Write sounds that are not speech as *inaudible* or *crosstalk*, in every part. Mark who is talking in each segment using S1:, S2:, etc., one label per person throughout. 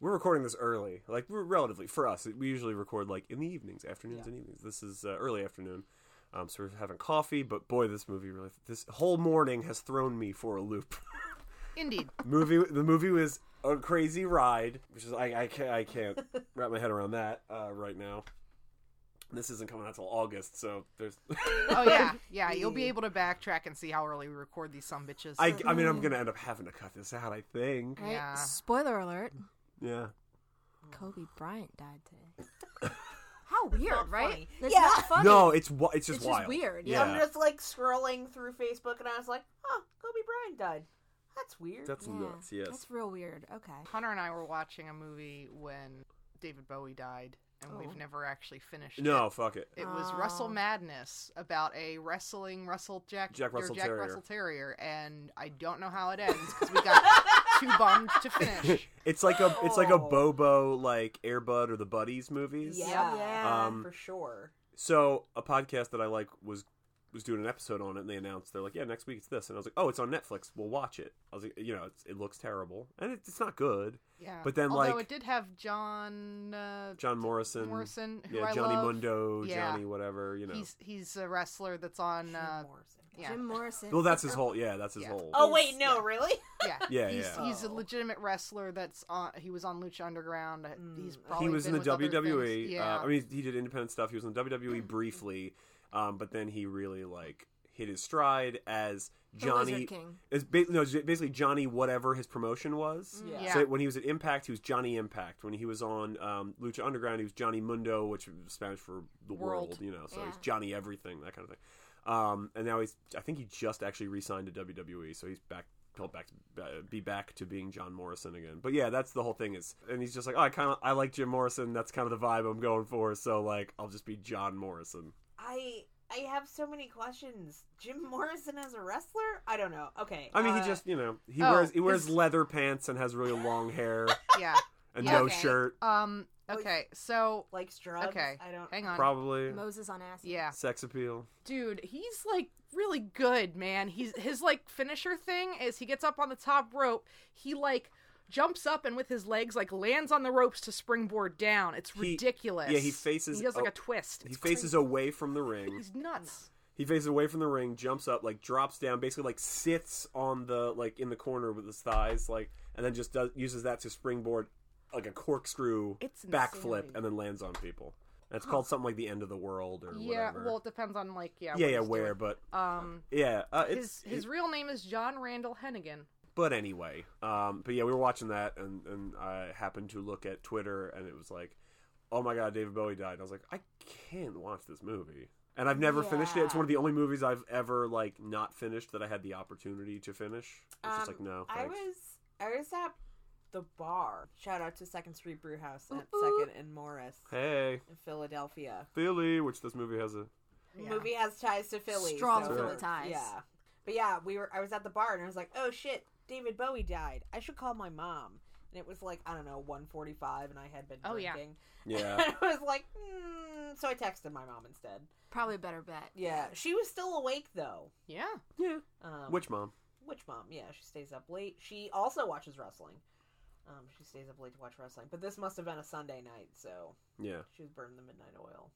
S1: We're recording this early, like we're relatively for us. We usually record like in the evenings, afternoons,
S2: Yeah.
S1: and evenings. This is uh, early afternoon, um, so we're having coffee. But boy, this movie really this whole morning has thrown me for a loop. *laughs*
S2: Indeed.
S1: movie the movie was a crazy ride, which is I I can't, I can't wrap my head around that uh, right now. This isn't coming out till August, so there's
S2: Oh yeah, yeah. You'll be able to backtrack and see how early we record these some bitches.
S1: I, I mean, I'm gonna end up having to cut this out. I think.
S3: Right?
S2: Yeah. Mm-hmm.
S3: Spoiler alert:
S1: Yeah.
S3: Kobe Bryant died today. How weird,
S4: not
S3: right?
S4: funny.
S3: That's
S4: Yeah.
S3: not funny.
S1: No, it's wi- it's just
S3: It's just
S1: wild.
S3: weird.
S1: Yeah.
S4: I'm just like scrolling through Facebook, and I was like, "Huh, Kobe Bryant died. That's weird."
S1: That's
S3: Yeah,
S1: nuts. Yes.
S3: That's real weird. Okay.
S2: Hunter and I were watching a movie when David Bowie died, and we've never actually finished. it.
S1: No, fuck it.
S2: It was Russell Madness about a wrestling Russell Jack
S1: Jack
S2: or
S1: Russell
S2: Jack
S1: Terrier.
S2: Russell Terrier, and I don't know how it ends because we got too bummed
S1: *laughs*
S2: to finish.
S1: It's like a it's like a
S4: Oh.
S1: Bobo like Airbud or the Buddies movies.
S4: yeah,
S3: Yeah.
S1: Um,
S4: for sure.
S1: So a podcast that I like was was doing an episode on it, and they announced they're like, yeah, next week it's this, and I was like, oh, it's on Netflix. We'll watch it. I was like, you know, it's, it looks terrible, and it, it's not good.
S2: Yeah,
S1: But then,
S2: although
S1: like-
S2: it did have John uh,
S1: John Morrison,
S2: Morrison, who
S1: yeah,
S2: I
S1: Johnny
S2: love.
S1: Mundo,
S2: Yeah.
S1: Johnny whatever, you know.
S2: He's he's a wrestler that's on. Uh,
S4: Morrison.
S2: yeah,
S3: Jim Morrison.
S1: well, that's his whole. Yeah, that's his
S2: Yeah.
S1: whole.
S4: Oh wait, no, really?
S2: yeah,
S1: Yeah,
S2: He's,
S1: yeah.
S2: he's a legitimate wrestler that's on. He was on Lucha Underground. I- He's probably
S1: he was
S2: been
S1: in the
S2: with other
S1: WWE.
S2: things. Yeah,
S1: Uh, I mean, he did independent stuff. He was in the WWE briefly, um, but then he really like hit his stride as Johnny.
S3: Lizard King.
S1: As ba- no, j- basically Johnny whatever his promotion was.
S4: Yeah.
S2: Mm. Yeah.
S1: So when he was at Impact, he was Johnny Impact. When he was on um, Lucha Underground, he was Johnny Mundo, which is Spanish for the world.
S2: World.
S1: You know, so he's
S3: Yeah.
S1: Johnny everything, that kind of thing. Um, and now he's. I think he just actually re-signed to WWE, so he's back. He'll back to, be back to being John Morrison again, but yeah, that's the whole thing. Is and he's just like, oh, I kind of I like Jim Morrison. That's kind of the vibe I'm going for. So like, I'll just be John Morrison.
S4: I I have so many questions. Jim Morrison as a wrestler? I don't know. Okay.
S1: I mean,
S4: uh,
S1: he just you know he
S2: oh,
S1: wears he wears
S2: his-
S1: leather pants and has really long hair *laughs*
S2: yeah.
S1: and
S2: Yeah.
S1: no
S3: Okay.
S1: shirt,
S2: Um.
S4: Well,
S2: Okay. So.
S4: likes drugs.
S2: Okay.
S4: I don't.
S2: Hang on.
S1: probably
S3: Moses on acid.
S2: Yeah.
S1: sex appeal.
S2: Dude, he's like really good, man. He's his like finisher thing is he gets up on the top rope, he like jumps up and with his legs like lands on the ropes to springboard down. It's
S1: He-
S2: ridiculous.
S1: yeah, he faces-
S2: He does like
S1: oh,
S2: a twist.
S1: He
S2: It's
S1: faces away from the ring.
S2: he's nuts.
S1: He faces away from the ring, jumps up, like drops down, basically like sits on the like in the corner with his thighs, like and then just does uses that to springboard like a corkscrew
S2: It's
S1: backflip
S2: insanity.
S1: and then lands on people. That's called something like the end of the world or
S2: Yeah,
S1: whatever.
S2: well, it depends on like
S1: yeah,
S2: yeah. what
S1: yeah,
S2: he's
S1: where,
S2: doing.
S1: but
S2: Um,
S1: yeah, uh,
S2: his
S1: it's
S2: his
S1: it-
S2: real name is John Randall Hennigan.
S1: but anyway, um, but yeah, we were watching that and and I happened to look at Twitter and it was like, oh my god, David Bowie died. And I was like, I can't watch this movie. And I've never finished it. It's one of the only movies I've ever like not finished that I had the opportunity to finish. It's just
S4: Um,
S1: like no,
S4: I
S1: thanks.
S4: was I was at the bar. Shout out to Second Street Brew House at
S3: Ooh, ooh.
S4: Second and Morris
S1: Hey,
S4: in Philadelphia.
S1: Philly, which this movie has a
S2: Yeah.
S4: Movie has ties to Philly.
S3: Strong
S1: Philly
S4: it's-
S3: ties.
S4: Yeah. But yeah, we were I was at the bar and I was like, "Oh shit, David Bowie died. I should call my mom." And it was like, I don't know, 1:45 and I had been
S2: Oh, yeah.
S4: drinking.
S1: yeah.
S4: *laughs* And I was like, mm, so I texted my mom instead.
S3: Probably a better bet.
S4: Yeah, she was still awake though.
S2: Yeah.
S1: *laughs* Yeah.
S4: Um,
S1: Which mom?
S4: which mom? Yeah, she stays up late. She also watches wrestling. Um, she stays up late to watch wrestling, but this must have been a Sunday night, so
S1: Yeah.
S4: she was burning the midnight oil.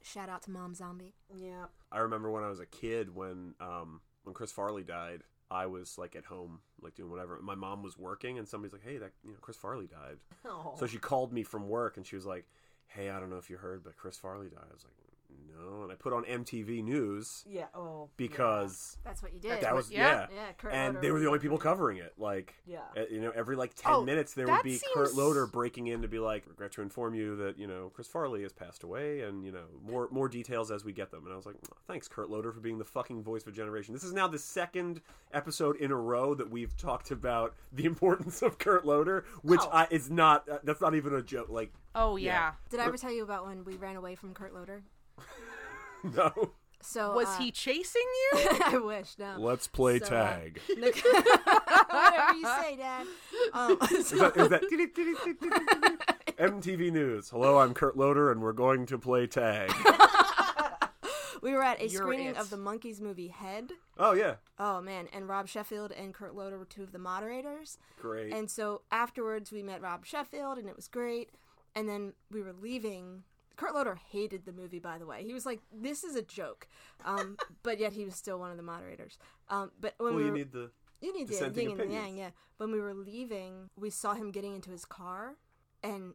S3: Shout out to Mom Zombie.
S4: Yeah,
S1: I remember when I was a kid when um when Chris Farley died, I was like at home, like doing whatever. My mom was working and somebody's like, Hey, that you know, Chris Farley died.
S4: *laughs* oh,
S1: So she called me from work and she was like, Hey, I don't know if you heard, but Chris Farley died. I was like, No. And I put on MTV News
S4: yeah, oh,
S1: because
S3: That's what you did.
S1: that was, yeah.
S2: yeah.
S3: Yeah, Kurt
S1: and
S3: Loder.
S1: they were the only people covering it. Like,
S4: Yeah.
S1: uh, you know, every like 10
S2: Oh,
S1: minutes there would
S2: that
S1: be
S2: seems-
S1: Kurt Loder breaking in to be like, Regret to inform you that, you know, Chris Farley has passed away and, you know, more, more details as we get them. And I was like, Thanks, Kurt Loder, for being the fucking voice of a generation. This is now the second episode in a row that we've talked about the *laughs* importance of Kurt Loder, which
S4: Oh.
S1: I, is not, uh, that's not even a joke. Like, *laughs*
S2: Oh
S1: Yeah.
S2: yeah.
S3: Did I ever tell you about when we ran away from Kurt Loder?
S1: no.
S3: So
S2: Was
S3: uh,
S2: he chasing you?
S3: *laughs* I wish no.
S1: Let's play
S3: So, uh,
S1: tag.
S3: *laughs* Whatever you
S2: *laughs*
S3: say, Dad. Um, *laughs*
S1: Is that, is that *laughs* MTV News? Hello, I'm Kurt Loder, and we're going to play tag.
S3: we were at a
S2: You're
S3: screening
S2: it.
S3: of the Monkeys movie Head,
S1: Oh yeah,
S3: Oh man, and Rob Sheffield and Kurt Loder were two of the moderators.
S1: great.
S3: And so afterwards we met Rob Sheffield and it was great. And then we were leaving. Kurt Loder hated the movie, by the way. He was like, "This is a joke," um, *laughs* but yet he was still one of the moderators. Um, but when
S1: well,
S3: we
S1: you
S3: were,
S1: need the
S3: you need the
S1: dissenting
S3: yin and the
S1: opinions.
S3: yang, yeah. When we were leaving, we saw him getting into his car, and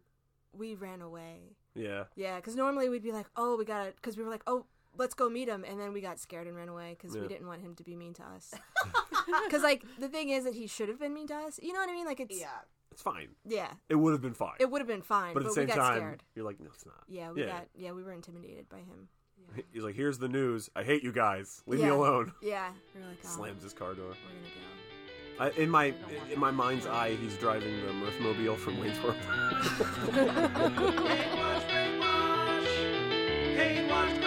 S3: we ran away.
S1: yeah.
S3: Yeah, because normally we'd be like, oh, we got to, because we were like, oh, let's go meet him. And then we got scared and ran away because
S1: Yeah.
S3: we didn't want him to be mean to
S1: *laughs*
S3: us. *laughs* Because, like, the thing is that he should have been mean to us. You know what I mean? Like, it's, yeah,
S4: Yeah.
S1: It's fine. It would have been fine,
S3: it would have been fine,
S1: but
S3: but,
S1: at the
S3: we
S1: same
S3: got
S1: time,
S3: scared.
S1: you're like, no, it's not.
S3: Yeah, we
S1: Yeah.
S3: got, yeah, we were intimidated by him.
S1: *laughs* He's like, here's the news. I hate you guys. Leave me
S3: Yeah. *laughs*
S1: alone.
S3: Yeah, we were like, oh,
S1: Slams his car door.
S3: we're going to go.
S1: I, in my in my mind's eye, he's driving the Mirthmobile from Wayne's World. *laughs*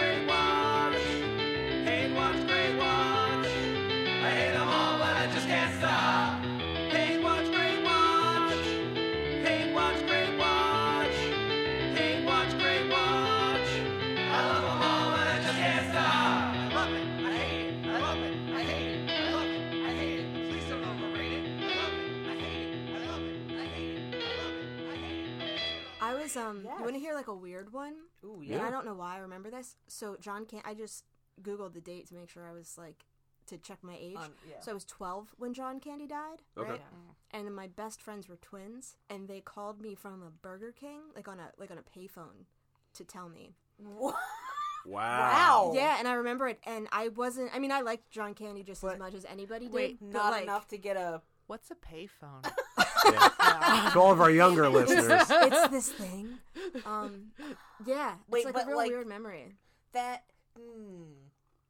S3: I was, um, you want to
S4: Yes.
S3: hear, like, a weird one?
S4: Ooh,
S1: Yeah.
S3: And I don't know why I remember this. So, John Candy, I just Googled the date to make sure I was, like, to check my age.
S4: Um, yeah.
S3: So, I was 12 when John Candy died.
S1: Okay.
S4: Yeah.
S3: and then my best friends were twins and they called me from a Burger King like on a like on a payphone to tell me.
S4: What?
S1: Wow.
S4: Wow.
S3: Yeah, and I remember it and I wasn't I mean I liked John Candy just
S4: But-
S3: as much as anybody did.
S2: Wait,
S3: *laughs* but,
S4: Not
S3: like,
S4: *laughs* enough to get a.
S2: *laughs* What's a *laughs* payphone?
S1: To all of our
S3: *laughs*
S1: younger listeners,
S3: it's this thing. Um yeah,
S4: Wait,
S3: it's like
S4: but,
S3: a real
S4: like-
S3: weird memory.
S4: That. Hmm.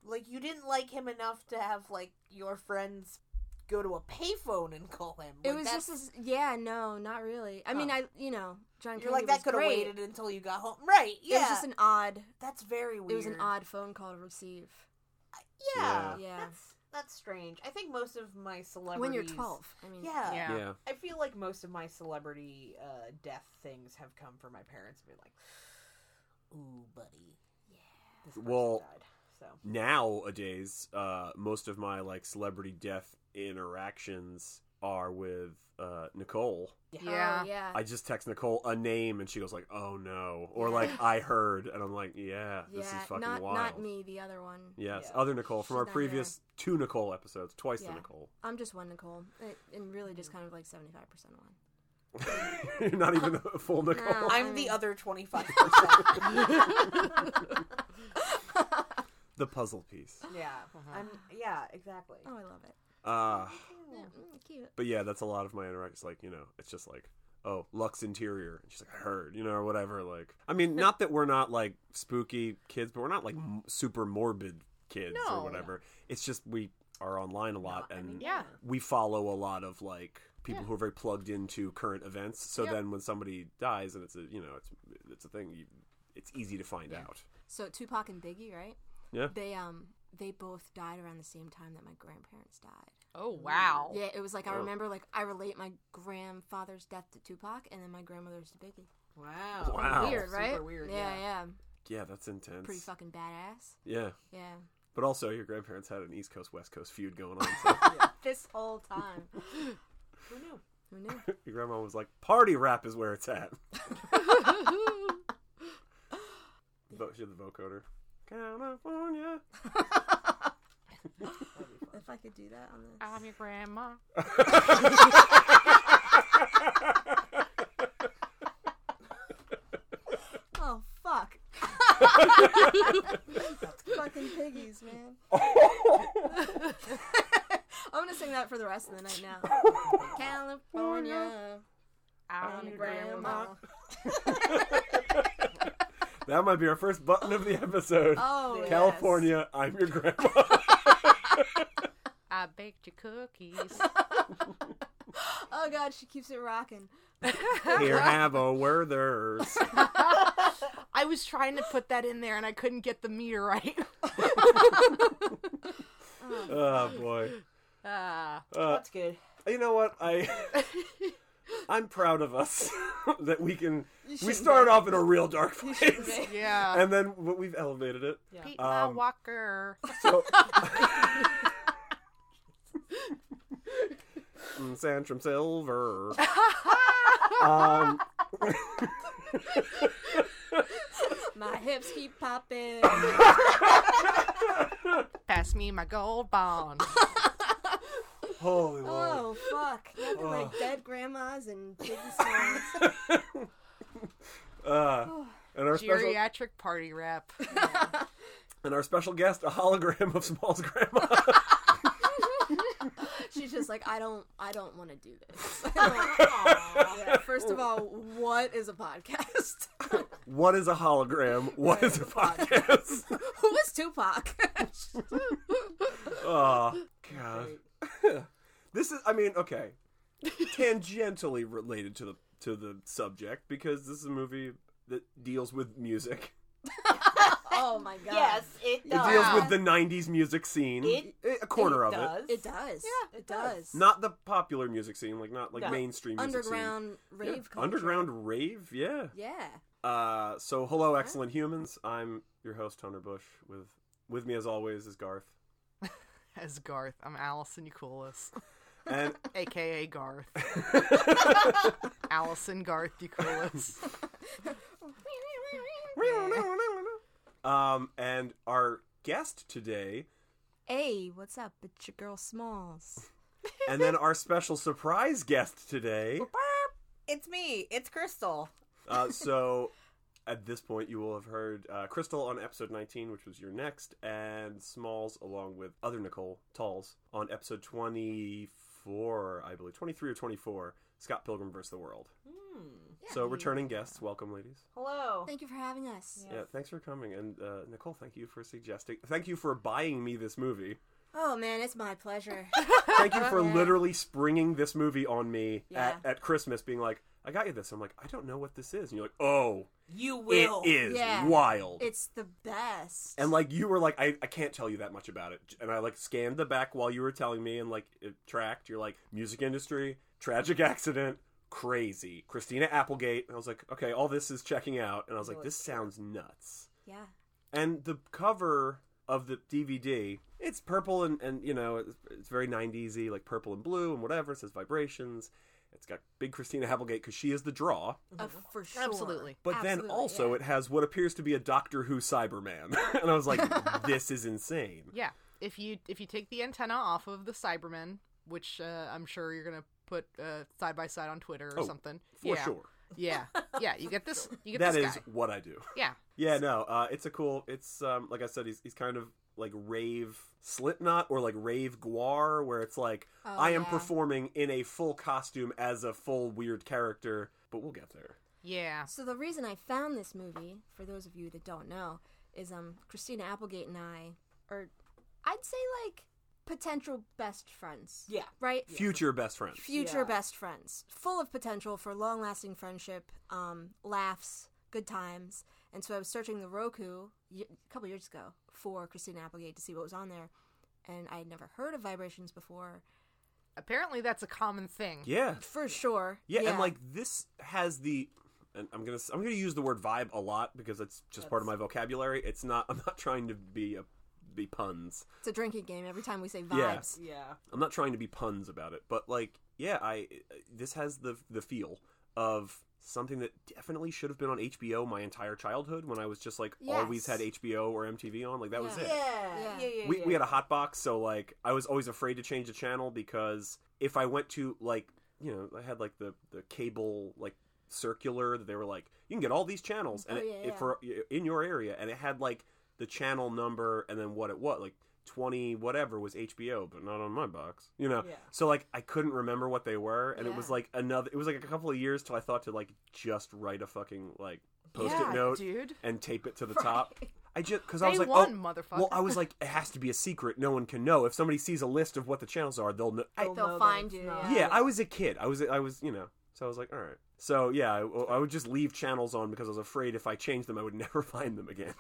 S4: Like, you didn't like him enough to have, like, your friends go to a payphone and call him.
S3: It
S4: Like,
S3: was
S4: that's-
S3: just this yeah, no, not really. I mean I you know, John Candy
S4: You're like,
S3: was
S4: that could have
S3: great.
S4: waited until you got home. Right. Yeah.
S3: It was just an odd
S4: that's very weird.
S3: it was an odd phone call to receive.
S4: Yeah.
S3: Yeah.
S4: That's, that's strange. I think most of my celebrities.
S3: When you're twelve. I mean
S4: Yeah.
S2: Yeah.
S1: yeah,
S4: I feel like most of my celebrity uh, death things have come from my parents being like, "Ooh, buddy, yeah, this person
S1: Well-
S4: died." So
S1: nowadays, uh, most of my like celebrity death interactions are with uh, Nicole.
S3: Yeah.
S2: Yeah.
S3: Oh, yeah.
S1: I just text Nicole a name and she goes like, "Oh no," or like, "I heard," and I'm like, "Yeah, this is
S3: Yeah,
S1: fucking
S3: not
S1: wild."
S3: not me, the other one.
S1: Yes,
S4: Yeah.
S1: other Nicole from
S3: She's
S1: our
S3: not
S1: previous two Nicole episodes, twice the
S3: Yeah.
S1: Nicole. *laughs*
S3: I'm just one Nicole, I- and really
S4: Mm.
S3: just kind of like 75 percent one.
S1: You're not even a
S3: *laughs*
S1: full Nicole.
S3: No.
S4: I'm
S3: I
S4: the
S3: mean-
S4: other twenty *laughs* five percent.
S1: The puzzle piece.
S4: Yeah, uh-huh. I'm. Yeah, exactly.
S3: Oh, I love it.
S1: Uh,
S3: Yeah, mm, cute.
S1: but yeah, that's a lot of my interactions. Like, you know, it's just like, oh, Lux Interior. And she's like, I heard, you know, or whatever. Like, I
S3: *laughs*
S1: mean, not that we're not like spooky kids, but we're not like m- super morbid kids or
S2: No.
S1: whatever. It's just we are online a lot
S4: I
S1: and
S4: mean,
S2: Yeah.
S1: we follow a lot of like people
S2: Yeah.
S1: who are very plugged into current events. So
S2: Yep.
S1: then when somebody dies and it's a, you know, it's, it's a thing, you, it's easy to find out.
S3: So Tupac and Biggie, right?
S1: Yeah.
S3: They um they both died around the same time that my grandparents died.
S2: Oh wow.
S3: Yeah, it was like I
S1: Oh.
S3: remember like I relate my grandfather's death to Tupac and then my grandmother's to Biggie.
S4: Wow.
S1: Wow.
S3: Weird, right?
S4: Super weird.
S3: Yeah, yeah.
S1: Yeah, that's intense.
S3: Pretty fucking badass.
S1: Yeah.
S3: Yeah.
S1: But also, your grandparents had an East Coast West Coast feud going on. So
S3: This whole *laughs* time.
S4: Who knew?
S3: Who
S1: *laughs*
S3: knew?
S1: your grandma was like, "Party rap is where it's at." Vo- She had the vocoder. California. *laughs*
S3: if I could do that on this.
S2: I'm your *laughs* grandma.
S3: Oh *laughs* fuck. Fucking piggies, *laughs* man. I'm gonna sing that for the rest of the night now. California,
S2: I'm
S3: I'm
S2: your
S3: grandma.
S2: grandma.
S3: *laughs*
S1: That might be our first button of the episode.
S3: Oh, yes.
S1: California, I'm your grandma.
S2: I baked your cookies.
S3: *laughs*
S2: *laughs*
S3: Oh god, she keeps it rocking.
S1: *laughs* Here, have a Werther's.
S2: I was trying to put that in there and I couldn't get the meter right.
S1: *laughs* Oh boy.
S2: *laughs* Uh,
S1: Uh,
S4: That's good.
S1: you know what? I *laughs* I'm proud of us *laughs* that we can. We
S3: shouldn't
S1: started
S3: be.
S1: off in a real dark
S3: You
S1: place,
S3: shouldn't be.
S2: yeah.
S1: and then w- we've elevated it.
S4: Yeah.
S2: Pete um,
S1: Um,
S2: Walker.
S1: So *laughs* Mm, Santrum
S3: *laughs*
S1: Silver. um,
S3: My hips
S1: *laughs*
S3: keep popping.
S2: Pass me my gold *laughs* bond.
S1: holy lord.
S3: oh fuck! Nothing like dead grandmas and big songs.
S1: Uh, and our special
S2: Geriatric party rap.
S1: and our special guest, a hologram of Small's grandma. *laughs*
S3: She's just like, I don't, I don't want to do
S1: *laughs*
S3: this. *laughs*
S4: Aw.
S3: Yeah, first of all, what is a podcast? *laughs*
S1: what is a hologram? What is a
S3: *laughs*
S1: podcast?
S3: Who is Tupac? *laughs*
S1: oh god. *laughs* this is. I mean, okay. Tangentially related to the to the subject because this is a movie that deals with music.
S3: oh my god!
S4: yes, it
S1: It
S4: does.
S1: deals with the '90s music scene,
S4: It-
S1: Eh, a corner of it.
S4: does.
S3: it does. Yeah, it does.
S1: Not the popular music scene, like not like
S4: No.
S1: mainstream music
S3: underground
S1: scene. Yeah,
S3: rave culture.
S1: Underground rave, yeah.
S3: Yeah. *laughs*
S1: Uh, so hello, excellent humans. I'm your host Hunter Bush. With with me as always is Garth,
S2: As Garth, I'm Allison Eucoolis,
S1: and *laughs*
S2: aka Garth. Allison Garth Eucoolis. *laughs*
S1: um and our guest today,
S3: Hey, what's up? It's your girl Smalls.
S1: and then our special surprise guest today.
S4: It's me. It's Crystal.
S1: Uh, so at this point, you will have heard uh, Crystal on episode 19, which was your next, and Smalls along with other Nicole Talls on episode 24, I believe, 23 or 24, Scott Pilgrim vs. the World.
S4: Hmm.
S1: so returning guests, welcome, ladies.
S4: Hello.
S3: Thank you for having us.
S1: Yeah, thanks for coming, and uh, Nicole, thank you for suggesting. Thank you for buying me this
S3: *laughs*
S1: movie.
S3: Oh man, it's my pleasure.
S1: Thank you for literally springing this movie on me
S3: Yeah.
S1: at, at Christmas, being like, "I got you this." I'm like, "I don't know what this is," and you're like, "Oh,
S4: You will.
S1: it is
S3: Yeah.
S1: wild."
S3: it's the best.
S1: And like you were like, I, I can't tell you that much about it. And I like scanned the back while you were telling me and like it tracked. You're like, music industry, tragic accident, crazy. Christina Applegate. And I was like, okay, all this is checking out. And I was like, this sounds nuts.
S3: yeah.
S1: And the cover of the DVD, it's purple and, and you know, it's, it's very 90s y, like purple and blue and whatever. It says vibrations. It's got big Christina Applegate because she is the draw.
S3: Uh, for sure.
S2: Absolutely.
S1: But
S3: Absolutely,
S1: then also
S3: yeah.
S1: it has what appears to be a Doctor Who Cyberman. *laughs* and I was
S2: *laughs*
S1: like, this is insane.
S2: Yeah. If you if you take the antenna off of the Cybermen, which uh, I'm sure you're gonna put uh, side by side on Twitter or
S1: Oh,
S2: something.
S1: For
S2: yeah.
S1: sure. *laughs*
S2: Yeah. Yeah. You get this. You get
S1: That
S2: this
S1: is
S2: guy.
S1: what I do.
S2: Yeah.
S1: Yeah, no, uh, it's a cool it's um like I said, he's he's kind of like rave slipknot or like rave guar where it's like
S3: Oh,
S1: I am
S3: yeah.
S1: performing in a full costume as a full weird character, but we'll get there.
S2: Yeah.
S3: So the reason I found this movie, for those of you that don't know, is um Christina Applegate and I are I'd say like potential best friends.
S4: Yeah.
S3: Right?
S1: Future best friends.
S3: Future
S4: Yeah.
S3: best friends. Full of potential for long lasting friendship, um, laughs, good times. And so I was searching the Roku y- a couple years ago for Christina Applegate to see what was on there. And I had never heard of vibrations before.
S2: Apparently that's a common thing.
S1: Yeah.
S3: For sure.
S1: yeah. and like this has the and I'm gonna I'm gonna use the word vibe a lot because it's just part of my vocabulary. It's not I'm not trying to be a be puns.
S3: it's a drinking game every time we say
S1: Yeah.
S3: vibes.
S4: Yeah.
S1: I'm not trying to be puns about it, but like, yeah, I this has the the feel of something that definitely should have been on HBO my entire childhood when I was just like always
S3: Yes.
S1: had HBO or MTV on. Like that was
S3: Yeah.
S1: it.
S4: Yeah. Yeah. yeah,
S1: We, we had a
S4: yeah.
S1: hot box, so like I was always afraid to change the channel because if I went to like you know I had like the the cable like circular that they were like you can get all these channels and
S3: Oh,
S1: it,
S3: yeah,
S1: it
S3: yeah.
S1: for in your area and it had like the channel number and then what it was like twenty whatever was HBO but not on my box you know
S4: Yeah.
S1: so like I couldn't remember what they were and it
S3: Yeah.
S1: was like another it was like a couple of years till I thought to like just write a fucking like post it
S2: Yeah,
S1: note
S2: dude.
S1: and tape it to
S3: *laughs*
S1: the top. I just because I was
S2: They
S1: like,
S2: won,
S1: oh,
S2: motherfucker.
S1: well, I was like, it has to be a secret. No one can know. If somebody sees a list of what the channels are, they'll know. I,
S4: They'll
S3: They'll
S4: know that
S3: find
S4: it's
S3: you,
S4: not.
S1: yeah, I was a kid. I was, I was, you know. So I was like, all right. So yeah, I, I would just leave channels on because I was afraid if I changed them, I would *laughs* never find them
S4: *laughs*
S1: again.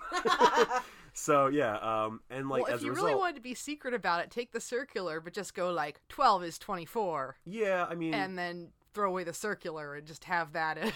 S1: so yeah, um, and like
S2: well,
S1: as
S2: if
S1: a
S2: you
S1: result,
S2: really wanted to be secret about it, take the circular, but just go like twelve is twenty four,
S1: yeah, I mean,
S2: and then throw *laughs* away the circular and just have that as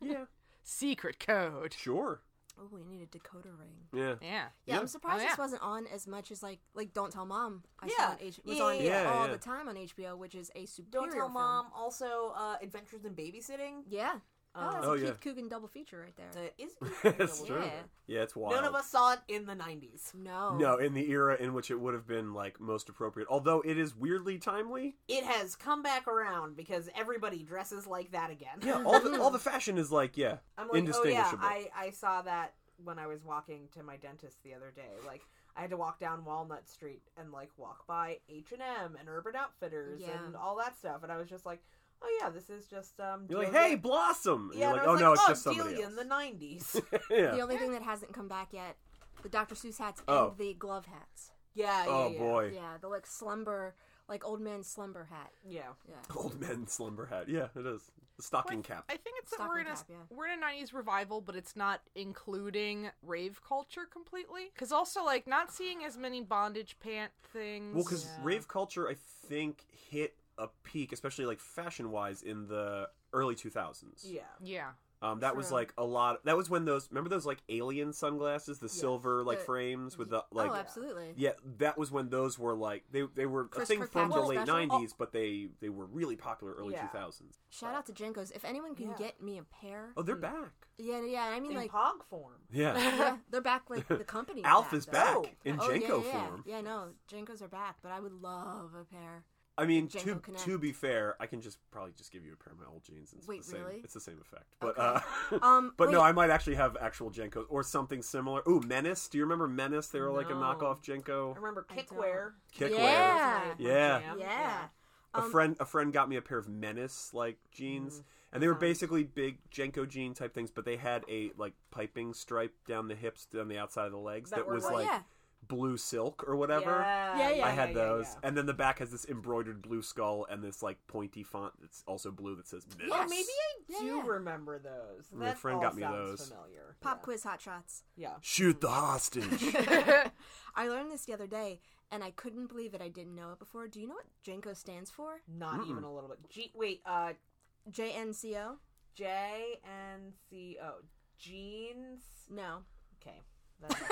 S2: your
S1: yeah,
S2: secret code.
S1: sure.
S3: Oh, we need a decoder ring.
S1: Yeah.
S2: Yeah.
S3: Yeah,
S1: Yeah.
S3: I'm surprised
S2: Oh, yeah.
S3: this wasn't on as much as like like Don't Tell Mom. I
S4: Yeah.
S3: saw on H- was
S4: Yeah,
S3: on
S1: yeah,
S3: all
S1: yeah.
S3: the time on HBO, which is a superior
S4: Don't tell
S3: film.
S4: mom. Also, uh, Adventures in Babysitting.
S3: Yeah, oh, that's
S1: Oh,
S3: a Keith
S1: yeah.
S3: Coogan double feature right there.
S4: That is
S1: *laughs* That's true.
S3: Yeah.
S1: Yeah, it's wild.
S4: None of us saw it in the '90s.
S3: No,
S1: No, in the era in which it would have been like most appropriate. Although it is weirdly
S4: *laughs*
S1: timely.
S4: It has come back around because everybody dresses like that again.
S1: Yeah, all the all the fashion is like yeah,
S4: *laughs* I'm like, oh yeah,
S1: indistinguishable.
S4: I, I saw that when I was walking to my dentist the other day. Like, I had to walk down Walnut Street and like walk by H and M and Urban Outfitters
S3: Yeah.
S4: and all that stuff, and I was just like, oh yeah, this is just um.
S1: You're like,
S4: Delia-
S1: hey, Blossom. And
S4: yeah,
S1: you're like,
S4: and I
S1: oh
S4: was
S1: no,
S4: like,
S1: it's
S4: oh,
S1: just somebody
S4: Delia
S1: else.
S4: in the '90s.
S1: *laughs* yeah.
S3: The only thing that hasn't come back yet, the Doctor Seuss hats
S1: Oh.
S3: and the glove hats.
S4: yeah, yeah,
S1: oh
S4: yeah.
S1: boy,
S3: Yeah, the like slumber, like old man slumber hat.
S4: Yeah.
S3: Yeah,
S1: *laughs* old men slumber hat. Yeah, it is the stocking cap.
S2: I think it's that we're in a
S3: Stocking cap, yeah.
S2: we're in a '90s revival, but it's not including rave culture completely. Because also, like, not seeing as many bondage pant things.
S1: Well, because
S4: Yeah.
S1: rave culture, I think, hit a peak, especially like fashion wise, in the early 2000s.
S4: Yeah.
S2: yeah,
S1: Um, that was
S3: True.
S1: like a lot. That was when those. Remember those like alien sunglasses, the silver like
S3: The-
S1: frames with the like.
S3: oh, absolutely.
S1: Yeah, that was when those were like they they were a
S3: Chris
S1: thing from the
S3: Kirkpatrick
S1: late
S3: special?
S1: '90s, but they they were really popular early
S4: Yeah.
S1: 2000s.
S3: Shout out to Jenko's. If anyone can
S4: Yeah.
S3: get me a pair,
S1: Oh, they're back.
S3: yeah, yeah. I mean,
S4: In
S3: like,
S4: pog form.
S3: *laughs*
S1: Yeah,
S3: yeah, they're back. Like the
S1: *laughs*
S3: company. is
S1: Alf
S3: back,
S1: is
S3: though.
S1: back
S4: Oh.
S1: in
S3: Oh, yeah,
S1: Jenko
S3: yeah, yeah.
S1: form.
S3: Yeah, no, Jenkos are back, but I would love a pair.
S1: I mean,
S3: Jenko
S1: to
S3: Connect.
S1: to be fair, I can just probably just give you a pair of my old jeans. And it's
S3: Wait,
S1: the same,
S3: really?
S1: It's the same effect, but uh,
S3: Um,
S1: *laughs* but no,
S3: wait.
S1: I might actually have actual Jenko or something similar. Ooh, Menace. Do you remember Menace? They were like a
S4: No.
S1: knockoff
S4: I
S1: Jenko
S4: remember
S3: I don't.
S4: kickwear.
S1: kickwear.
S3: Yeah.
S4: That was my- my
S1: Yeah.
S4: jam.
S3: Yeah.
S1: a
S3: Um, Mm-hmm.
S1: friend a friend got me a pair of menace like jeans and they were basically big jenko jean type things but they had a like piping stripe down the hips down the outside of the legs
S4: That
S1: that,
S4: were
S1: was
S4: white.
S1: like
S3: oh, yeah.
S1: blue silk or whatever
S4: Yeah,
S3: Yeah, yeah.
S1: i had those
S4: yeah.
S1: and then the back has this embroidered blue skull and this like pointy font that's also blue that says menace
S4: Oh, maybe I
S3: Yeah,
S4: do
S3: yeah.
S4: remember those.
S1: My
S4: That
S1: friend
S4: all
S1: got me
S4: sounds
S1: those.
S4: Familiar.
S3: Pop
S4: yeah.
S3: quiz hot shots.
S4: Yeah.
S1: shoot the hostage
S3: *laughs* I learned this the other day, and I couldn't believe it. I didn't know it before. Do you know what Jenko stands for?
S4: Not even a little bit. G. Wait. Uh.
S3: JNCO?
S4: J N C O. Jeans.
S3: No,
S4: Okay. That's
S1: *laughs*
S4: *laughs*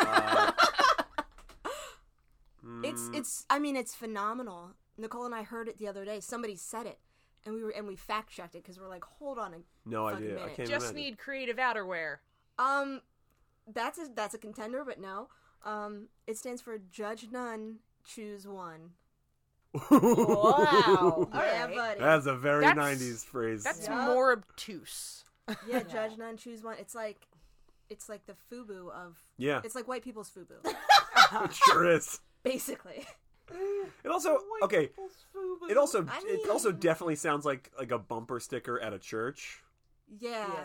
S1: Uh,
S3: it's
S1: Mm.
S3: it's. I mean, it's phenomenal. Nicole and I heard it the other day. Somebody said it, and we were and we fact checked it because we're like, hold on. a-
S1: mm, no
S3: Fucking
S1: idea i
S3: minute.
S1: can't
S2: just
S1: imagine. *laughs*
S2: need creative outerwear.
S3: Um, that's a that's a contender, but no. Um, it stands for Judge None, Choose One.
S4: wow. All
S3: yeah,
S4: right.
S3: buddy.
S1: that's a very
S2: That's-
S1: 90s phrase
S2: That's
S4: Yeah.
S2: more obtuse.
S3: yeah, Judge None, Choose One. It's like, it's like the FUBU of.
S1: yeah
S3: It's like white people's
S4: *laughs*
S3: FUBU,
S1: it sure is
S3: basically.
S1: it also
S4: Oh
S1: okay It also
S3: Oh I
S1: it also
S3: mean-
S1: definitely sounds like like a bumper sticker at a church.
S3: Yeah.
S4: Yeah.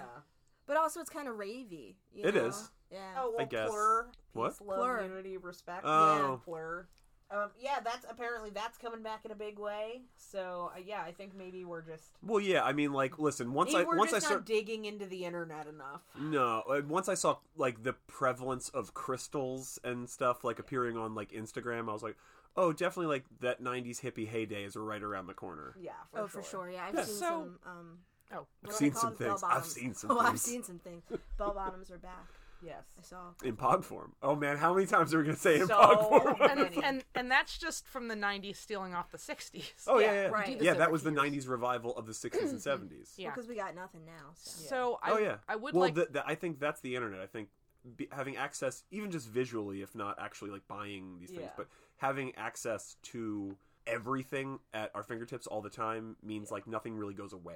S3: But also, it's kind of ravey. You
S1: It
S3: know?
S1: is.
S3: Yeah.
S4: Oh well.
S1: I guess.
S4: Plur.
S1: What?
S4: Peace, love,
S3: Plur.
S4: unity, respect.
S1: Oh.
S4: Yeah. Plur. Um, yeah, that's apparently that's coming back in a big way. So uh, yeah, I think maybe we're just
S1: Well, yeah, I mean, like, listen, once
S4: maybe
S1: I
S4: we're
S1: once I
S4: just
S1: start
S4: not digging into the internet enough.
S1: no, uh, once I saw like the prevalence of crystals and stuff like appearing on like Instagram, I was like, oh, definitely like that '90s hippie heyday is right around the corner.
S4: Yeah. For
S3: oh,
S4: sure.
S3: for sure. Yeah, I've
S1: Yeah.
S3: seen
S2: So-
S3: some. Um,
S2: Oh,
S3: what
S1: I've
S3: do they
S1: seen
S3: call
S1: some
S3: them? Bell
S1: things. I've
S3: bottoms.
S1: seen some
S3: Oh, I've
S1: things.
S3: seen some
S4: *laughs*
S3: things. Bell bottoms are back. I
S4: Yes.
S3: saw.
S1: In pog form. Oh man, how many times are we gonna say in
S4: So
S1: pog form?
S2: and,
S4: many.
S2: and and that's just from the '90s stealing off the '60s.
S1: *laughs* oh yeah,
S4: yeah,
S1: yeah, yeah.
S3: right.
S1: Yeah, that was the '90s revival of the '60s and '70s.
S2: Mm-hmm. Yeah.
S3: Because we got nothing now. So.
S2: So I,
S1: oh yeah,
S2: I would
S1: Well,
S2: like.
S1: th- th- I think that's the internet. I think be, having access, even just visually, if not actually like buying these things,
S4: Yeah.
S1: but having access to everything at our fingertips all the time means like nothing really goes away.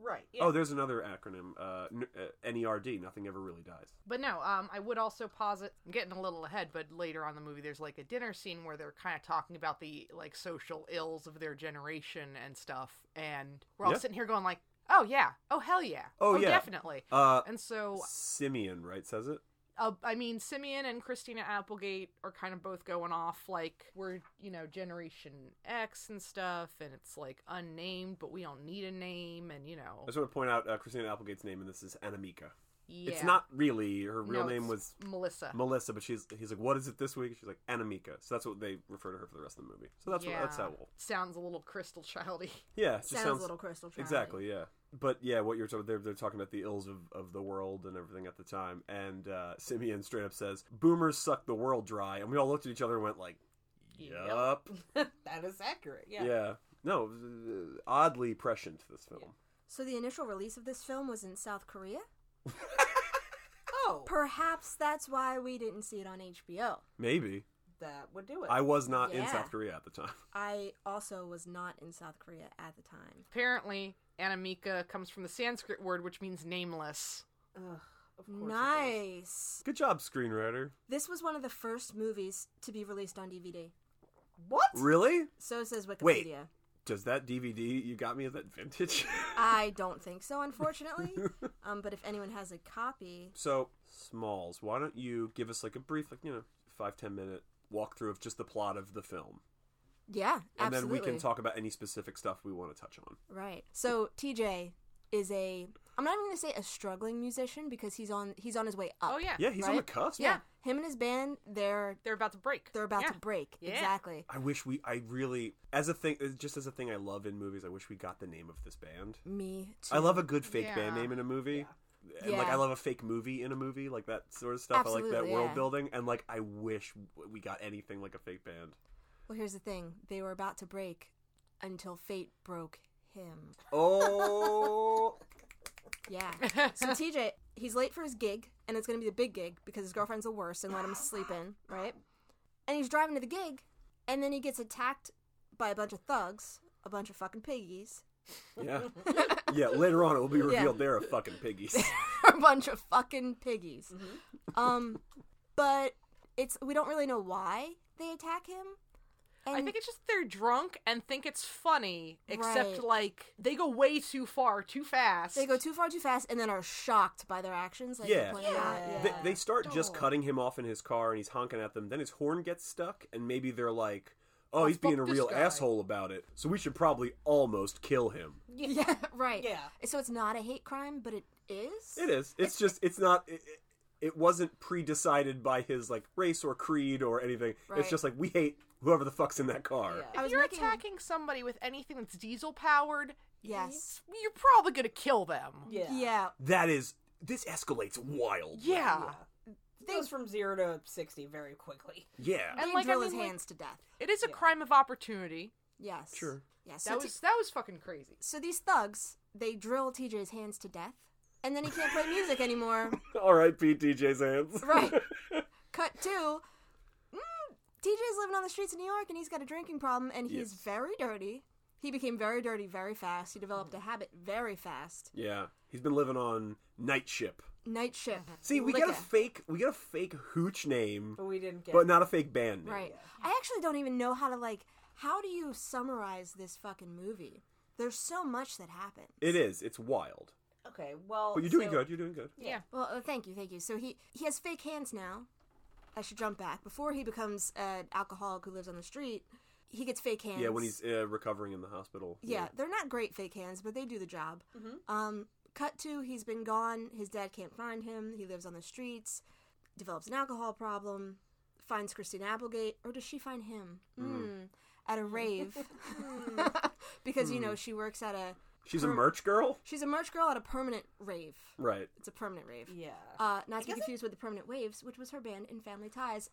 S4: Right. Yeah.
S1: Oh, there's another acronym, uh, n- uh, NERD. Nothing ever really dies.
S2: But no, um, I would also posit. I'm getting a little ahead, but later on in the movie, there's like a dinner scene where they're kind of talking about the like social ills of their generation and stuff, and we're all
S1: Yeah.
S2: sitting here going like, "Oh yeah, oh hell yeah,
S1: Oh, yeah.
S2: definitely."
S1: Uh,
S2: And so,
S1: Simeon, right? Says it.
S2: uh, I mean, Simeon and Christina Applegate are kind of both going off like we're you know Generation X and stuff, and it's like unnamed, but we don't need a name, and you know,
S1: I just want to point out uh, Christina Applegate's name, and this is Anamika.
S2: Yeah.
S1: It's not really. Her real
S2: No,
S1: name
S2: it's
S1: was
S2: Melissa.
S1: Melissa, but she's he's like, what is it this week? She's like Anamika. So that's what they refer to her for the rest of the movie. So that's what, that's
S2: Yeah.
S1: how we'll.
S2: Sounds a little crystal childy. *laughs*
S1: Yeah, it just
S3: sounds,
S1: sounds,
S3: a little crystal. Charlie.
S1: exactly yeah. But yeah, what you're talking they're they're talking about the ills of, of the world and everything at the time, and uh, Simeon straight up says, "Boomers suck the world dry," and we all looked at each other and went like,
S2: Yep.
S1: "Yup."
S4: that is accurate.
S1: Yeah.
S4: Yeah.
S1: No, it was, uh, oddly prescient this film.
S3: So the initial release of this film was in South Korea.
S4: Oh,
S3: Perhaps that's why we didn't see it on HBO.
S1: *laughs* Maybe
S4: that would do it.
S1: I was not in
S3: Yeah.
S1: South Korea at the time. *laughs*
S3: I also was not in South Korea at the time.
S2: Apparently, Anamika comes from the Sanskrit word which means nameless.
S4: Ugh, of course it does.
S3: Nice.
S1: Good job, screenwriter.
S3: This was one of the first movies to be released on DVD.
S4: What?
S1: Really?
S3: So says Wikipedia.
S1: Wait. Does that DVD you got me is that vintage? *laughs*
S3: I don't think so, unfortunately. um, but if anyone has a copy,
S1: so Smalls, why don't you give us like a brief, like you know, five ten minute walkthrough of just the plot of the film,
S3: yeah,
S1: and
S3: absolutely.
S1: then we can talk about any specific stuff we want to touch on.
S3: Right. So TJ is a. I'm not even going to say a struggling musician because he's on he's on his way up.
S2: Oh yeah.
S1: Yeah, he's on the
S3: Right?
S1: cusp.
S3: Yeah. Him and his band, they're
S2: They're about to break.
S3: they're about
S2: Yeah.
S3: to break.
S2: Yeah.
S3: Exactly.
S1: I wish we. I really, as a thing, just as a thing I love in movies, I wish we got the name of this band.
S3: Me too.
S1: I love a good fake band
S2: Yeah.
S1: name in a movie. And like
S3: Yeah.
S1: I love a fake movie in a movie, like that sort of stuff. I like that
S3: Absolutely,
S1: world
S3: yeah.
S1: building, and like I wish w- we got anything like a fake band.
S3: Well, here's the thing. They were about to break until fate broke him.
S1: Oh,
S3: Yeah. So TJ, he's late for his gig, and it's going to be the big gig because his girlfriend's the worst and let him sleep in, right? And he's driving to the gig, and then he gets attacked by a bunch of thugs, a bunch of fucking piggies,
S1: *laughs*
S3: *laughs*
S1: yeah, yeah. Later on, it will be revealed they're a fucking piggies.
S3: a bunch of fucking piggies. Um, but it's we don't really know why they attack him. And
S2: I think it's just they're drunk and think it's funny, except
S3: Right.
S2: like they go way too far, too fast.
S3: they go too far too fast, and then are shocked by their actions. Like you
S1: Yeah.
S3: pointed out.
S4: Yeah.
S1: they,
S3: yeah.
S1: they start just
S2: Dog.
S1: cutting him off in his car, and he's honking at them. Then his horn gets stuck, and maybe they're like, "Oh, he's being a
S2: fuck this
S1: real
S2: guy."
S1: asshole about it, so we should probably almost kill him."
S3: Yeah, *laughs* right.
S4: Yeah.
S3: So it's not a hate crime, but it is.
S1: It is. It's, just. It's not. It, it- it wasn't pre-decided by his like race or creed or anything.
S3: Right.
S1: It's just like we hate whoever the fuck's in that car.
S4: Yeah.
S3: I
S2: if
S3: was
S2: you're
S3: making-
S2: attacking somebody with anything that's diesel powered,
S3: Yes.
S2: you're probably gonna kill them.
S4: Yeah.
S3: Yeah.
S1: That is. This escalates wild.
S2: Yeah.
S4: It goes from zero to sixty very quickly.
S1: Yeah.
S3: They
S2: And, like, I
S3: drill his
S2: mean, like-
S3: hands to death.
S2: It is a
S4: Yeah.
S2: crime of opportunity.
S3: Yes.
S1: *laughs* Sure.
S3: Yes.
S2: That
S3: So, t-
S2: was that was fucking crazy.
S3: so these thugs, they drill TJ's hands to death, and then he can't play music anymore.
S1: All right, Pete DJ's hands.
S3: Right. Cut two. Mm, TJ's living on the streets of New York, and he's got a drinking problem, and he's
S1: Yes.
S3: very dirty. He became very dirty very fast. He developed a habit very fast.
S1: Yeah. He's been living on night ship.
S3: Night shift.
S2: Uh-huh.
S1: See, we get a
S3: Liquor.
S1: fake we get a fake hooch name,
S4: But we didn't get
S1: but not a fake band name.
S3: Right. I actually don't even know how to like. How do you summarize this fucking movie? There's so much that happened.
S1: It is. It's wild.
S4: Okay, well
S1: But you're doing
S4: so-
S1: good. You're doing good.
S2: Yeah.
S3: Well, uh, thank you, thank you. So he he has fake hands now. I should jump back before he becomes an alcoholic who lives on the street. He gets fake hands.
S1: Yeah, when he's uh, recovering in the hospital.
S3: yeah, they're not great fake hands, but they do the job. Um, cut to he's been gone. His dad can't find him. He lives on the streets. Develops an alcohol problem. Finds Christine Applegate, or does she find him? Hmm. At a rave, because you know she works at a
S1: She's a merch girl?
S3: she's a merch girl at a permanent rave.
S1: Right. *laughs*
S3: It's a permanent rave.
S4: Yeah.
S3: Uh, not to be confused with the Permanent Waves, which was her band in Family Ties.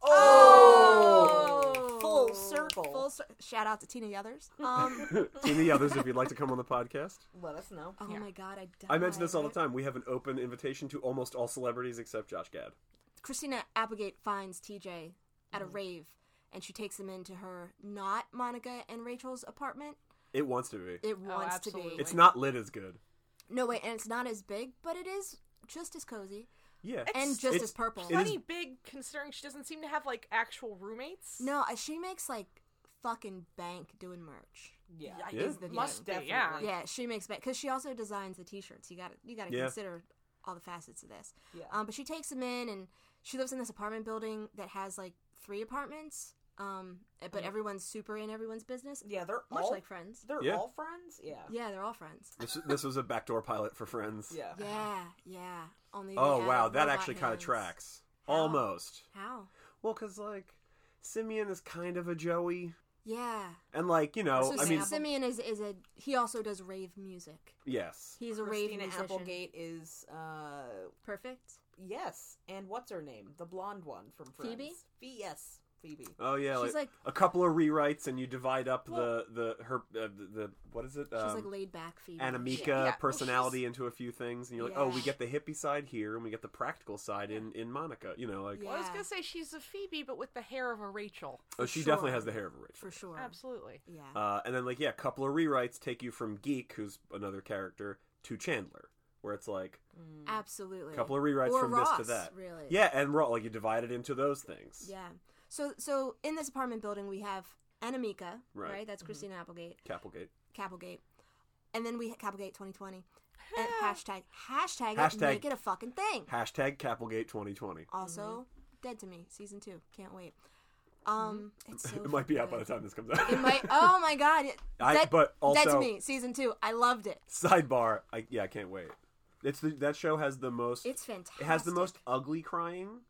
S4: Oh! Full circle.
S3: Full cir- shout out to Tina Yothers. Um,
S1: Tina the others if you'd like to come on the podcast.
S4: Let us know.
S3: oh my God, I died.
S1: I mention this all the time. We have an open invitation to almost all celebrities except Josh Gad.
S3: Christina Applegate finds TJ at a rave, and she takes him into her not Monica and Rachel's apartment.
S1: It wants to be.
S3: It wants to be.
S2: absolutely.
S1: It's not lit as good.
S3: No wait, and it's not as big, but it is just as cozy
S1: Yeah.
S3: and just
S1: It's-
S3: as purple.
S1: It is-
S2: Plenty big considering she doesn't seem to have like actual roommates.
S3: No, uh, she makes like fucking bank doing merch.
S4: Yeah.
S1: Yeah.
S2: Is
S3: the
S2: must be,
S4: thing.
S2: yeah.
S4: Definitely.
S3: Yeah, she makes back because she also designs the T-shirts. You got to you got to
S1: Yeah.
S3: consider all the facets of this.
S4: Yeah.
S3: Um, but she takes him in, and she lives in this apartment building that has like three apartments, Um, but everyone's super in everyone's business,
S4: Yeah, they're
S3: much
S4: all
S3: like Friends.
S4: They're
S1: Yeah.
S4: all friends. Yeah.
S3: Yeah, they're all friends.
S1: This this was a backdoor pilot for Friends.
S4: Yeah.
S3: Yeah, yeah. Only. they
S1: Oh
S3: had
S1: wow, that
S3: robot
S1: actually kind of
S3: hands.
S1: tracks almost.
S3: How?
S1: Well, because like Simeon is kind of a Joey,
S3: Yeah.
S1: and like you know,
S3: so
S1: Oh, I mean,
S3: Sim- Simeon is is a he also does rave music.
S1: yes,
S3: He's a rave
S4: Christina
S3: musician.
S4: Applegate is uh
S3: Perfect.
S4: yes, and what's her name? The blonde one from Friends.
S3: Phoebe?
S4: Phoe- yes, Phoebe.
S1: oh yeah,
S3: She's
S1: like,
S3: like-
S1: a couple of rewrites, and you divide up
S4: Well-
S1: the the her uh, the, the what is it?
S3: She's
S1: Um,
S3: like laid back Phoebe.
S1: Anamika
S2: Yeah, well,
S1: personality into a few things, and you're like, oh, we
S3: Yeah.
S1: get the hippie side here, and we get the practical side in in Monica. You know, like
S3: Yeah.
S2: Well, I was gonna say she's a Phoebe, but with the hair of a Rachel.
S1: oh, she
S3: sure.
S1: definitely has the hair of a Rachel.
S3: for sure.
S2: Absolutely.
S3: Yeah.
S1: Uh, and then like yeah, a couple of rewrites take you from Geek, who's another character, to Chandler, where it's like
S4: Mm.
S3: Absolutely.
S1: a couple of rewrites
S3: or
S1: from
S3: Ross,
S1: this to that.
S3: Really.
S1: Yeah, and raw like you divide it into those things.
S3: Yeah. So so in this apartment building we have Anamika,
S1: Right.
S3: right? That's
S4: Mm-hmm.
S3: Christina Applegate,
S1: Capelgate.
S3: Capelgate, and then we Capelgate 2020.
S4: *laughs*
S3: And hashtag hashtag,
S1: Hashtag-
S3: it, make it a fucking thing.
S1: Hashtag Capelgate 2020.
S3: also, Dead to Me season two. Can't wait. Um, it's so
S1: *laughs* It might be out by the
S3: fucking
S1: time this comes out.
S3: good. It might. Oh my god! It,
S1: *laughs* I- but
S3: Dead
S1: also-
S3: to Me season two. I loved it.
S1: Sidebar. I, yeah, I can't wait. It's the, that show has the most.
S3: It's fantastic.
S1: it has the most ugly crying,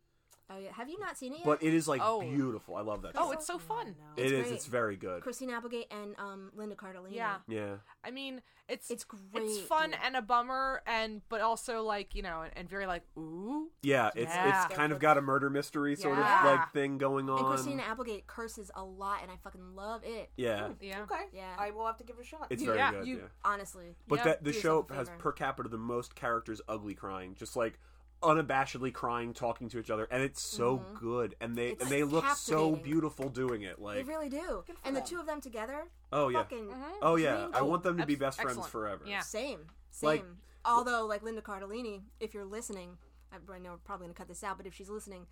S3: Oh yeah. Have you not seen it yet?
S1: but it is like
S2: Oh.
S1: beautiful. I love that.
S2: Oh,
S1: show.
S2: it's so fun.
S1: It is.
S3: great.
S1: It's very good.
S3: Christine Applegate and um, Linda Cardellini.
S2: Yeah.
S1: Yeah.
S2: I mean, it's
S3: It's great,
S2: It's fun
S3: yeah.
S2: and a bummer, and but also like you know, and, and very like ooh.
S1: Yeah, it's
S2: Yeah.
S1: it's kind of got a murder mystery sort
S2: Yeah.
S1: of like thing going
S3: And
S1: on.
S3: Christina Applegate curses a lot, and I fucking love it.
S4: Hmm,
S1: yeah,
S2: Yeah.
S4: Okay.
S3: Yeah.
S4: I will have to give it a shot.
S1: it's
S2: You-
S1: very
S2: yeah,
S1: good.
S3: Hmm. You
S1: yeah.
S3: honestly,
S1: But
S2: Yeah,
S1: that the
S3: do
S1: show
S3: yourself a
S1: has
S3: favor.
S1: per capita the most characters ugly crying, just like unabashedly crying, talking to each other, and it's so good. And they
S3: Mm-hmm. It's
S1: and they look so
S3: captivating.
S1: beautiful doing it.
S3: they
S1: Like
S3: really do.
S4: Good for
S3: And the
S4: them.
S3: two of them Mm-hmm. together,
S1: oh yeah,
S3: fucking
S4: Mm-hmm.
S1: oh yeah.
S3: dream
S1: I want
S3: team.
S1: them to be
S2: Abs-
S1: best friends
S2: excellent.
S1: forever.
S2: Yeah.
S3: same, same.
S1: Like-
S3: Although, like Linda Cardellini, if you're listening, I, I know we're probably gonna cut this out, but if she's listening,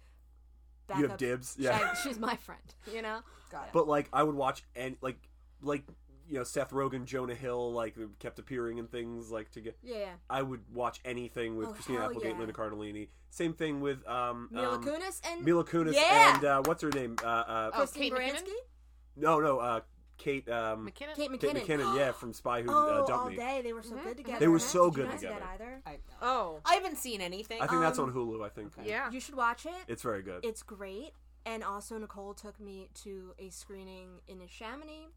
S3: back
S1: You have
S3: up.
S1: dibs? *laughs* Yeah.
S3: she's my friend. You know,
S4: Got it.
S1: But like I would watch and like like you know Seth Rogen, Jonah Hill, like who kept appearing in things like to get.
S3: *laughs* yeah. yeah.
S1: I would watch anything with
S3: Oh,
S1: Christina
S3: hell
S1: Applegate,
S3: yeah.
S1: Linda Cardellini. Same thing with um,
S3: Mila
S1: um,
S3: Kunis and
S1: Mila Kunis
S3: Yeah.
S1: and uh, what's her name? Uh, uh,
S2: Oh,
S3: Christine
S2: Kate McKinnon?
S3: Baranski,
S1: No, no, uh, Kate. Um,
S2: McKinnon.
S3: Kate
S1: Kate
S3: McKinnon. *gasps*
S1: McKinnon, yeah, from Spy Who
S3: Oh,
S1: uh, Dumped
S3: all
S1: Me.
S3: day they were so good together.
S1: They were
S3: huh?
S1: so
S3: Did you
S1: good
S3: not see
S1: together.
S3: That either.
S4: I, know.
S2: oh.
S4: I haven't seen anything.
S1: I think that's
S3: Um,
S1: on Hulu. I think.
S2: Yeah.
S3: You should watch it.
S1: it's very good.
S3: It's great. And also, Nicole took me to a screening in Chamonix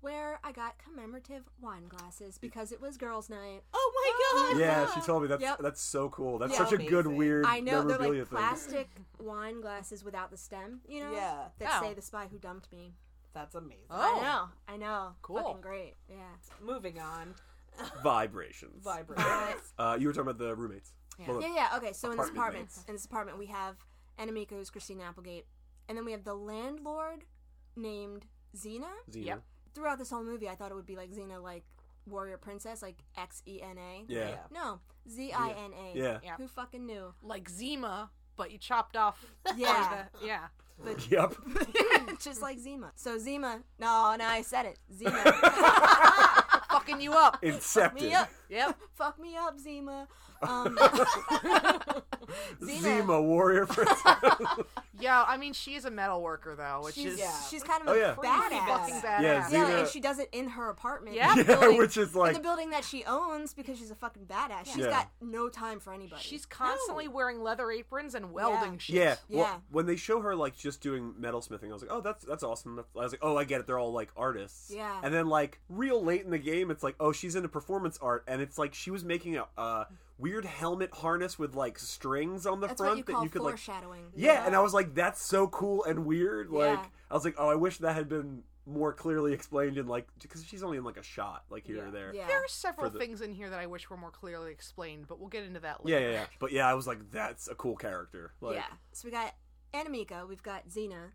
S3: where I got commemorative wine glasses because it was girls' night.
S4: oh my god.
S1: yeah, she told me that's
S3: Yep.
S1: that's so cool. That's
S4: Yeah.
S1: such a good
S4: Amazing.
S1: weird
S3: I know they're
S1: memorabilia
S3: like
S1: thing.
S3: plastic wine glasses without the stem, you know?
S4: Yeah.
S3: That
S2: Oh.
S3: say the spy who dumped me.
S4: That's amazing.
S2: Oh.
S3: I know. I know.
S2: Cool.
S3: Fucking great. Yeah.
S2: *laughs*
S4: Moving on.
S1: *laughs* Vibrations.
S4: Vibrations.
S1: uh, you were talking about the roommates. Well,
S3: Yeah, yeah. Okay, so in this
S1: Apartment
S3: apartment, in this apartment, we have Enemico, who's Christina Applegate, and then we have the landlord named Xena.
S1: Xena.
S2: Yep.
S3: Throughout this whole movie, I thought it would be like Xena, like warrior princess, like X E N A.
S1: Yeah.
S4: Yeah.
S3: No, Z I N A.
S1: Yeah.
S2: Yeah.
S3: Who
S2: *laughs*
S3: fucking knew?
S2: Like Zima, but you chopped off.
S3: Yeah.
S2: the- yeah.
S1: *laughs*
S2: *laughs*
S1: Yep.
S3: *laughs* Just like Zima. So Zima. No, no, I said it. Zima.
S2: *laughs*
S1: *laughs*
S2: Fucking you up.
S1: Incepted.
S3: me up.
S2: Yep.
S3: Fuck me up, Zima.
S1: *laughs*
S3: Um, Xena.
S1: Zima warrior.
S3: *laughs*
S1: Princess. *laughs*
S2: Yeah. I mean, she is a metal worker though, which
S3: she's,
S2: is
S4: Yeah.
S3: she's kind of
S1: Oh,
S3: a
S1: yeah.
S3: badass.
S2: fucking
S4: Yeah,
S2: badass.
S1: Xena-
S3: Yeah, and she does it in her apartment.
S2: Yeah.
S3: in the
S1: Yeah,
S3: building-
S1: which is like-
S3: in the building that she owns because she's a fucking badass. She's
S1: Yeah.
S3: got no time for anybody.
S2: She's constantly wearing leather aprons and welding shit.
S1: Yeah.
S3: Yeah.
S1: Well, when they show her like just doing metalsmithing, I was like, oh, that's that's awesome. That's, I was like, oh, I get it. They're all like artists.
S3: Yeah.
S1: And then like real late in the game, it's like, oh, she's into performance art, and it's like she was making a, a weird helmet harness with like strings on the
S3: that's
S1: front
S3: what you call
S1: that you could like.
S3: foreshadowing.
S1: Yeah, and I was like, that's so cool and weird. Like,
S3: Yeah.
S1: I was like, oh, I wish that had been more clearly explained in like because she's only in like a shot, like here or
S4: Yeah.
S1: there.
S3: Yeah.
S2: There are several
S1: For the-
S2: things in here that I wish were more clearly explained, but we'll get into that
S1: Yeah,
S2: later.
S1: yeah, yeah. But yeah, I was like, that's a cool character. Like,
S3: yeah. So we got Anamika, we've got Xena,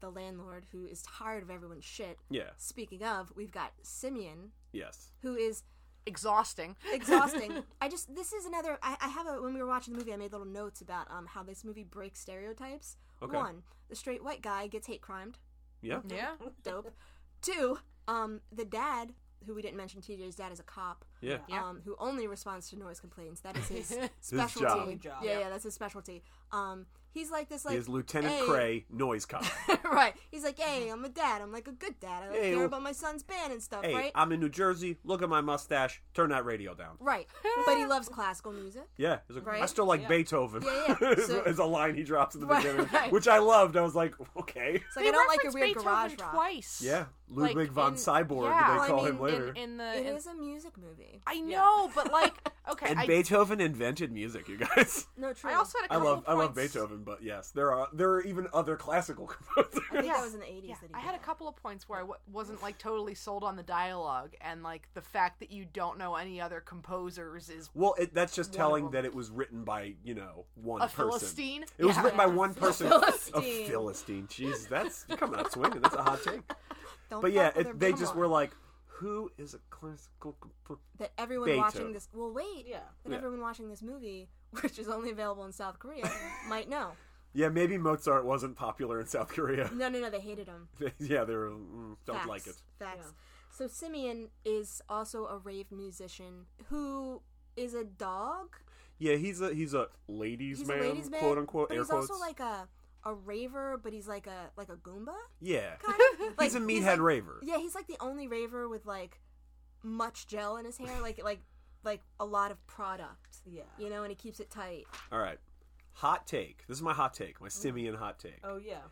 S3: the landlord, who is tired of everyone's shit.
S1: yeah,
S3: Speaking of, we've got Simeon,
S1: yes.
S2: *laughs*
S3: who is
S2: Exhausting.
S3: exhausting. I just this is another. I, I have a when we were watching the movie, I made little notes about um how this movie breaks stereotypes.
S1: Okay.
S3: One, the straight white guy gets hate crimed.
S1: Yeah.
S2: Yeah.
S3: *laughs* dope. Two, um, the dad, who we didn't mention, TJ's dad is a cop.
S1: Yeah.
S2: Yeah.
S3: um, who only responds to noise complaints. That
S1: *laughs*
S3: is his
S1: job.
S3: specialty.
S4: His job.
S3: Yeah,
S4: Yep.
S3: yeah, that's his specialty. Um, he's like this,
S1: He
S3: like
S1: is Lieutenant
S3: hey.
S1: Cray noise cop.
S3: *laughs* right. He's like, hey, I'm a dad. I'm like a good dad. I like,
S1: Hey,
S3: care
S1: well-
S3: about my son's band and stuff,
S1: hey,
S3: right?
S1: I'm in New Jersey. Look at my mustache. Turn that radio down. *laughs*
S3: Right. But he loves classical music.
S1: Yeah, he's like, I
S3: Right?
S1: still like
S4: Yeah.
S1: Beethoven.
S3: Yeah,
S1: *laughs*
S3: yeah.
S1: is,
S3: So-
S1: is a line he drops at the
S3: Right,
S1: beginning,
S3: right.
S1: which I loved. I was like, okay,
S3: It's like
S2: they
S3: I don't like your
S2: reference
S3: weird
S2: Beethoven
S3: garage rock.
S2: twice.
S1: yeah, Ludwig
S2: Like,
S1: von
S2: in-
S1: Cyborg.
S2: yeah.
S1: they
S3: Well, I
S1: call
S3: mean,
S1: him later.
S2: In, in the
S3: It
S2: in-
S3: is a music movie.
S2: I know, but
S3: *laughs*
S2: like, okay,
S1: *laughs* and
S2: I,
S1: Beethoven invented music, you guys.
S3: No, true.
S2: I also had
S1: *laughs*
S2: a
S1: I
S2: couple
S1: love,
S2: points.
S1: I love Beethoven, but yes, there are there are even other classical *laughs*
S3: I think
S1: composers.
S2: Yeah.
S3: that was in the 80s
S2: Yeah,
S3: that he
S2: I
S3: did
S2: had a
S3: that.
S2: couple of points where I w- wasn't like totally sold on the dialogue, and like the fact that you don't know any other composers is
S1: Well, it, that's just
S2: One of
S1: telling
S2: them.
S1: that it was written by you know one
S2: a
S1: person.
S2: philistine.
S1: It was
S2: Yeah.
S1: written by
S3: *laughs*
S1: one person.
S3: Philistine.
S1: A philistine. Jeez, that's you're coming out swinging. That's a hot take. But
S3: Don't fuck
S1: yeah,
S3: with her,
S1: it, they
S3: come
S1: just
S3: on.
S1: were like, who is a classical? compo-
S3: that everyone
S1: Beethoven.
S3: watching this. Well, wait.
S4: Yeah.
S3: That
S1: Yeah.
S3: everyone watching this movie, *laughs* which is only available in South Korea, might know.
S1: Yeah, maybe Mozart wasn't popular in South
S3: *laughs*
S1: Korea. *laughs*
S3: No, no, no. They hated him.
S1: yeah, they were, mm, don't
S3: Facts.
S1: like it.
S3: Facts.
S4: Yeah.
S3: So Simeon is also a rave musician who is a dog.
S1: Yeah, he's a he's a ladies
S3: He's
S1: man,
S3: a ladies' man,
S1: quote unquote.
S3: but
S1: air
S3: he's
S1: quotes.
S3: also like a a raver, but he's like a like a
S1: *laughs*
S3: goomba.
S1: yeah,
S3: Kind of. Like,
S1: he's a meathead
S3: like-
S1: raver.
S3: Yeah, he's like the only raver with like much gel in his hair, like like like a lot of product.
S4: Yeah.
S3: You know, and he keeps it tight.
S1: All right, hot take. This is my hot take. My Simeon hot take.
S4: Oh yeah.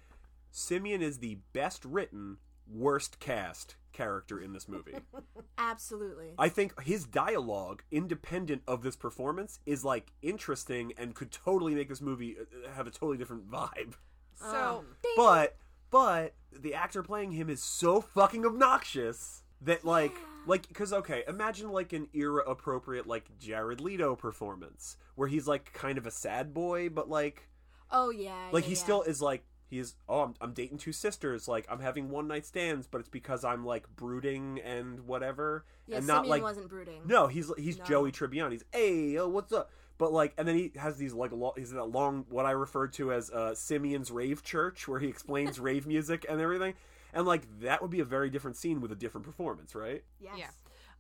S1: Simeon is the best written, worst cast character in this movie.
S3: *laughs* Absolutely.
S1: I think his dialogue, independent of this performance, is like interesting and could totally make this movie uh, have a totally different vibe.
S2: So
S4: Um,
S1: But but the actor playing him is so fucking obnoxious that like like cuz okay, imagine like an era appropriate like Jared Leto performance where he's like kind of a sad boy but like
S3: oh yeah.
S1: like
S3: yeah,
S1: he
S3: yeah.
S1: still is like he's oh I'm, I'm dating two sisters like I'm having one night stands but it's because I'm like brooding and whatever
S3: yeah,
S1: and not
S3: Simeon
S1: like
S3: wasn't brooding.
S1: no, he's he's
S3: No.
S1: Joey Tribbiani. He's hey, oh, what's up? But like, and then he has these like lo- he's that long what I refer to as uh, Simeon's rave church where he explains
S2: *laughs*
S1: rave music and everything, and like that would be a very different scene with a different performance, right?
S3: Yes.
S2: Yeah.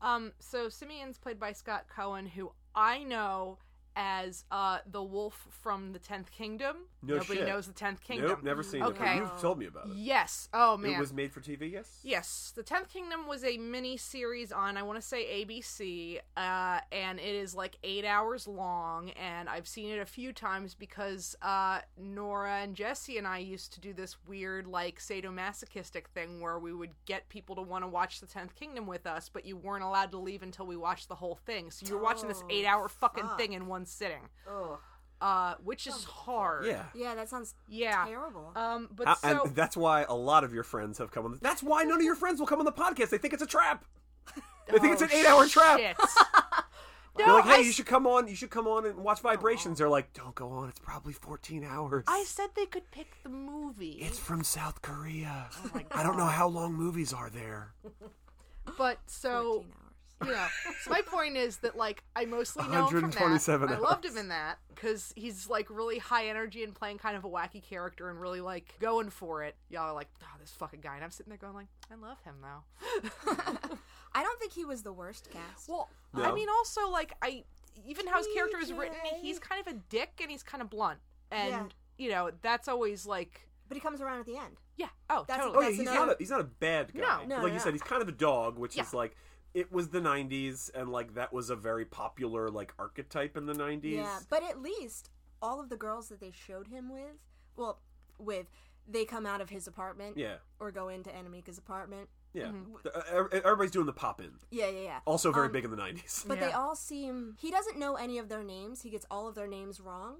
S3: Oh.
S2: Um, so Simeon's played by Scott Cohen, who I know as uh, the wolf from the Tenth Kingdom.
S1: No
S2: Nobody
S1: shit.
S2: knows the Tenth Kingdom.
S1: Nope, never seen
S2: Okay.
S1: it. But you've told me about it.
S2: Yes. Oh man.
S1: It was made for TV, yes.
S2: Yes, The Tenth Kingdom was a mini series on, I want to say ABC, uh, and it is like eight hours long. And I've seen it a few times because uh, Nora and Jesse and I used to do this weird, like, sadomasochistic thing where we would get people to want to watch The Tenth Kingdom with us, but you weren't allowed to leave until we watched the whole thing. So you were watching this
S3: Oh,
S2: eight hour fucking
S3: fuck.
S2: thing in one sitting,
S4: Oh.
S2: uh, which is hard.
S1: Yeah.
S3: Yeah, that sounds
S2: Yeah.
S3: terrible.
S2: Um, but
S1: Uh,
S2: so.
S1: and that's why a lot of your friends have come on. The, that's why none of your friends will come on the podcast. They think it's a trap. They think it's
S2: Oh,
S1: an eight-hour trap.
S2: shit.
S1: They're
S2: No,
S1: like,
S2: I
S1: hey, you should come on. You should come on and watch Vibrations. They're like, don't go on. It's probably fourteen hours.
S2: I said they could pick the movie.
S1: It's from South Korea.
S3: Oh
S1: I don't know how long movies are there.
S2: but so
S3: 14 hours. *laughs*
S2: you know, so my point is that like I mostly know him from that.
S1: 127
S2: I loved
S1: hours.
S2: him in that because he's like really high energy and playing kind of a wacky character and really like going for it. Y'all are like, oh, this fucking guy, and I'm sitting there going like, I love him though.
S3: I don't think he was the worst cast.
S2: well, I
S1: No.
S2: mean, also like I even how his character is written, he's kind of a dick and he's kind of blunt, and you know that's always like,
S3: but he comes around at the end.
S2: yeah, oh,
S3: That's-
S1: Oh
S2: totally. *laughs*
S1: yeah,
S3: That's
S1: he's
S3: another-
S1: not a, he's not a bad guy.
S2: No.
S1: But
S3: No,
S1: like you
S3: no.
S1: said, he's kind of a dog, which
S2: Yeah.
S1: is like it was the '90s, and like that was a very popular like archetype in the '90s.
S3: Yeah, but at least all of the girls that they showed him with, well, with, they come out of his apartment
S1: yeah,
S3: or go into Animika's apartment.
S1: yeah. The- uh, e- Everybody's doing the pop in.
S3: Yeah, yeah, yeah.
S1: Also very
S3: Mm-hmm. Um,
S1: big in the '90s.
S3: But they
S2: Yeah.
S3: all seem. He doesn't know any of their names. He gets all of their names wrong,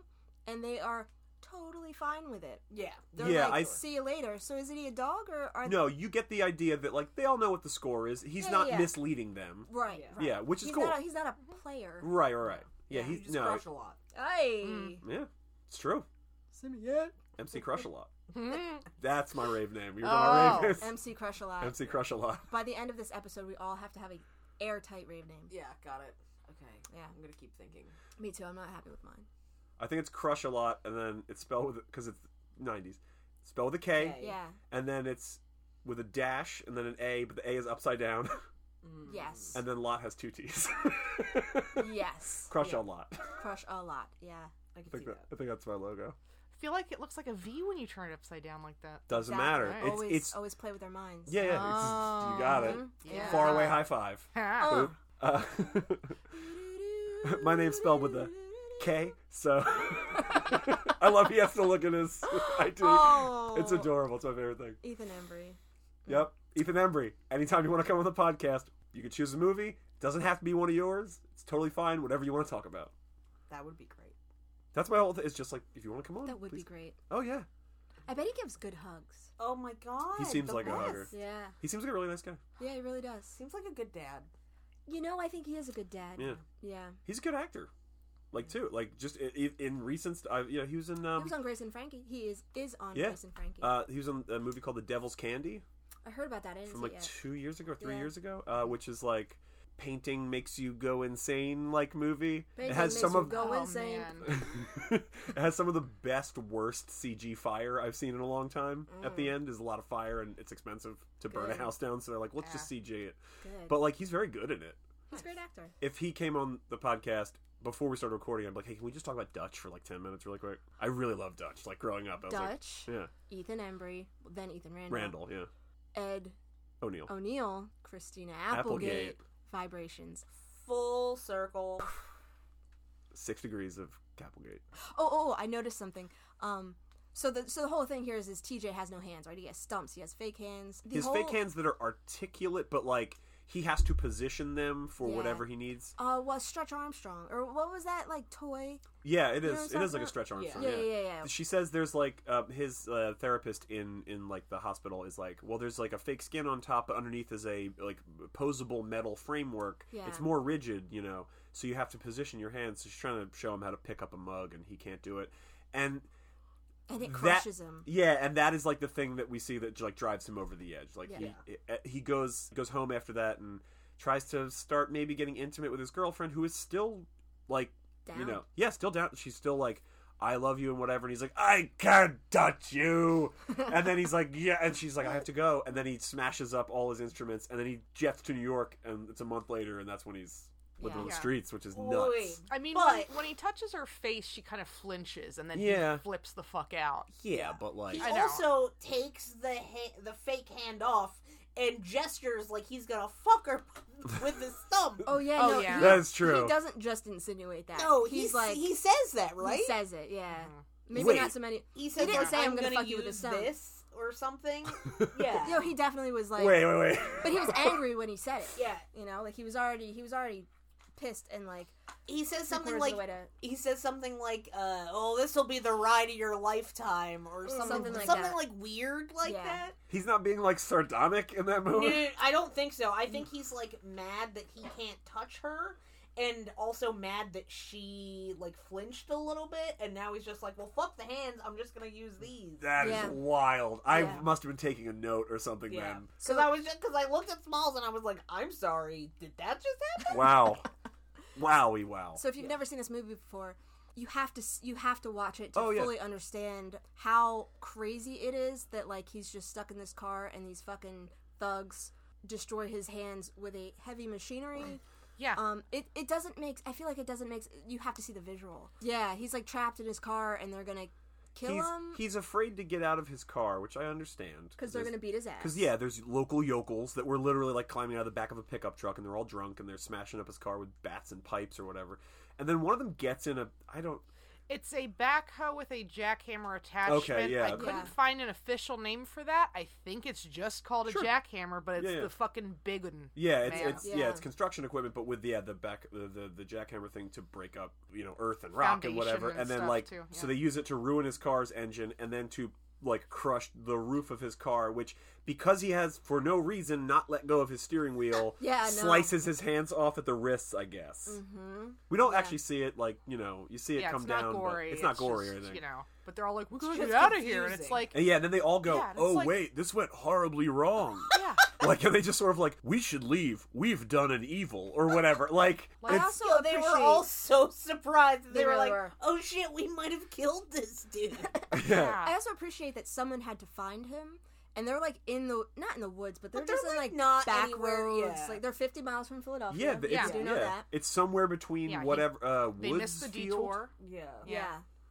S3: and they are totally fine with it.
S4: Yeah.
S3: They're
S1: Yeah,
S3: like,
S1: I-
S3: see you later. So is it he a dog or *laughs* are
S1: No, you get the idea that like they all know what the score is. He's
S3: Yeah,
S1: not
S3: yeah.
S1: misleading them.
S3: Right.
S4: Yeah.
S3: right.
S1: Yeah, which is
S3: he's
S1: cool.
S3: Not a, he's not a player. Mm.
S1: Right, right, right. Yeah,
S3: Yeah,
S4: You
S1: he's
S4: just
S1: no.
S4: crush a lot.
S3: Hey.
S1: Yeah, it's true.
S3: Simeon.
S1: MC Crush a lot.
S2: Mhm.
S1: That's my rave name. You're my
S2: Oh.
S1: rave name.
S3: MC Crush a lot.
S1: MC Crush a lot.
S3: By the end of this episode, we all have to have a airtight rave name.
S4: Yeah, got it. Okay.
S3: Yeah.
S4: I'm gonna keep thinking.
S3: Me too. I'm not happy with mine.
S1: I think it's crush a lot, and then it's spelled with because it's nineties. Spell with a K,
S4: K.
S3: Yeah.
S1: and then it's with a dash, and then an A, but the A is upside down. *laughs*
S4: Mm.
S3: Yes.
S1: And then Lot has two T's. *laughs*
S3: yes.
S1: Crush
S4: Yeah.
S1: a *laughs* lot.
S3: Crush a lot. Yeah.
S4: I
S1: I
S4: can see
S1: think, that,
S4: that.
S1: I think that's my logo.
S2: I feel like it looks like a V when you turn it upside down like that.
S1: Doesn't
S3: Exactly.
S1: matter.
S2: Right.
S1: It's
S3: always
S1: it's
S3: always play with our minds.
S1: yeah yeah. It's, you got it.
S3: Mhm.
S2: Yeah.
S1: Far away high five.
S3: Oh.
S1: Oop. Uh, *laughs* my name's *laughs* spelled with a K, so *laughs* I love he has to look at his *laughs* ID.
S3: Oh.
S1: It's adorable. It's my favorite thing.
S3: Ethan Embry.
S1: Yep. Ethan Embry. Anytime you want to come on the podcast, you can choose a movie. Doesn't have to be one of yours. It's totally fine. Whatever you want to talk about.
S4: That would be great.
S1: That's my whole thing. It's just like if you want to come on,
S3: That would be
S1: please.
S3: great.
S1: Oh yeah,
S3: I bet he gives good hugs.
S4: Oh my god.
S1: He seems
S4: the
S1: like a hugger.
S4: best.
S3: Yeah.
S1: he seems like a really nice guy.
S3: Yeah, he really does.
S4: Seems like a good dad.
S3: You know, I think he is a good dad.
S1: Yeah,
S3: Yeah.
S1: he's a good actor. Like too, like just in, in recent, st- I, you know, he was in
S3: he
S1: um,
S3: was on Grace and Frankie. He is is on
S1: Yeah.
S3: Grace and Frankie.
S1: uh, he was on a movie called The Devil's Candy
S3: I heard about that. I didn't
S1: from
S3: see
S1: like
S3: it yet.
S1: two years ago, or three
S3: Yeah.
S1: years ago, uh, which is like painting makes you go insane like movie.
S3: Painting
S1: it has
S3: makes
S1: some
S3: you
S1: of
S3: go
S2: Oh,
S3: insane.
S2: man.
S1: *laughs* it has some of the best worst CG fire I've seen in a long time. At the end, is a lot of fire and it's expensive to burn a
S3: Mm. Good.
S1: house down, so they're like, let's just CG it.
S3: Good.
S1: But like, he's very good in it.
S3: He's a great actor.
S1: If he came on the podcast before we started recording, I'd be like, hey, can we just talk about Dutch for like ten minutes, really quick? I really love Dutch. Like growing up, I was
S3: Dutch,
S1: like, yeah,
S3: Ethan Embry, then Ethan Randall,
S1: Randall, yeah,
S3: Ed
S1: O'Neill.
S3: Oh. O'Neill, Christina Applegate,
S1: Applegate.
S3: Vibrations.
S4: Full circle.
S1: Six degrees of Applegate.
S3: Oh, oh, I noticed something. Um, so the so the whole thing here is, is TJ has no hands, right? He has stumps. He has fake hands. The
S1: His
S3: whole,
S1: fake hands that are articulate, but like he has to position them for
S3: Yeah.
S1: whatever he needs.
S3: Uh, was Stretch Armstrong or what was that like toy?
S1: Yeah, it
S3: You know what
S1: is.
S3: I'm
S1: It is
S3: talking
S1: like a
S3: about?
S1: stretch arm.
S4: Yeah.
S1: song,
S3: Yeah, yeah, yeah. yeah.
S1: She says there's like uh, his uh, therapist in in like the hospital is like, well, there's like a fake skin on top, but underneath is a like posable metal framework.
S3: Yeah.
S1: It's more rigid, you know. So you have to position your hands. So she's trying to show him how to pick up a mug, and he can't do it. And
S3: and
S1: that-
S3: it crushes him.
S1: yeah, and that is like the thing that we see that like drives him over the edge. Like
S3: Yeah.
S1: he it- uh, he goes goes home after that and tries to start maybe getting intimate with his girlfriend, who is still like
S3: Down.
S1: you know, yeah, still down. She's still like, I love you and whatever. And he's like, I can't touch
S3: *laughs*
S1: you. and then he's like, yeah. And she's like, I have to go. And then he smashes up all his instruments. And then he jets to New York. And it's a month later. And that's when he's living
S3: Yeah.
S1: on the
S2: Yeah.
S1: streets, which is
S4: Oy.
S1: nuts.
S2: I mean,
S4: But-
S2: when, when he touches her face, she kind of flinches and then
S1: Yeah.
S2: he flips the fuck out.
S1: Yeah, but like,
S4: He
S2: I know.
S4: also takes the ha- the fake hand off and gestures like he's gonna fuck her *laughs* with his thumb.
S3: Oh *laughs* yeah,
S2: Oh,
S3: no,
S2: yeah.
S3: he-
S1: That is true.
S3: He doesn't just insinuate that.
S4: no,
S3: he's,
S4: he's
S3: like
S4: he says that right.
S3: he says it. Yeah,
S2: Mm-hmm.
S3: maybe
S1: Wait.
S3: not so many.
S4: He says
S3: didn't
S4: like,
S3: say, "I'm
S4: I'm
S3: gonna
S4: gonna
S3: fuck you
S4: use
S3: with a thumb."
S4: this
S3: *laughs*
S4: or something. yeah,
S3: No, he definitely was like.
S1: wait, wait, wait.
S3: But
S1: *laughs*
S3: he was angry when he said it.
S4: yeah.
S3: You know, like he was already he was already pissed and like
S4: He says something
S3: quarters
S4: like
S3: of the way to-
S4: he says something like, uh, "Oh, this will be the ride of your lifetime" or something,
S3: Something
S4: something
S3: like
S4: like,
S3: that.
S4: weird like
S3: Yeah.
S4: that.
S1: he's not being like sardonic in that
S4: No, no,
S1: moment. *laughs*
S4: no, I don't think so. I
S1: Mm.
S4: think he's like mad that he can't touch her, and also mad that she like flinched a little bit, and now he's just like, "Well, fuck the hands. I'm just gonna use these."
S1: That is
S3: Yeah.
S1: wild. I
S3: Yeah.
S1: must have been taking a note or something
S4: Yeah.
S1: then.
S4: Because I was just because I looked at Smalls and I was like, "I'm sorry, did that just
S1: *laughs*
S4: happen?"
S1: Wow.
S3: *laughs*
S1: Wowie wow.
S3: So if you've never seen this movie before, you have to s- you have to watch it to
S1: Oh, yeah.
S3: fully understand how crazy it is that like he's just stuck in this car and these fucking thugs destroy his hands with a heavy machinery.
S2: Yeah.
S3: Um, it, it doesn't make. I feel like it doesn't make. You have to see the visual. Yeah, he's like trapped in his car and they're gonna kill
S1: he's,
S3: him
S1: he's afraid to get out of his car, which I understand.
S3: because they're
S1: There's-
S3: gonna beat his ass.
S1: Because yeah, there's local yokels that were literally like climbing out of the back of a pickup truck, and they're all drunk and they're smashing up his car with bats and pipes or whatever. And then one of them gets in a I don't
S2: It's a backhoe with a jackhammer attachment.
S1: yeah.
S2: I couldn't
S3: Yeah.
S2: find an official name for that. I think it's just called a
S1: Sure.
S2: jackhammer, but it's
S1: Yeah, yeah.
S2: the fucking big one.
S1: yeah it's
S2: man.
S1: it's yeah.
S3: Yeah.
S1: it's construction equipment, but with yeah the back the, the the jackhammer thing to break up you know earth and rock and
S2: Foundation
S1: whatever,
S2: and
S1: and, then
S2: stuff,
S1: like
S2: too,
S1: so
S2: yeah.
S1: they use it to ruin his car's engine and then to like crush the roof of his car, which because he has for no reason not let go of his steering
S2: *laughs*
S1: wheel,
S3: Yeah, I know.
S1: slices his hands off at the wrists, I guess.
S3: hmm
S1: We don't actually see it like you know you see it
S2: Mm. yeah,
S1: come
S2: it's
S1: down,
S2: not
S1: but
S2: gory.
S1: it's not gory
S2: just,
S1: or anything.
S2: You know, but they're all like, "We're going to
S4: just
S2: get out of here," and it's
S4: confusing.
S2: like,
S1: And yeah, and then they all go,
S2: Yeah, and it's
S1: "Oh
S2: like-
S1: wait, this went horribly wrong."
S2: yeah,
S1: like, and they just sort of like, "We should leave. We've done an evil or whatever." Like,
S2: *laughs*
S3: I
S1: it's-
S3: also
S4: Yo, they were all
S3: appreciate-
S4: so surprised. that
S3: They
S4: They, were
S3: really
S4: like,
S3: were.
S1: *laughs*
S4: "Oh shit, we might have killed this dude."
S1: yeah,
S2: yeah.
S3: I also appreciate that someone had to find him and they're like in the not in the woods, but they're
S4: But
S3: just
S4: they're,
S3: in
S4: like,
S3: like
S4: not
S3: back
S4: anywhere,
S3: roads.
S4: yeah.
S3: Like they're 50 miles from Philadelphia.
S1: Yeah,
S3: You
S1: it's,
S3: do know
S1: yeah,
S3: that.
S1: it's somewhere between
S2: Yeah, I think
S1: whatever uh,
S2: They missed the
S1: Woodsfield?
S2: detour.
S4: Yeah.
S2: Yeah.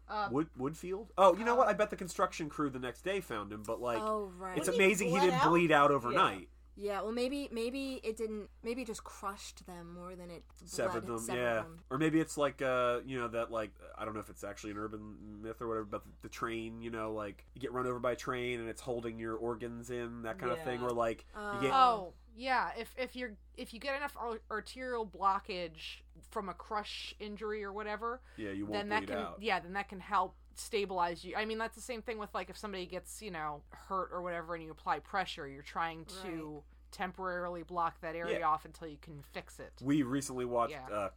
S2: Uh,
S1: Wood Woodfield? Oh, you know what? I bet the construction crew the next day found him, but like
S3: oh right.
S1: it's
S4: Wouldn't he
S1: amazing he
S4: bled
S1: didn't
S4: out?
S1: bleed out overnight.
S3: yeah. Well, maybe maybe it didn't. Maybe it just crushed them more than it
S1: Severed
S3: bled-
S1: them,
S3: severed
S1: yeah.
S3: them.
S1: Or maybe it's like uh, you know, that like I don't know if it's actually an urban myth or whatever, but the, the train, you know, like you get run over by a train and it's holding your organs in, that kind of thing,
S4: Yeah.
S1: or like you get
S2: oh yeah, if if you're if you get enough ar- arterial blockage from a crush injury or whatever,
S1: Yeah, you won't
S2: then that
S1: bleed
S2: can
S1: out.
S2: yeah, then that can help stabilize you. I mean, that's the same thing with like if somebody gets you know hurt or whatever, and you apply pressure, you're trying to temporarily block that area
S1: Yeah.
S2: off until you can fix it.
S1: We recently watched
S2: Yeah.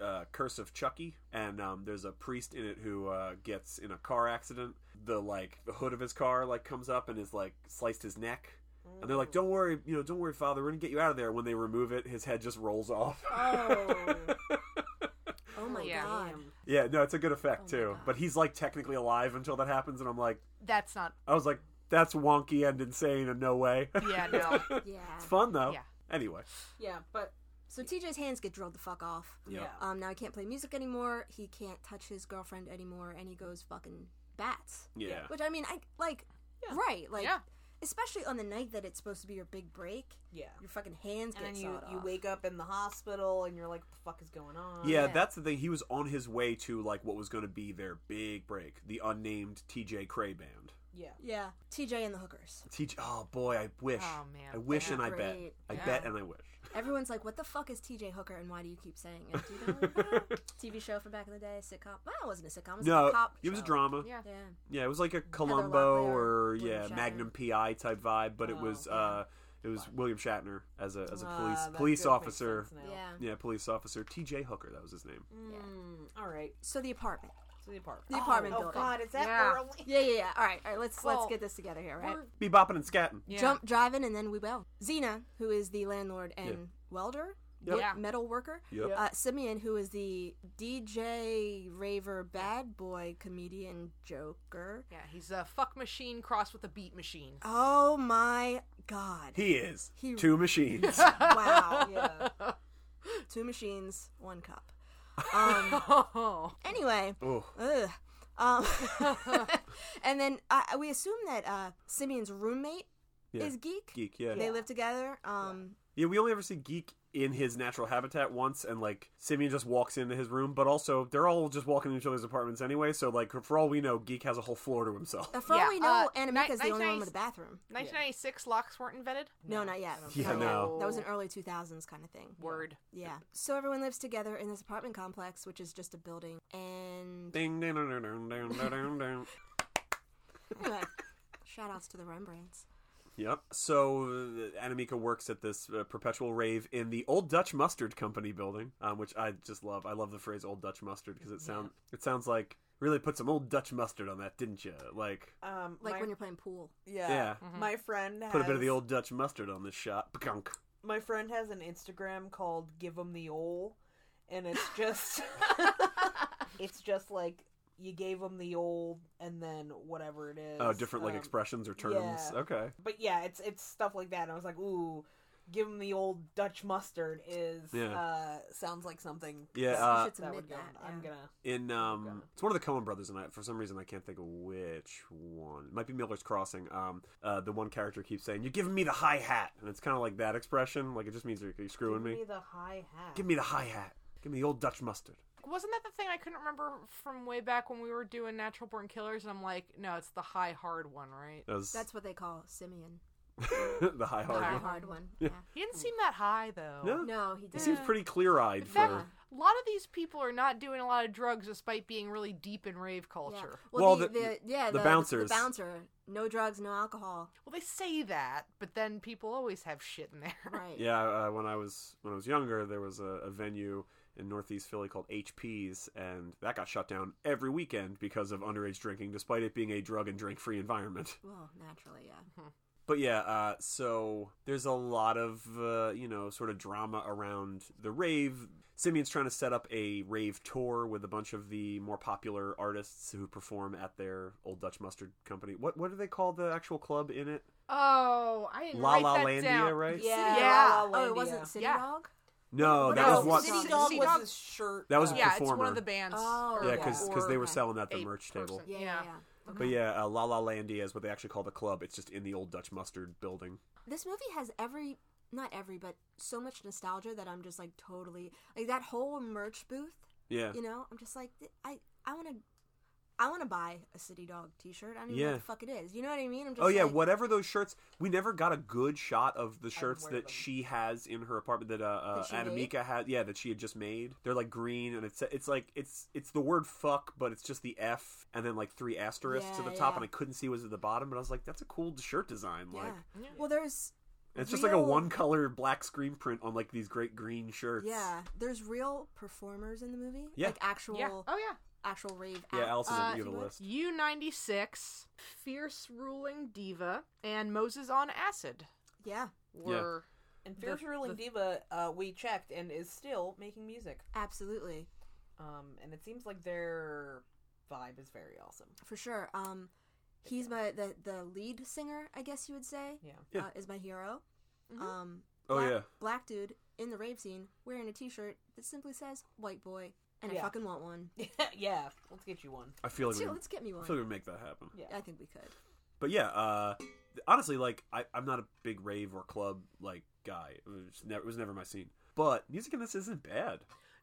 S1: uh, uh, Curse of Chucky, and um, there's a priest in it who uh, gets in a car accident. The like the hood of his car like comes up and is like sliced his neck. And they're like,
S4: Mm.
S1: "Don't worry, you know, don't worry, Father. We're gonna get you out of there." When they remove it, his head just rolls off. *laughs*
S4: Oh.
S3: Oh my
S2: Yeah.
S3: god.
S4: Damn.
S1: yeah, no, it's a good effect
S3: Oh my
S1: too.
S3: God.
S1: But he's like technically alive until that happens, and I'm like,
S2: That's not
S1: I was like, that's wonky and insane, and no way. *laughs*
S2: yeah no
S3: Yeah.
S1: it's fun though.
S2: Yeah.
S1: Anyway,
S4: Yeah, but
S3: So TJ's hands get drilled the fuck off.
S1: Yeah.
S4: yeah.
S3: Um, now he can't play music anymore. He can't touch his girlfriend anymore, and he goes fucking bats.
S1: yeah,
S3: Which I mean, I like,
S4: Yeah.
S3: right? Like,
S2: Yeah.
S3: especially on the night that it's supposed to be your big break,
S4: Yeah.
S3: your fucking hands
S4: And
S3: get
S4: then you,
S3: sawed
S4: you
S3: off.
S4: wake up in the hospital and you're like, what the fuck is going on?
S1: Yeah,
S3: Yeah.
S1: that's the thing. He was on his way to like what was going to be their big break, the unnamed TJ Cray band.
S4: Yeah.
S3: Yeah, TJ and the hookers.
S1: TJ, oh boy, I wish,
S2: Oh, man.
S1: I wish,
S3: That'd
S1: and
S3: be
S1: I bet,
S3: great.
S1: I
S2: Yeah.
S1: bet, and I wish.
S3: *laughs* Everyone's like, "What the fuck is TJ Hooker, and why do you keep saying it?"
S1: *laughs*
S3: Do you know? TV show from back in the day, sitcom. Well, it wasn't a sitcom. It was a
S1: No,
S3: cop
S1: it was a
S3: show.
S1: drama. Yeah.
S2: yeah
S3: Yeah,
S1: it was like a Columbo
S3: Locklear,
S1: or
S3: William
S1: yeah,
S3: Shatner.
S1: Magnum PI type vibe, but it
S4: Oh,
S1: was
S4: yeah.
S1: uh, it was William Shatner as a as a
S4: Ah,
S1: police
S4: that
S1: police
S4: does make
S1: officer.
S4: sense now.
S3: yeah.
S1: Yeah, police officer TJ Hooker, that was his name.
S4: Mm, all right.
S3: So the apartment.
S4: So the apartment.
S3: The apartment
S4: oh,
S3: building.
S4: Oh God, is that
S2: Yeah.
S4: early?
S3: *laughs*
S4: *laughs*
S3: Yeah, yeah, yeah. All right, all right. Let's
S2: Well,
S3: let's get this together here, right?
S2: We're-
S1: Be bopping and scatting.
S2: yeah.
S3: jump driving and then we will xena who is the landlord and
S1: Yeah.
S3: welder
S1: Yep.
S3: wo-
S2: Yeah.
S3: metal worker
S1: Yep.
S3: uh, simeon who is the dj raver bad boy comedian joker
S2: yeah he's a fuck machine crossed with a beat machine
S3: oh my god
S1: He is
S3: He-
S1: two machines.
S3: wow
S1: *laughs*
S4: Yeah.
S3: two machines one cup
S1: *laughs*
S3: um
S2: *laughs* oh
S3: anyway
S1: oh,
S3: ugh. Um, *laughs* and then uh, we assume that uh, Simeon's roommate
S1: Yeah.
S3: is geek.
S1: geek.
S3: They live together. Um,
S1: Yeah, we only ever see Geek in his natural habitat once, and like Simeon just walks into his room. But also, they're all just walking in each other's apartments anyway. So like, for all we know, Geek has a whole floor to
S4: *laughs*
S1: himself. *laughs*
S3: uh, For all
S2: Yeah,
S3: we know,
S2: uh,
S3: Anamika's the
S2: ni-
S3: only one
S2: nice-
S3: with a bathroom.
S2: 1996 locks weren't invented
S3: No, not yet.
S1: Yeah,
S3: Not yet.
S1: no.
S3: That was an early 2000s kind of thing.
S2: word
S3: Yeah. So everyone lives together in this apartment complex, which is just a building.
S1: *laughs*
S3: And
S1: Ding ding ding ding ding ding ding. ding.
S3: anyway, *laughs* shout outs to the Rembrandts.
S1: Yep. So uh, Anamika works at this uh, perpetual rave in the Old Dutch Mustard Company building, um, which I just love. I love the phrase Old Dutch Mustard because it sound it sounds like really put some Old Dutch mustard on that, didn't you? Like,
S4: Um,
S3: Like
S4: my,
S3: when you're Mm-hmm. playing pool.
S4: yeah,
S1: yeah.
S4: My friend has,
S1: Put a bit of the old Dutch mustard on this shot. Pkunk.
S4: My friend has an Instagram called "Give 'em the Ole," and it's
S3: *laughs*
S4: just it's just like you gave 'em the old, and then whatever it is.
S1: Oh, different like
S4: um,
S1: expressions or terms.
S4: yeah.
S1: Okay.
S4: But yeah, it's it's stuff like that. And I was like, ooh, give 'em the old Dutch mustard is
S1: Yeah.
S4: uh, sounds like something.
S1: Yeah,
S4: that-
S1: uh,
S3: You should
S4: that would
S3: submit
S4: go.
S3: that,
S4: I'm
S3: yeah.
S4: gonna.
S1: In um,
S4: Okay.
S1: it's one of the Coen brothers, and I, for some reason I can't think of which one. It might be Miller's Crossing. Um, uh, the one character keeps saying, "You're giving me the high hat," and it's kind of like that expression. Like it just means you're, you're screwing
S4: Give
S1: me.
S4: me the high hat.
S1: Give me the high hat. Give me the old Dutch mustard.
S2: wasn't that the thing i couldn't remember from way back when we were doing natural born killers and i'm like no it's the high hard one right
S1: That was *laughs*
S3: That's what they call Simeon.
S1: the high hard.
S3: The
S2: hard
S1: one.
S3: hard one. Yeah.
S2: he didn't seem that high though
S1: No,
S3: No, he
S1: he
S3: didn't.
S1: seems pretty clear eyed
S2: in fact
S1: for.
S2: a lot of these people are not doing a lot of drugs despite being really deep in rave
S3: Yeah.
S2: culture
S1: Well,
S3: Well, the,
S1: the-
S3: the, yeah,
S1: the
S3: the,
S1: bouncers.
S3: The bouncer. No drugs, no
S1: *laughs*
S3: alcohol.
S2: well they say that but then people always have shit in there *laughs*
S3: Right.
S1: Yeah, uh, when I was when I was younger, there was a, a venue in Northeast Philly called HP's, and that got shut down every weekend because of underage drinking, despite it being a drug and drink free environment.
S3: Well, naturally, yeah.
S1: But yeah, uh, so there's a lot of uh, you know sort of drama around the rave. Simeon's trying to set up a rave tour with a bunch of the more popular artists who perform at their Old Dutch Mustard Company. What what do they call the actual club in it?
S2: Oh, I didn't
S1: La
S2: write
S1: La
S2: that
S1: Landia,
S2: down.
S1: right?
S4: Yeah.
S2: Yeah.
S4: La La
S3: Oh, it
S4: Landia.
S3: wasn't City
S2: Yeah.
S3: Dog.
S1: No,
S3: What
S1: Oh, that
S2: No,
S1: was what.
S4: City
S2: City
S4: Dog was
S2: Dog-
S4: his shirt.
S1: That was a
S4: uh,
S2: Yeah, it's one
S1: performer.
S2: of the bands.
S3: Oh,
S1: Yeah,
S2: or-
S1: because
S2: or
S1: they were
S3: okay.
S1: selling that at the
S2: a
S1: merch
S2: person.
S1: table.
S3: Yeah, yeah.
S2: Yeah.
S3: yeah.
S1: But yeah, uh, La La Landia is what they actually call the club. It's just in the old Dutch mustard building.
S3: This movie has every, not every, but so much nostalgia that I'm just like totally like that whole merch booth.
S1: Yeah,
S3: You know, I'm just like th- I I want to. I want to buy a City Dog T-shirt. I don't even know
S1: Yeah.
S3: what the fuck it is. You know what I mean? I'm just
S1: Oh yeah,
S3: like,
S1: whatever those shirts. We never got a good shot of the shirts
S4: wear
S1: that
S4: them.
S1: she has in her apartment that uh, uh
S3: That she made?
S1: Anamika had. Yeah, that she had just made. They're like green, and it's it's like it's it's the word fuck, but it's just the F and then like three asterisks to
S3: Yeah,
S1: the top,
S3: yeah.
S1: and I couldn't see what was at the bottom, but I was like, that's a cool shirt design. Like,
S3: Yeah.
S2: Yeah.
S3: Well, there's
S1: and it's just like a
S3: real-
S1: one color black screen print on like these great green shirts.
S3: yeah, there's real performers in the movie.
S1: Yeah.
S3: Like actual
S2: Yeah. Oh yeah.
S3: actual rave.
S1: yeah.
S3: act-
S1: Alice is
S2: Uh,
S1: you have a list.
S2: U96, Fierce Ruling Diva, and Moses on Acid
S3: Yeah,
S2: were
S4: And
S2: the-
S4: Fierce Ruling
S2: the-
S4: Diva, uh, we checked and is still making music.
S3: absolutely.
S4: Um, and it seems like their vibe is very awesome.
S3: for sure. Um, he's my the the lead singer, I guess you would say.
S4: *laughs* Yeah.
S1: Yeah.
S3: Uh, is my hero.
S2: Mhm.
S3: Um,
S1: Oh,
S3: black,
S1: yeah.
S3: black dude in the rave scene wearing a T-shirt that simply says "white boy," and I
S4: Yeah.
S3: fucking want one.
S4: yeah, let's get you one.
S1: I feel like
S3: Let's,
S1: we,
S3: let's get me
S1: I feel
S3: one.
S1: like we make that happen.
S4: Yeah.
S3: I think we could.
S1: But yeah, uh, th- honestly, like I, I'm not a big rave or club like guy. It was, never, it was never my scene. But music in this isn't bad.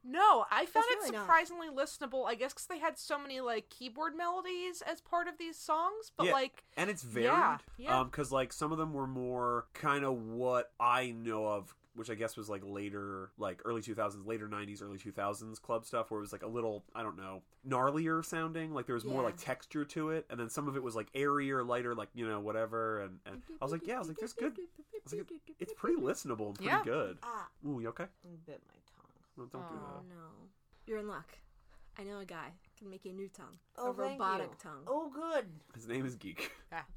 S2: No, I found
S3: It's
S2: it
S3: really not.
S2: surprisingly listenable. I guess 'cause they had so many like keyboard melodies as part of these songs, but
S1: Yeah.
S2: like
S1: and it's varied.
S2: Yeah, yeah.
S1: Um, because like some of them were more kind of what I know of, which I guess was like later, like early two thousands, later nineties, early two thousands club stuff, where it was like a little, I don't know, gnarlier sounding. Like there was more
S3: Yeah.
S1: like texture to it, and then some of it was like airier, lighter, like you know whatever. And, and I was like, yeah, I was like, there's good. was like, It's
S3: *laughs* Oh,
S1: pretty listenable and pretty
S2: Yeah.
S1: good.
S4: Ah,
S1: Ooh, you okay?
S4: I bit my tongue.
S1: No, don't do
S3: Oh
S1: that.
S3: no, you're in luck. I know a guy can make you a new tongue,
S4: Oh,
S3: a
S4: thank
S3: robotic
S4: you.
S3: tongue.
S4: Oh, good.
S1: His name is Geek. *laughs*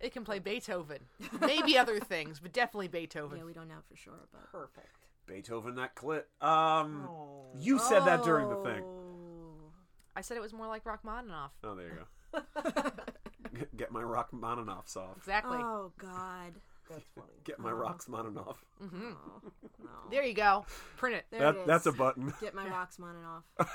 S2: it can play Beethoven, maybe
S3: *laughs*
S2: other things, but definitely Beethoven.
S3: Yeah, we don't know for sure, but
S4: Perfect.
S1: Beethoven, that clit. Um,
S4: Oh.
S1: you said that during the thing.
S3: Oh.
S2: I said it was more like Rachmaninoff.
S1: Oh, there you
S3: *laughs*
S1: go. Get my Rachmaninoff off.
S2: Exactly.
S3: Oh God.
S1: *laughs*
S4: That's funny.
S1: Get my rocks Rachmaninoff.
S2: hmm
S3: Oh, *laughs* no.
S2: There you go. Print
S3: *laughs*
S2: it.
S3: There it
S1: That,
S3: is.
S1: that's a button.
S3: Get my rocks on
S1: *laughs*
S3: and off.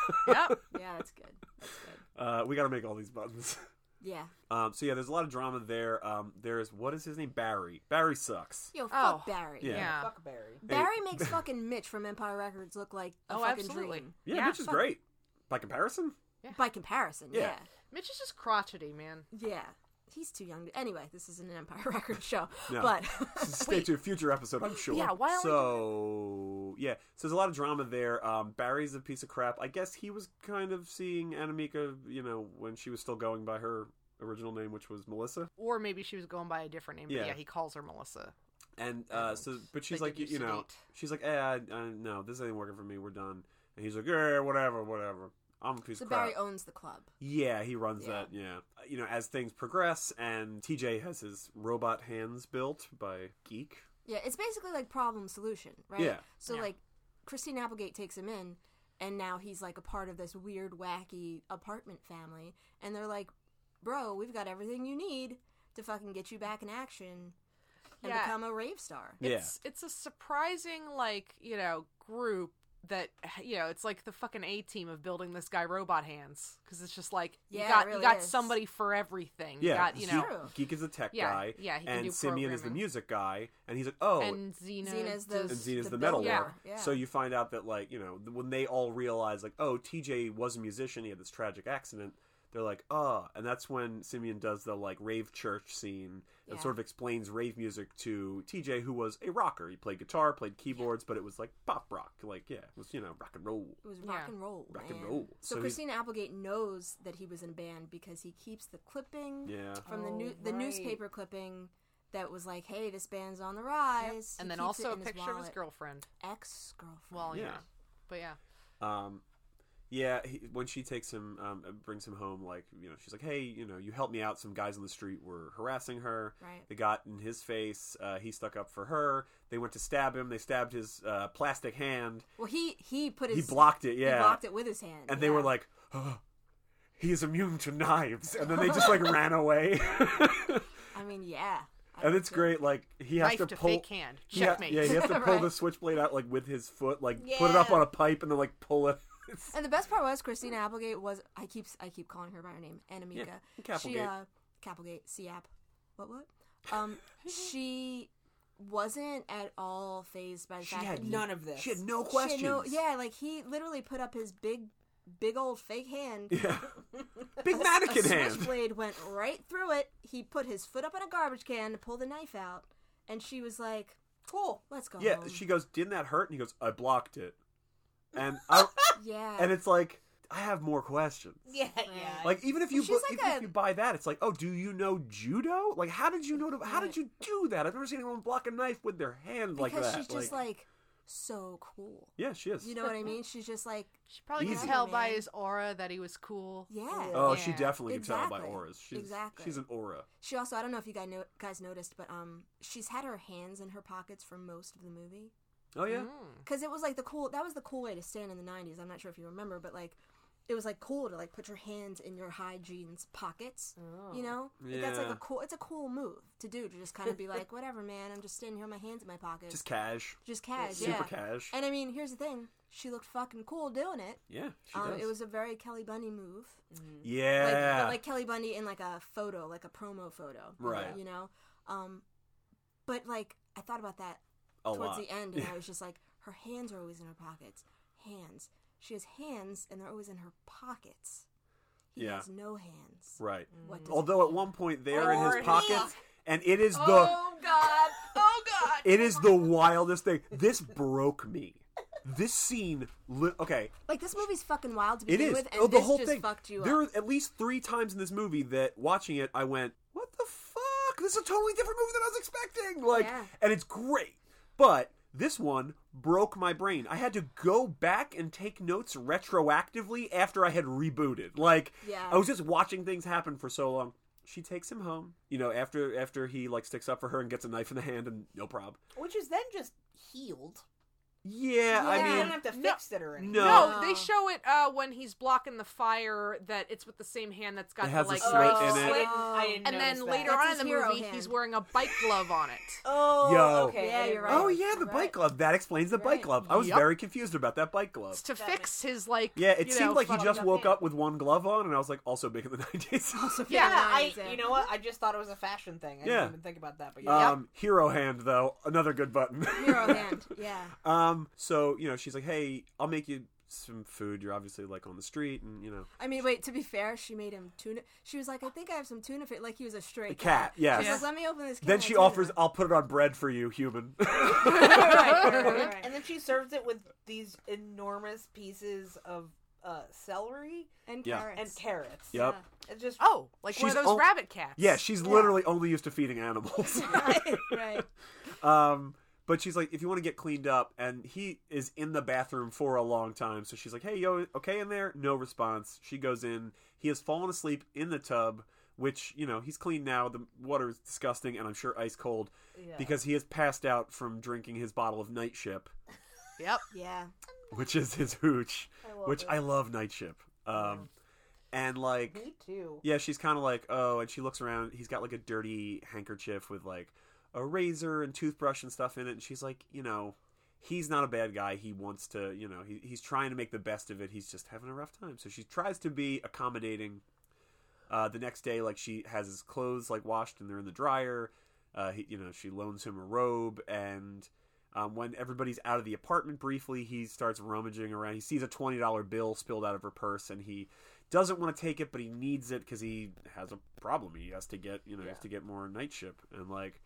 S2: Yep.
S3: Yeah, that's good. That's good.
S1: Uh, we got to make all these buttons. *laughs*
S3: Yeah.
S1: Um, so yeah, there's a lot of drama there. Um, there's what is his name? Barry. Barry sucks.
S3: Yo,
S2: Oh,
S3: fuck Barry.
S1: Yeah.
S2: Yeah.
S4: Fuckberry.
S3: Barry
S1: *laughs*
S3: makes fucking Mitch from Empire Records look like a
S2: Oh,
S3: fucking
S2: absolutely.
S3: dream.
S1: Yeah,
S2: Yeah.
S1: Mitch is great. By comparison,
S3: By comparison, yeah.
S1: Yeah.
S2: Mitch is just crotchety, man.
S3: yeah. He's too young. To... Anyway, this isn't an Empire *laughs* Records show.
S1: No.
S3: But
S1: *laughs*
S3: *laughs*
S2: *laughs*
S1: stay tuned. Future episode, I'm sure.
S2: Yeah, why don't we
S1: so yeah, so there's a lot of drama there. Um, Barry's a piece of crap. I guess he was kind of seeing Anamika, you know, when she was still going by her original name, which was Melissa.
S2: Or maybe she was going by a different name. But
S1: Yeah.
S2: yeah, he calls her Melissa.
S1: And uh,
S2: And
S1: so, but she's
S2: Oh, they
S1: like, you,
S2: did
S1: you know,
S2: sedate.
S1: she's like, eh, I, I, no, this ain't working for me. We're done. And he's like, yeah, whatever, whatever. I'm a piece
S3: so
S1: of crap.
S3: Barry owns the club.
S1: Yeah, he runs
S3: Yeah.
S1: that. Yeah, Uh, you know, as things progress, and TJ has his robot hands built by Geek.
S3: Yeah, it's basically like problem solution, right?
S1: Yeah.
S3: So
S2: Yeah.
S3: like Christine Applegate takes him in and now he's like a part of this weird wacky apartment family and they're like, "Bro, we've got everything you need to fucking get you back in action and
S2: Yeah.
S3: become a rave star."
S1: Yeah.
S2: It's it's a surprising like you know group that you know it's like the fucking A team of building this guy robot hands because it's just like you
S3: Yeah, it
S2: got
S3: really
S2: you got
S3: is.
S2: somebody for everything.
S1: Yeah,
S2: you got you
S1: Geek-
S2: know
S3: Sure.
S1: Geek is a tech
S2: Yeah,
S1: guy.
S2: yeah, he can do
S1: and Simeon is the
S2: programming.
S1: music guy, and he's like, oh,
S2: and Xena
S3: Xena's the
S1: and
S2: does-
S1: Xena's the,
S3: the
S1: metal
S2: builder.
S1: worker.
S3: Yeah.
S1: So you find out that like you know when they all realize like, oh, TJ was a musician. He had this tragic accident. They're like, ah, and that's when Simeon does the like rave church scene and
S3: Yeah.
S1: sort of explains rave music to TJ, who was a rocker. He played guitar, played keyboards, but it was like pop rock, like yeah, it was you know rock and roll.
S3: It was rock
S2: Yeah.
S3: and roll.
S1: Rock and
S3: man.
S1: roll. So
S3: So,
S1: he's-
S3: Christina Applegate knows that he was in a band because he keeps the clipping
S1: Yeah,
S3: from the
S4: Oh,
S3: new the
S4: right.
S3: newspaper clipping that was like, "Hey, this band's on the rise."
S2: and
S3: He
S2: then
S3: keeps it
S2: also a
S3: in his
S2: picture of his
S3: wallet.
S2: girlfriend.
S3: ex-girlfriend.
S2: Well, yeah,
S1: Yeah.
S2: but yeah,
S1: um, yeah. He, when she takes him, um, brings him home, like you know, she's like, hey, you know, you helped me out. Some guys on the street were harassing her.
S3: right.
S1: They got in his face. Uh, he stuck up for her. They went to stab him. They stabbed his uh, plastic hand.
S3: Well, he he put his
S1: He blocked it,
S3: he
S1: yeah.
S3: blocked it with his hand,
S1: and they were
S3: yeah.
S1: like, oh, he is immune to knives. And then they just like ran away.
S3: I mean, yeah,
S1: *laughs* and it's great. Like he has
S2: Knife
S1: to
S2: to
S1: pull.
S2: fake hand.
S1: he ha-
S2: Checkmate.
S1: yeah,
S2: *laughs*
S1: he has to pull
S3: Right.
S1: the switchblade out like with his foot, like put it up
S4: Yeah.
S1: on a pipe, and then like pull it. *laughs* It's-
S3: And the best part was Christina Applegate was I keep I keep calling her by her name, Anamika. She
S1: Capelgate.
S3: uh Capelgate, Siap. What what?
S1: *laughs*
S3: Um she wasn't at all phased by the fact that he-
S4: None of this.
S1: She had no
S3: she had
S1: questions.
S3: no- yeah, like he literally put up his big big old fake hand.
S1: *laughs* Yeah. Big
S3: A
S1: mannequin hand.
S3: switchblade went right through it. He put his foot up on a garbage can to pull the knife out, and she was like,
S4: Cool.
S3: "Let's go."
S1: Yeah,
S3: home."
S1: she goes, "Didn't that hurt?" And he goes, "I blocked it." And I
S3: yeah,
S1: and it's like I have more questions.
S4: Yeah, yeah.
S1: Like even if you
S3: She's
S1: bu-
S3: like
S1: even if
S3: a-
S1: you buy that, it's like, oh, do you know judo? Like, how did you know? To, how did
S3: Right.
S1: you do that? I've never seen anyone block a knife with their hand like
S3: because
S1: that.
S3: she's just like, so cool.
S1: yeah, she is.
S3: You know
S1: *laughs*
S3: what I mean? She's just like,
S2: She probably
S1: Easy.
S2: could tell by
S3: Man.
S2: his aura that he was cool.
S3: yeah.
S1: oh, she
S2: Yeah.
S1: definitely can tell by
S3: Exactly.
S1: auras. She's,
S3: Exactly.
S1: She's an aura.
S3: She also, I don't know if you guys know, guys noticed, but um, she's had her hands in her pockets for most of the movie.
S1: Oh yeah.
S3: because it was like the cool that was the cool way to stand in the 90s i'm not sure if you remember but like it was like cool to like put your hands in your high jeans pockets
S1: Oh.
S3: you know Like, that's like
S1: Yeah.
S3: a cool it's a cool move to do to just
S1: *laughs*
S3: kind of be like whatever man i'm just standing here with my hands in my pockets
S1: Just cash.
S3: just, cash
S1: Super
S3: yeah
S1: cash.
S3: and i mean here's the thing she looked fucking cool doing it
S1: yeah, she
S3: um,
S1: does.
S3: it was a very kelly bundy move like,
S1: yeah.
S3: but, like Kelly Bundy in like a photo, like a promo photo,
S1: Right.
S3: You know, um, but like I thought about that
S1: A lot.
S3: towards the end, and I was just like, her hands are always in her pockets. Hands. She has hands, and they're always in her pockets. He
S1: Yeah.
S3: has no hands.
S1: right.
S3: What does
S1: Although at one point they're in
S2: Or
S1: his
S2: he-
S1: pockets, and it is the
S2: Oh God! Oh God!
S1: it is the wildest thing. This broke me. This scene, li- okay,
S3: like this movie's fucking wild to
S1: It
S3: begin
S1: is.
S3: with, and
S1: oh, the
S3: this
S1: whole
S3: just
S1: thing.
S3: fucked you
S1: there
S3: up.
S1: are at least three times in this movie that watching it, I went, "What the fuck? This is a totally different movie than I was expecting." Like,
S3: Yeah.
S1: and it's great, but this one broke my brain. I had to go back and take notes retroactively after I had rebooted. Like,
S3: Yeah.
S1: I was just watching things happen for so long. She takes him home, you know, after after he like sticks up for her and gets a knife in the hand and no prob.
S4: Which is then just healed.
S1: Yeah, I
S4: Like, you
S1: mean,
S4: don't have to
S2: no-
S4: fix it or anything.
S1: no.
S2: No,
S3: Oh.
S2: they show it uh, when he's blocking the fire that it's with the same hand that's got
S1: It has
S2: the
S1: a
S2: like
S1: slit
S2: knife
S1: in
S2: slit.
S3: Oh,
S1: it.
S4: I didn't
S2: And then
S4: notice that.
S2: later on
S3: That's
S2: in
S3: his
S2: the
S3: hero
S2: movie,
S3: hand.
S2: he's wearing a bike glove on
S3: *laughs*
S2: it.
S4: Oh,
S1: Yo.
S4: okay.
S3: Yeah, you're right.
S1: Oh yeah, the
S3: Right.
S1: bike glove. That explains the bike
S3: Right.
S1: glove. I was
S2: Yup.
S1: very confused about that bike
S3: Oh,
S1: glove.
S2: It's to
S4: That
S2: fix his like.
S1: Yeah, it
S2: you
S1: seemed
S2: know,
S1: like he
S2: fucked *laughs*
S1: just
S2: up
S1: woke
S2: hand.
S1: up with one glove on, and I was like, also big in the *laughs* nineties.
S2: Yeah,
S4: Yeah, I.
S3: Amazing.
S4: You know what? I just thought it was a fashion thing. I
S1: Yeah.
S4: didn't even think about that. But
S1: *laughs*
S4: yeah.
S1: um, hero hand though, another good button.
S3: Hero hand. Yeah.
S1: *laughs* um, so you know, she's like, hey, I'll make you some food. You're obviously like on the street, and you know,
S3: I mean, wait. To be fair, she made him tuna. She was like, "I think I have some tuna fit." Like he was a stray
S1: A cat, yes.
S3: She's
S1: Yeah.
S3: like, "Let me open this." Can
S1: then
S3: of
S1: she
S3: tuna."
S1: offers, I'll put it on bread for you, human. *laughs*
S3: Right, right, right.
S4: *laughs* And then she serves it with these enormous pieces of uh, celery
S3: and
S1: Yeah.
S3: carrots.
S4: and carrots.
S1: yep.
S4: It's just
S2: Oh, like one
S1: She's
S2: of those
S1: all-
S2: rabbit cats.
S1: Yeah, she's literally only used to feeding
S3: *laughs*
S1: animals. *laughs*
S3: right.
S1: Um, but she's like, if you want to get cleaned up, and he is in the bathroom for a long time, so she's like, hey, yo, okay in there? No response. She goes in. He has fallen asleep in the tub, which, you know, he's clean now. The water is disgusting, and I'm sure ice cold
S4: Yeah.
S1: because he has passed out from drinking his bottle of Night Ship,
S2: Yep.
S3: Yeah.
S1: which is his hooch,
S4: I love
S1: which
S4: it.
S1: I love Night Ship. Um, and like,
S4: me too.
S1: yeah, she's kind of like, oh, and she looks around. He's got like a dirty handkerchief with like a razor and toothbrush and stuff in it. And she's like, you know, he's not a bad guy. He wants to, you know, he, he's trying to make the best of it. He's just having a rough time. So she tries to be accommodating. Uh, the next day, like she has his clothes like washed and they're in the dryer. Uh, he, you know, she loans him a robe, and um, when everybody's out of the apartment briefly, he starts rummaging around. He sees a twenty dollar bill spilled out of her purse, and he doesn't want to take it, but he needs it because he has a problem. He has to get, you know, he has to get more night ship, and like,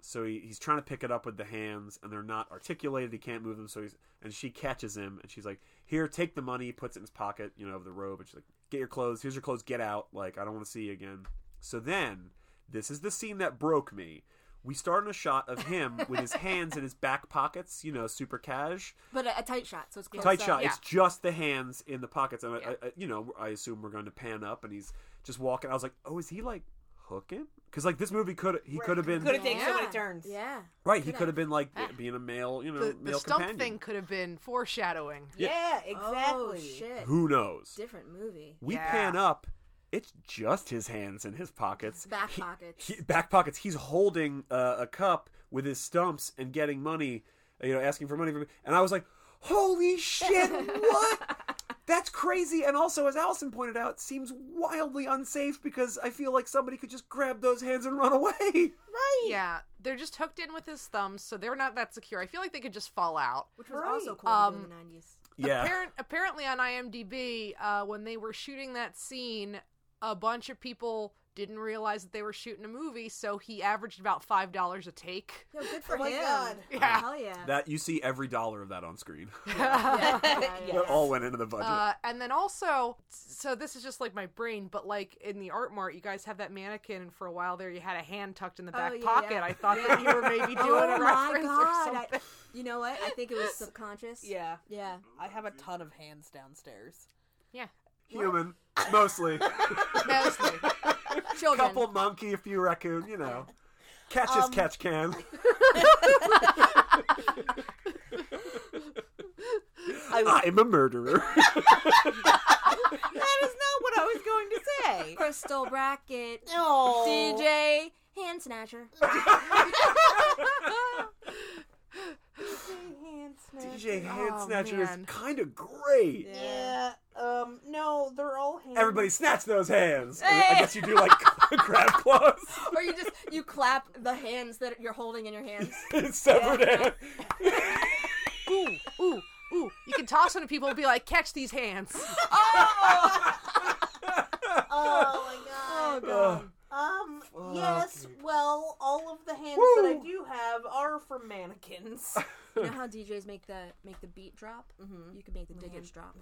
S1: so he, he's trying to pick it up with the hands, and they're not articulated. He can't move them, so he's and she catches him, and she's like, "Here, take the money." Puts it in his pocket, you know, of the robe, and she's like, "Get your clothes. Here's your clothes. Get out. Like, I don't want to see you again." So then, this is the scene that broke me. We start on a shot of him with his hands in his back pockets, you know, super cash
S3: But a, a tight shot, so it's close
S1: tight
S3: up.
S1: shot.
S2: Yeah.
S1: It's just the hands in the pockets, and I-
S2: Yeah.
S1: I, I, you know, I assume we're going to pan up, and he's just walking. I was like, oh, is he like hooking? Because like this movie could he could have been
S4: Could have taken so many
S3: Yeah.
S4: turns.
S3: Yeah.
S1: right. He
S3: could've.
S1: could have been like being a male, you know,
S2: Ah. The, the
S1: male
S2: stump
S1: companion.
S2: thing could have been foreshadowing.
S4: Yeah,
S3: Oh
S4: exactly.
S3: shit.
S1: Who knows?
S3: Different movie.
S1: We
S2: Yeah.
S1: pan up, it's just his hands in his pockets.
S3: Back
S1: He-
S3: pockets.
S1: he- back pockets. He's holding uh, a cup with his stumps and getting money, you know, asking for money from. And I was like, "Holy shit! What? That's crazy!" And also, as Allison pointed out, seems wildly unsafe because I feel like somebody could just grab those hands and run away.
S2: Yeah, they're just hooked in with his thumbs, so they're not that secure. I feel like they could just fall out.
S3: which was
S4: Right.
S3: also cool in
S2: Um,
S3: the nineties.
S2: Apparent, apparently on IMDb, uh, when they were shooting that scene, a bunch of people didn't realize that they were shooting a movie, so he averaged about five dollars a take.
S3: Yo, good for
S4: my
S3: him.
S4: God.
S2: Yeah.
S3: Oh, Hell yeah.
S1: That you see every dollar of that on screen.
S3: *laughs*
S2: *laughs*
S3: Yeah, yeah, *laughs* yeah.
S1: That all went into the budget.
S2: Uh, and then also, so this is just like my brain, but like in the art mart, you guys have that mannequin, and for a while there, you had a hand tucked in the
S3: Oh,
S2: back
S3: yeah,
S2: pocket.
S3: yeah.
S2: I thought that you
S3: Yeah.
S2: were maybe doing
S3: *laughs* oh
S2: a
S3: my
S2: reference or
S3: god!
S2: something.
S3: I, you know what? I think it was subconscious.
S4: Yeah,
S3: Yeah.
S4: I have a ton of hands downstairs.
S1: Human, mostly.
S2: Mostly.
S3: Children.
S1: Couple monkey, a few raccoon, you know. Catch as
S4: Um,
S1: catch can.
S4: *laughs*
S1: *laughs*
S4: I was,
S1: I'm a murderer. *laughs*
S4: *laughs* that is not what I was going to say. *laughs* Oh.
S3: Crystal bracket.
S4: No,
S3: DJ hand snatcher. hand snatcher.
S1: DJ Hand
S2: Oh,
S1: Snatcher is
S2: man.
S1: kind of great.
S4: Yeah. Um. No, they're all hands.
S1: Everybody snatch those hands. And I guess you do
S4: *laughs*
S1: like *laughs* crab claws.
S3: Or you just you clap the hands that you're holding in your hands.
S1: It's *laughs* severed
S4: *laughs*
S1: hand.
S2: ooh, ooh, oooo. You can toss them to people and be like, catch these hands.
S4: Oh! oh
S1: *laughs*
S4: my god.
S1: Ugh.
S4: Um.
S1: Fuck.
S4: Yes. Well, all of the hands that I
S1: Woo.
S4: do have are
S1: *laughs*
S4: from mannequins.
S3: You know how DJs make the make the beat drop?
S4: Mhm.
S3: You could make the digits drop.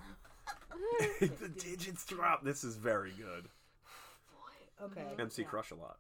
S1: the digits drop. This is very good.
S4: Okay.
S1: MC Crush a lot.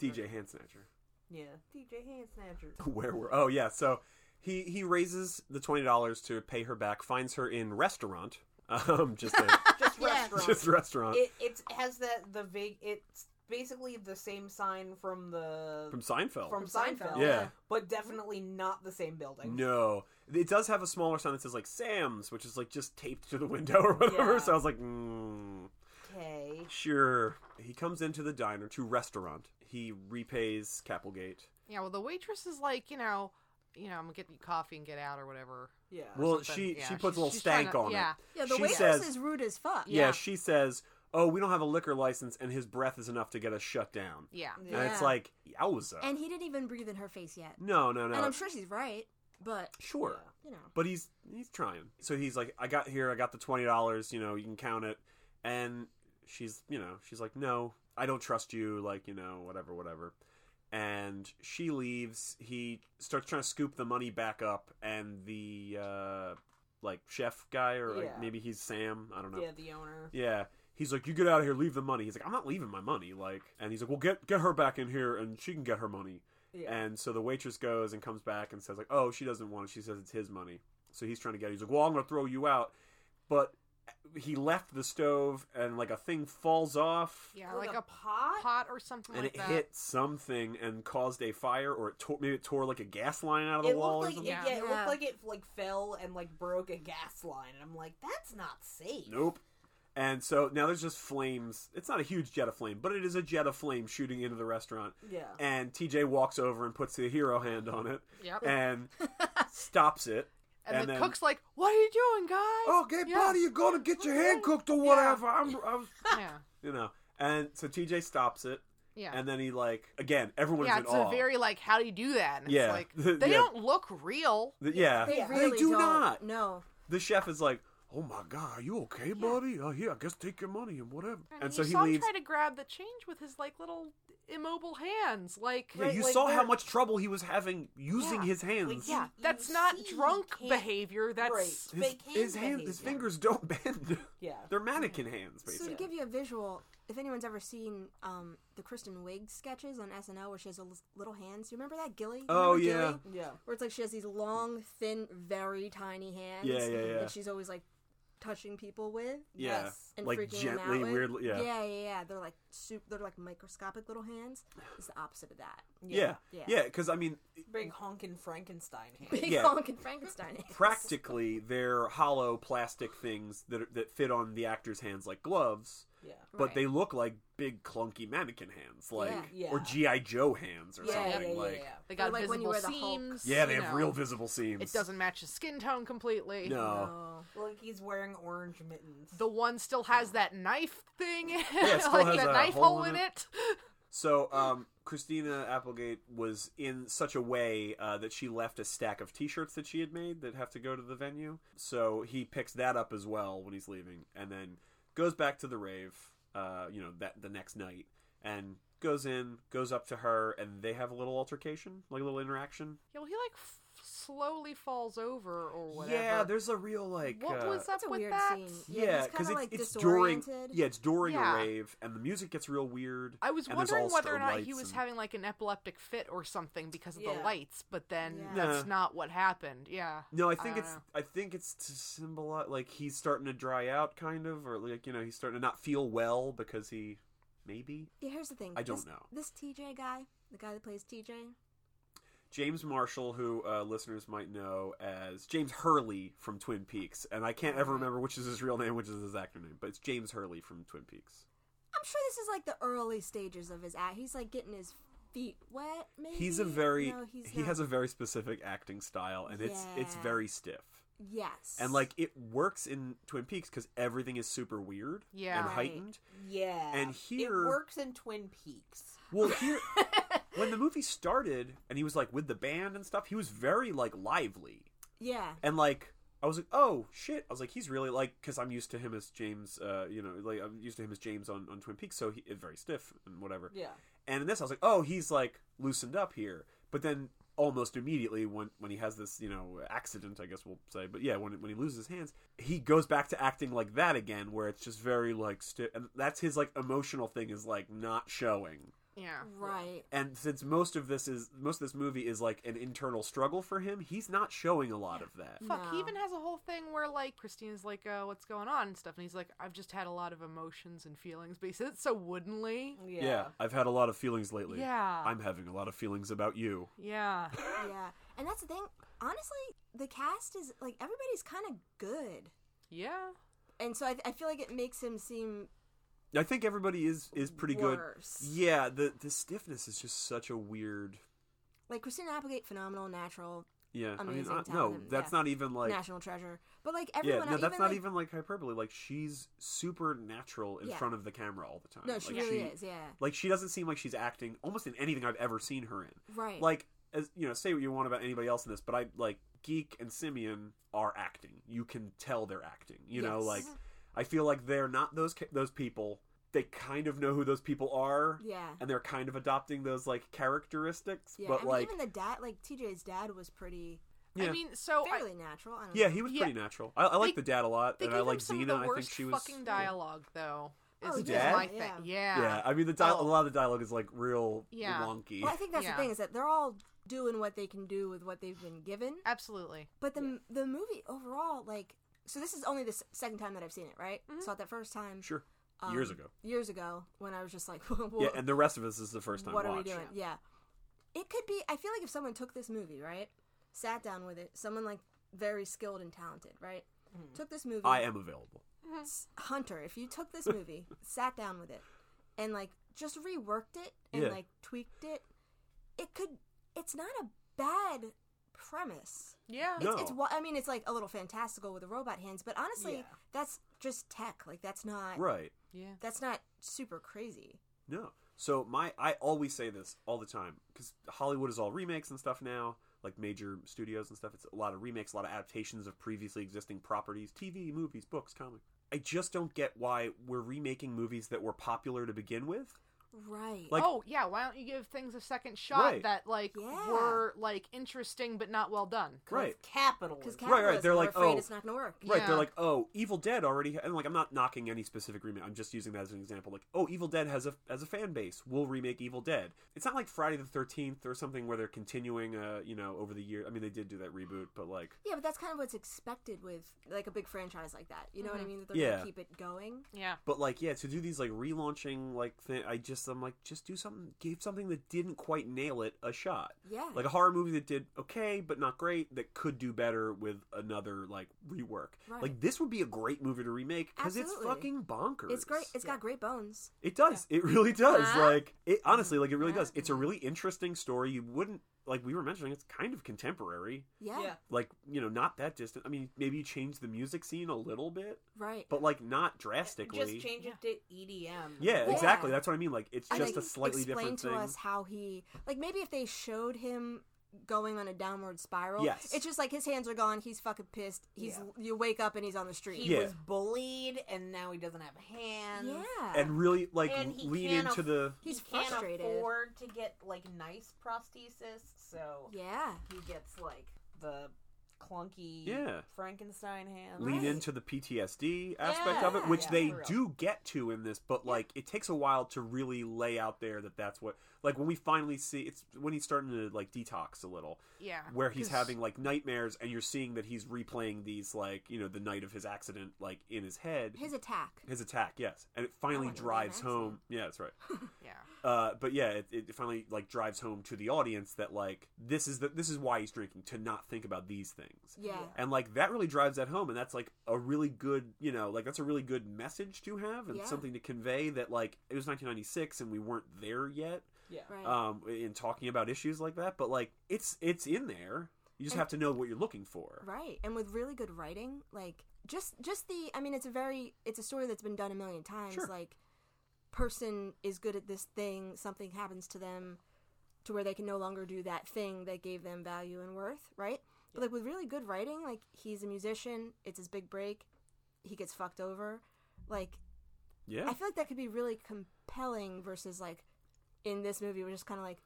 S1: DJ Hand Snatcher.
S4: Yeah. DJ hand snatchers.
S1: *laughs* Where were? Oh yeah. So he he raises the twenty dollars to pay her back. Finds her in restaurant. Um, just a,
S4: Just
S3: Yeah.
S1: *laughs*
S4: restaurants.
S1: just restaurant
S4: It it's, it has that the vague. It's basically the same sign from the
S1: from Seinfeld.
S4: from Seinfeld.
S1: yeah.
S4: But definitely not the same building.
S1: No, it does have a smaller sign that says like Sam's, which is like just taped to the window or whatever.
S4: Yeah.
S1: So I was like, mm,
S4: Okay.
S1: sure. He comes into the diner to restaurant. He repays Capelgate.
S2: yeah, well, the waitress is like, you know, you know, I'm gonna get you coffee and get out or whatever.
S4: Yeah.
S1: Well,
S2: something.
S1: she
S2: Yeah,
S1: she puts
S2: she's-
S1: a little
S2: she's trying
S1: stank
S2: to-
S1: on
S2: yeah.
S1: it.
S3: Yeah, the
S1: She
S3: waitress
S1: says-
S3: is rude as fuck.
S1: Yeah.
S2: Yeah.
S1: she says, "Oh, we don't have a liquor license, and his breath is enough to get us shut down."
S2: Yeah.
S4: Yeah.
S1: And it's like, yowza.
S3: And he didn't even breathe in her face yet.
S1: no, no, no.
S3: And I'm sure she's right, but
S1: sure.
S3: you
S4: Yeah.
S3: know.
S1: but he's he's trying. So he's like, I got here, I got the twenty dollars. You know, you can count it. And she's, you know, she's like, no, I don't trust you. Like, you know, whatever, whatever. And she leaves. He starts trying to scoop the money back up, and the uh, like chef guy, or like,
S4: Yeah.
S1: maybe he's Sam. I don't know.
S4: Yeah. The owner.
S1: Yeah. He's like, you get out of here, leave the money. He's like, I'm not leaving my money. Like, and he's like, well, get get her back in here, and she can get her money.
S4: Yeah.
S1: And so the waitress goes and comes back and says like, "Oh, she doesn't want it. She says it's his money." So he's trying to get. It. He's like, "Well, I'm going to throw you out," but he left the stove and like a thing falls off
S2: Yeah,
S4: Or
S2: like
S4: the
S2: a
S4: pot.
S2: pot or something
S1: and
S2: like
S1: it
S2: that.
S1: hit something and caused a fire or it tore, maybe it tore like a gas line out of the
S4: It
S1: wall
S4: looked
S1: or
S4: like it,
S1: something.
S4: yeah, it
S3: Yeah.
S4: looked like it like fell and like broke a gas line, and I'm like, that's not safe.
S1: Nope. And so now there's just flames. It's not a huge jet of flame, but it is a jet of flame shooting into the restaurant.
S4: Yeah.
S1: And TJ walks over and puts the hero hand on
S4: *laughs*
S1: it
S2: Yep. And,
S1: and stops it.
S2: the
S1: then-
S2: cook's like, "What are you doing, guys?"
S1: Oh, gay
S2: Yeah.
S1: bloody, you're gonna get your hand cooked or
S2: Yeah.
S1: whatever. I'm, I'm,
S2: yeah.
S1: you know. And so TJ stops it,
S2: Yeah.
S1: and then he like again, everyone's
S2: yeah,
S1: in
S2: it's
S1: awe.
S2: a very like, how do you do that? And
S1: Yeah.
S2: it's like
S1: *laughs* Yeah.
S2: they don't look real.
S1: The- yeah,
S3: They
S4: Yeah.
S3: really
S1: do
S3: don't.
S1: not.
S3: No.
S1: The chef is like, "Oh my god, are you okay, buddy? Oh yeah, I guess take your money and whatever."
S2: And,
S1: And, so
S2: you
S1: he
S2: saw him
S1: leaves.
S2: try to grab the change with his like little immobile hands. Like,
S1: yeah, you
S4: like,
S1: saw how
S4: they're-
S1: much trouble he was having using
S2: Yeah.
S1: his hands.
S4: Like,
S2: yeah,
S4: you
S2: that's not
S4: see, you
S2: drunk
S4: can't-
S2: behavior. That's
S4: Right.
S1: his,
S4: Fake hand
S1: his hand, his
S4: behavior.
S1: fingers don't *laughs* bend.
S4: Yeah.
S1: They're mannequin hands,
S3: So
S1: basically.
S3: to give you a visual, if anyone's ever seen um, the Kristen Wiig sketches on SNL where she has a l- little hands, you remember that Gilly? You
S1: Oh,
S3: remember
S1: yeah.
S3: Gilly?
S4: Yeah.
S3: Where it's like she has these long, thin, very tiny hands.
S1: Yeah, yeah, yeah.
S3: That she's always like touching people with.
S1: yeah,
S4: Yes.
S3: And
S1: like
S3: freaking them
S1: gently,
S3: out with.
S1: weirdly. Yeah.
S3: yeah, yeah, yeah. They're like super. They're like microscopic little hands. It's the opposite of that. *laughs*
S1: yeah,
S3: Yeah.
S1: yeah. Because I mean,
S4: Big honkin' Frankenstein
S1: *laughs*
S4: hand.
S3: Big
S1: Yeah.
S3: honking Frankenstein. hands.
S1: practically they're hollow plastic things that that fit on the actor's hands like gloves.
S4: Yeah.
S1: but
S3: Right.
S1: they look like big clunky mannequin hands, like
S4: Yeah.
S1: or GI Joe hands or
S4: Yeah, yeah,
S1: something
S4: yeah,
S1: like.
S4: yeah.
S2: They got
S3: Or like
S2: visible
S3: when you wear the Hulk.
S2: seams.
S1: Yeah, they
S2: you
S1: have
S2: know.
S1: real visible seams.
S2: It doesn't match his skin tone completely.
S1: No.
S3: Oh.
S4: Like he's wearing orange mittens.
S2: The one still has that knife thing, *laughs*
S1: it still
S2: like
S1: has
S2: that
S1: a
S2: knife
S1: hole
S2: hole
S1: in
S2: in it.
S1: So, um, Christina Applegate was in such a way uh, that she left a stack of T-shirts that she had made that have to go to the venue. So he picks that up as well when he's leaving, and then goes back to the rave. Uh, you know that the next night, and goes in, goes up to her, and they have a little altercation, like a little interaction.
S2: Yeah, well, he like f- slowly falls over or whatever.
S1: Yeah, there's a real like.
S2: what
S1: uh,
S2: was up
S3: That's a
S2: with
S3: weird
S2: that?
S3: scene. Yeah,
S1: Yeah,
S3: he's
S1: because
S3: kinda,
S1: it's,
S3: like,
S1: it's during
S3: disoriented.
S1: yeah it's during
S2: Yeah.
S1: a rave and the music gets real weird.
S2: I was
S1: and there's
S2: wondering
S1: all
S2: whether or
S1: strobe
S2: not he
S1: lights
S2: was
S1: and-
S2: having like an epileptic fit or something because of the
S4: Yeah.
S2: lights, but then
S3: Yeah.
S2: that's
S1: Nah.
S2: not what happened. Yeah.
S1: No, I
S2: I
S1: think
S2: don't
S1: it's
S2: know.
S1: I think it's to symbolize like he's starting to dry out, kind of, or like you know he's starting to not feel well because he maybe
S3: Yeah, here's the thing.
S1: I don't
S3: This-
S1: know.
S3: This TJ guy, the guy that plays TJ,
S1: James Marshall, who uh, listeners might know as James Hurley from Twin Peaks, and I can't ever remember which is his real name, which is his actor name, but it's James Hurley from Twin Peaks.
S3: I'm sure this is like the early stages of his act. He's like getting his feet wet. Maybe
S1: He's a very
S3: No, he's
S1: he
S3: not.
S1: has a very specific acting style, and it's it's
S3: Yeah.
S1: very stiff.
S3: yes,
S1: And like it works in Twin Peaks because everything is super weird
S2: Yeah.
S1: and
S3: Right.
S1: heightened.
S4: yeah.
S1: And here-
S4: it works in Twin Peaks.
S1: Well, here when the movie started and he was like with the band and stuff, he was very like lively
S3: yeah,
S1: and like I was like, oh shit! I was like, he's really like because I'm used to him as James, uh, you know, like I'm used to him as James on, on Twin Peaks, so he is very stiff and whatever.
S4: Yeah.
S1: And in this, I was like, oh, he's like loosened up here. But then almost immediately when when he has this, you know, accident, I guess we'll say, but yeah, when when he loses his hands, he goes back to acting like that again, where it's just very like stiff, and that's his like emotional thing is like not showing
S2: Yeah.
S3: right.
S1: and since most of this is most of this movie is like an internal struggle for him he's not showing a lot of that
S2: Fuck, he
S3: No.
S2: even has a whole thing where like Christina's like, uh, what's going on and stuff and he's like, I've just had a lot of emotions and feelings, but he says it *laughs* so woodenly.
S3: Mm.
S4: Yeah.
S1: i've had a lot of feelings lately
S2: Yeah.
S1: i'm having a lot of feelings about you
S2: yeah.
S3: Yeah, and that's the thing. Honestly, the cast is like everybody's kind of good,
S2: Yeah.
S3: and so I, I feel like it makes him seem
S1: i think everybody is is pretty
S3: Worse.
S1: good yeah the the stiffness is just such a weird
S3: like Christina Applegate, phenomenal, natural,
S1: yeah
S3: Amazing
S1: i mean I, no
S3: talent,
S1: that's
S3: yeah.
S1: not even like
S3: national treasure. But like
S1: yeah
S3: everyone,
S1: no
S3: else,
S1: that's
S3: even,
S1: not
S3: like-
S1: even like hyperbole like she's super natural in
S3: Yeah.
S1: front of the camera all the time
S3: No, she
S1: like,
S3: really is. Yeah,
S1: like she doesn't seem like she's acting almost in anything i've ever seen her in
S3: right.
S1: like as you know say what you want about anybody else in this but i like geek and simeon are acting you can tell they're acting you know
S3: Yes.
S1: like i feel like they're not those ca- those people they kind of know who those people are
S3: yeah.
S1: and they're kind of adopting those like characteristics
S3: Yeah,
S1: but
S3: I mean,
S1: like
S3: even the dad, like TJ's dad, was pretty
S1: yeah
S2: I mean, so I,
S3: fairly natural. I don't
S1: Oh, yeah
S3: know.
S1: he was
S2: Yeah.
S1: pretty natural i, I like
S2: They-
S1: the dad a lot
S2: they
S1: and
S2: gave
S1: i
S2: him
S1: like
S2: some
S1: xena
S2: of the
S1: i think
S2: worst
S1: she was
S2: fucking dialogue though.
S3: Oh,
S2: Is, is
S1: yeah,
S2: my
S3: yeah.
S2: thing.
S1: yeah. i mean the dial-
S2: Oh.
S1: a lot of the dialogue is like real
S2: Yeah.
S1: wonky
S3: Well, I think that's
S2: Yeah.
S3: the thing is that they're all doing what they can do with what they've been given.
S2: Absolutely.
S3: But the the movie overall, like, so this is only the s- second time that I've seen it, right? Saw it that first time
S1: sure
S3: um,
S1: years ago
S3: Years ago, when I was just like, *laughs* "Whoa,
S1: yeah and the rest of us is the first time
S3: what are we
S1: watch
S3: doing?" Yeah, it could be. I feel like if someone took this movie, right, sat down with it, someone like very skilled and talented, right, took this movie.
S1: i am available
S3: S- Hunter, if you took
S1: *laughs*
S3: this movie, sat down with it, and like just reworked it and
S1: Yeah.
S3: like tweaked it, it could. It's not a bad premise.
S2: Yeah.
S1: No.
S3: It's, it's wa- I mean, it's like a little fantastical with the robot hands, but honestly,
S4: Yeah.
S3: that's just tech. Like that's not
S1: right
S2: Yeah.
S3: that's not super crazy.
S1: No. So my I always say this all the time because Hollywood is all remakes and stuff now, like major studios and stuff. It's a lot of remakes, a lot of adaptations of previously existing properties, TV, movies, books, comics. I just don't get why we're remaking movies that were popular to begin with.
S3: Right.
S1: Like-
S2: oh yeah, why don't you give things a second shot
S1: Right.
S2: that like
S3: Yeah.
S2: were like interesting but not well done?
S1: Right.
S4: Capital.
S3: Because
S1: right, they're like,
S3: afraid
S1: oh,
S3: it's not gonna work.
S1: Right,
S2: Yeah.
S1: they're like, oh, Evil Dead already, and like, I'm not knocking any specific remake. I'm just using that as an example. Like, oh, Evil Dead has a as a fan base. We'll remake Evil Dead. It's not like Friday the Thirteenth or something where they're continuing, uh, you know, over the year. I mean, they did do that reboot, but like,
S3: Yeah, but that's kind of what's expected with like a big franchise like Mm-hmm. that. You know what I mean? That they're
S1: Yeah.
S3: gonna keep it going.
S2: Yeah.
S1: But like, yeah, to do these like relaunching like thing, I just this. I'm like, just do something, give something that didn't quite nail it a shot.
S3: Yeah.
S1: Like a horror movie that did okay, but not great, that could do better with another, like, rework.
S3: Right.
S1: Like, this would be a great movie to remake because it's
S3: Absolutely.
S1: fucking bonkers.
S3: it's great. It's Uh-huh.
S4: Yeah.
S3: got great bones.
S1: It does. It really does.
S2: Huh?
S1: Like it honestly, like it really
S3: Huh?
S1: does. It's a really interesting story. You wouldn't like we were mentioning. It's kind of contemporary.
S3: Yeah.
S4: Yeah.
S1: Like you know, not that distant. I mean, maybe you change the music scene a little bit,
S3: Right.
S1: but like not drastically.
S4: Just change it to E EDM.
S1: yeah,
S3: Yeah.
S1: exactly. That's what I mean. Like it's
S3: And,
S1: just a
S3: like,
S1: slightly
S3: explain
S1: different
S3: to
S1: thing.
S3: us how he like maybe if they showed him going on a downward spiral.
S1: Yes.
S3: It's just like his hands are gone. He's fucking pissed. He's
S4: Yeah.
S3: you wake up and he's on the street.
S4: He
S1: Yeah.
S4: was bullied, and now he doesn't have hands.
S3: Yeah.
S1: and really like
S4: And he
S1: lean
S4: can't
S1: into
S4: aff-
S1: the
S3: He's
S4: he can't
S3: frustrated.
S4: afford to get like nice prosthesis, so
S3: yeah.
S4: he gets like the clunky
S1: Yeah.
S4: Frankenstein hands.
S1: lean
S3: Right.
S1: into the PTSD aspect of it,
S4: Yeah,
S1: which
S4: yeah,
S1: they
S4: for real.
S1: do get to in this, but like it takes a while to really lay out there that that's what. Like when we finally see, it's when he's starting to like detox a little,
S2: Yeah.
S3: Oh,
S1: where he's
S2: 'cause-
S1: having like nightmares, and you're seeing that he's replaying these like you know the night of his accident like in his head.
S3: His attack.
S1: His attack, yes, and it finally
S3: wanna be an
S1: drives
S3: accident.
S1: home. Yeah, that's right.
S2: Yeah.
S1: Uh, but yeah, it, it finally like drives home to the audience that like this is the this is why he's drinking to not think about these things.
S3: Yeah.
S4: Yeah.
S1: And like that really drives that home, and that's like a really good, you know, like that's a really good message to have and
S3: Yeah.
S1: something to convey that like it was 1996 and we weren't there yet
S4: Yeah.
S3: Right.
S1: um, in talking about issues like that. But like it's it's in there. You just
S3: And-
S1: have to know what you're looking for.
S3: Right. And with really good writing, like just just the I mean it's a very it's a story that's been done a million times.
S1: Sure.
S3: Like person is good at this thing, something happens to them to where they can no longer do that thing that gave them value and worth, right? But like with really good writing, like he's a musician, it's his big break, he gets fucked over. Like
S1: Yeah.
S3: I feel like that could be really compelling versus like in this movie we're just kind of like,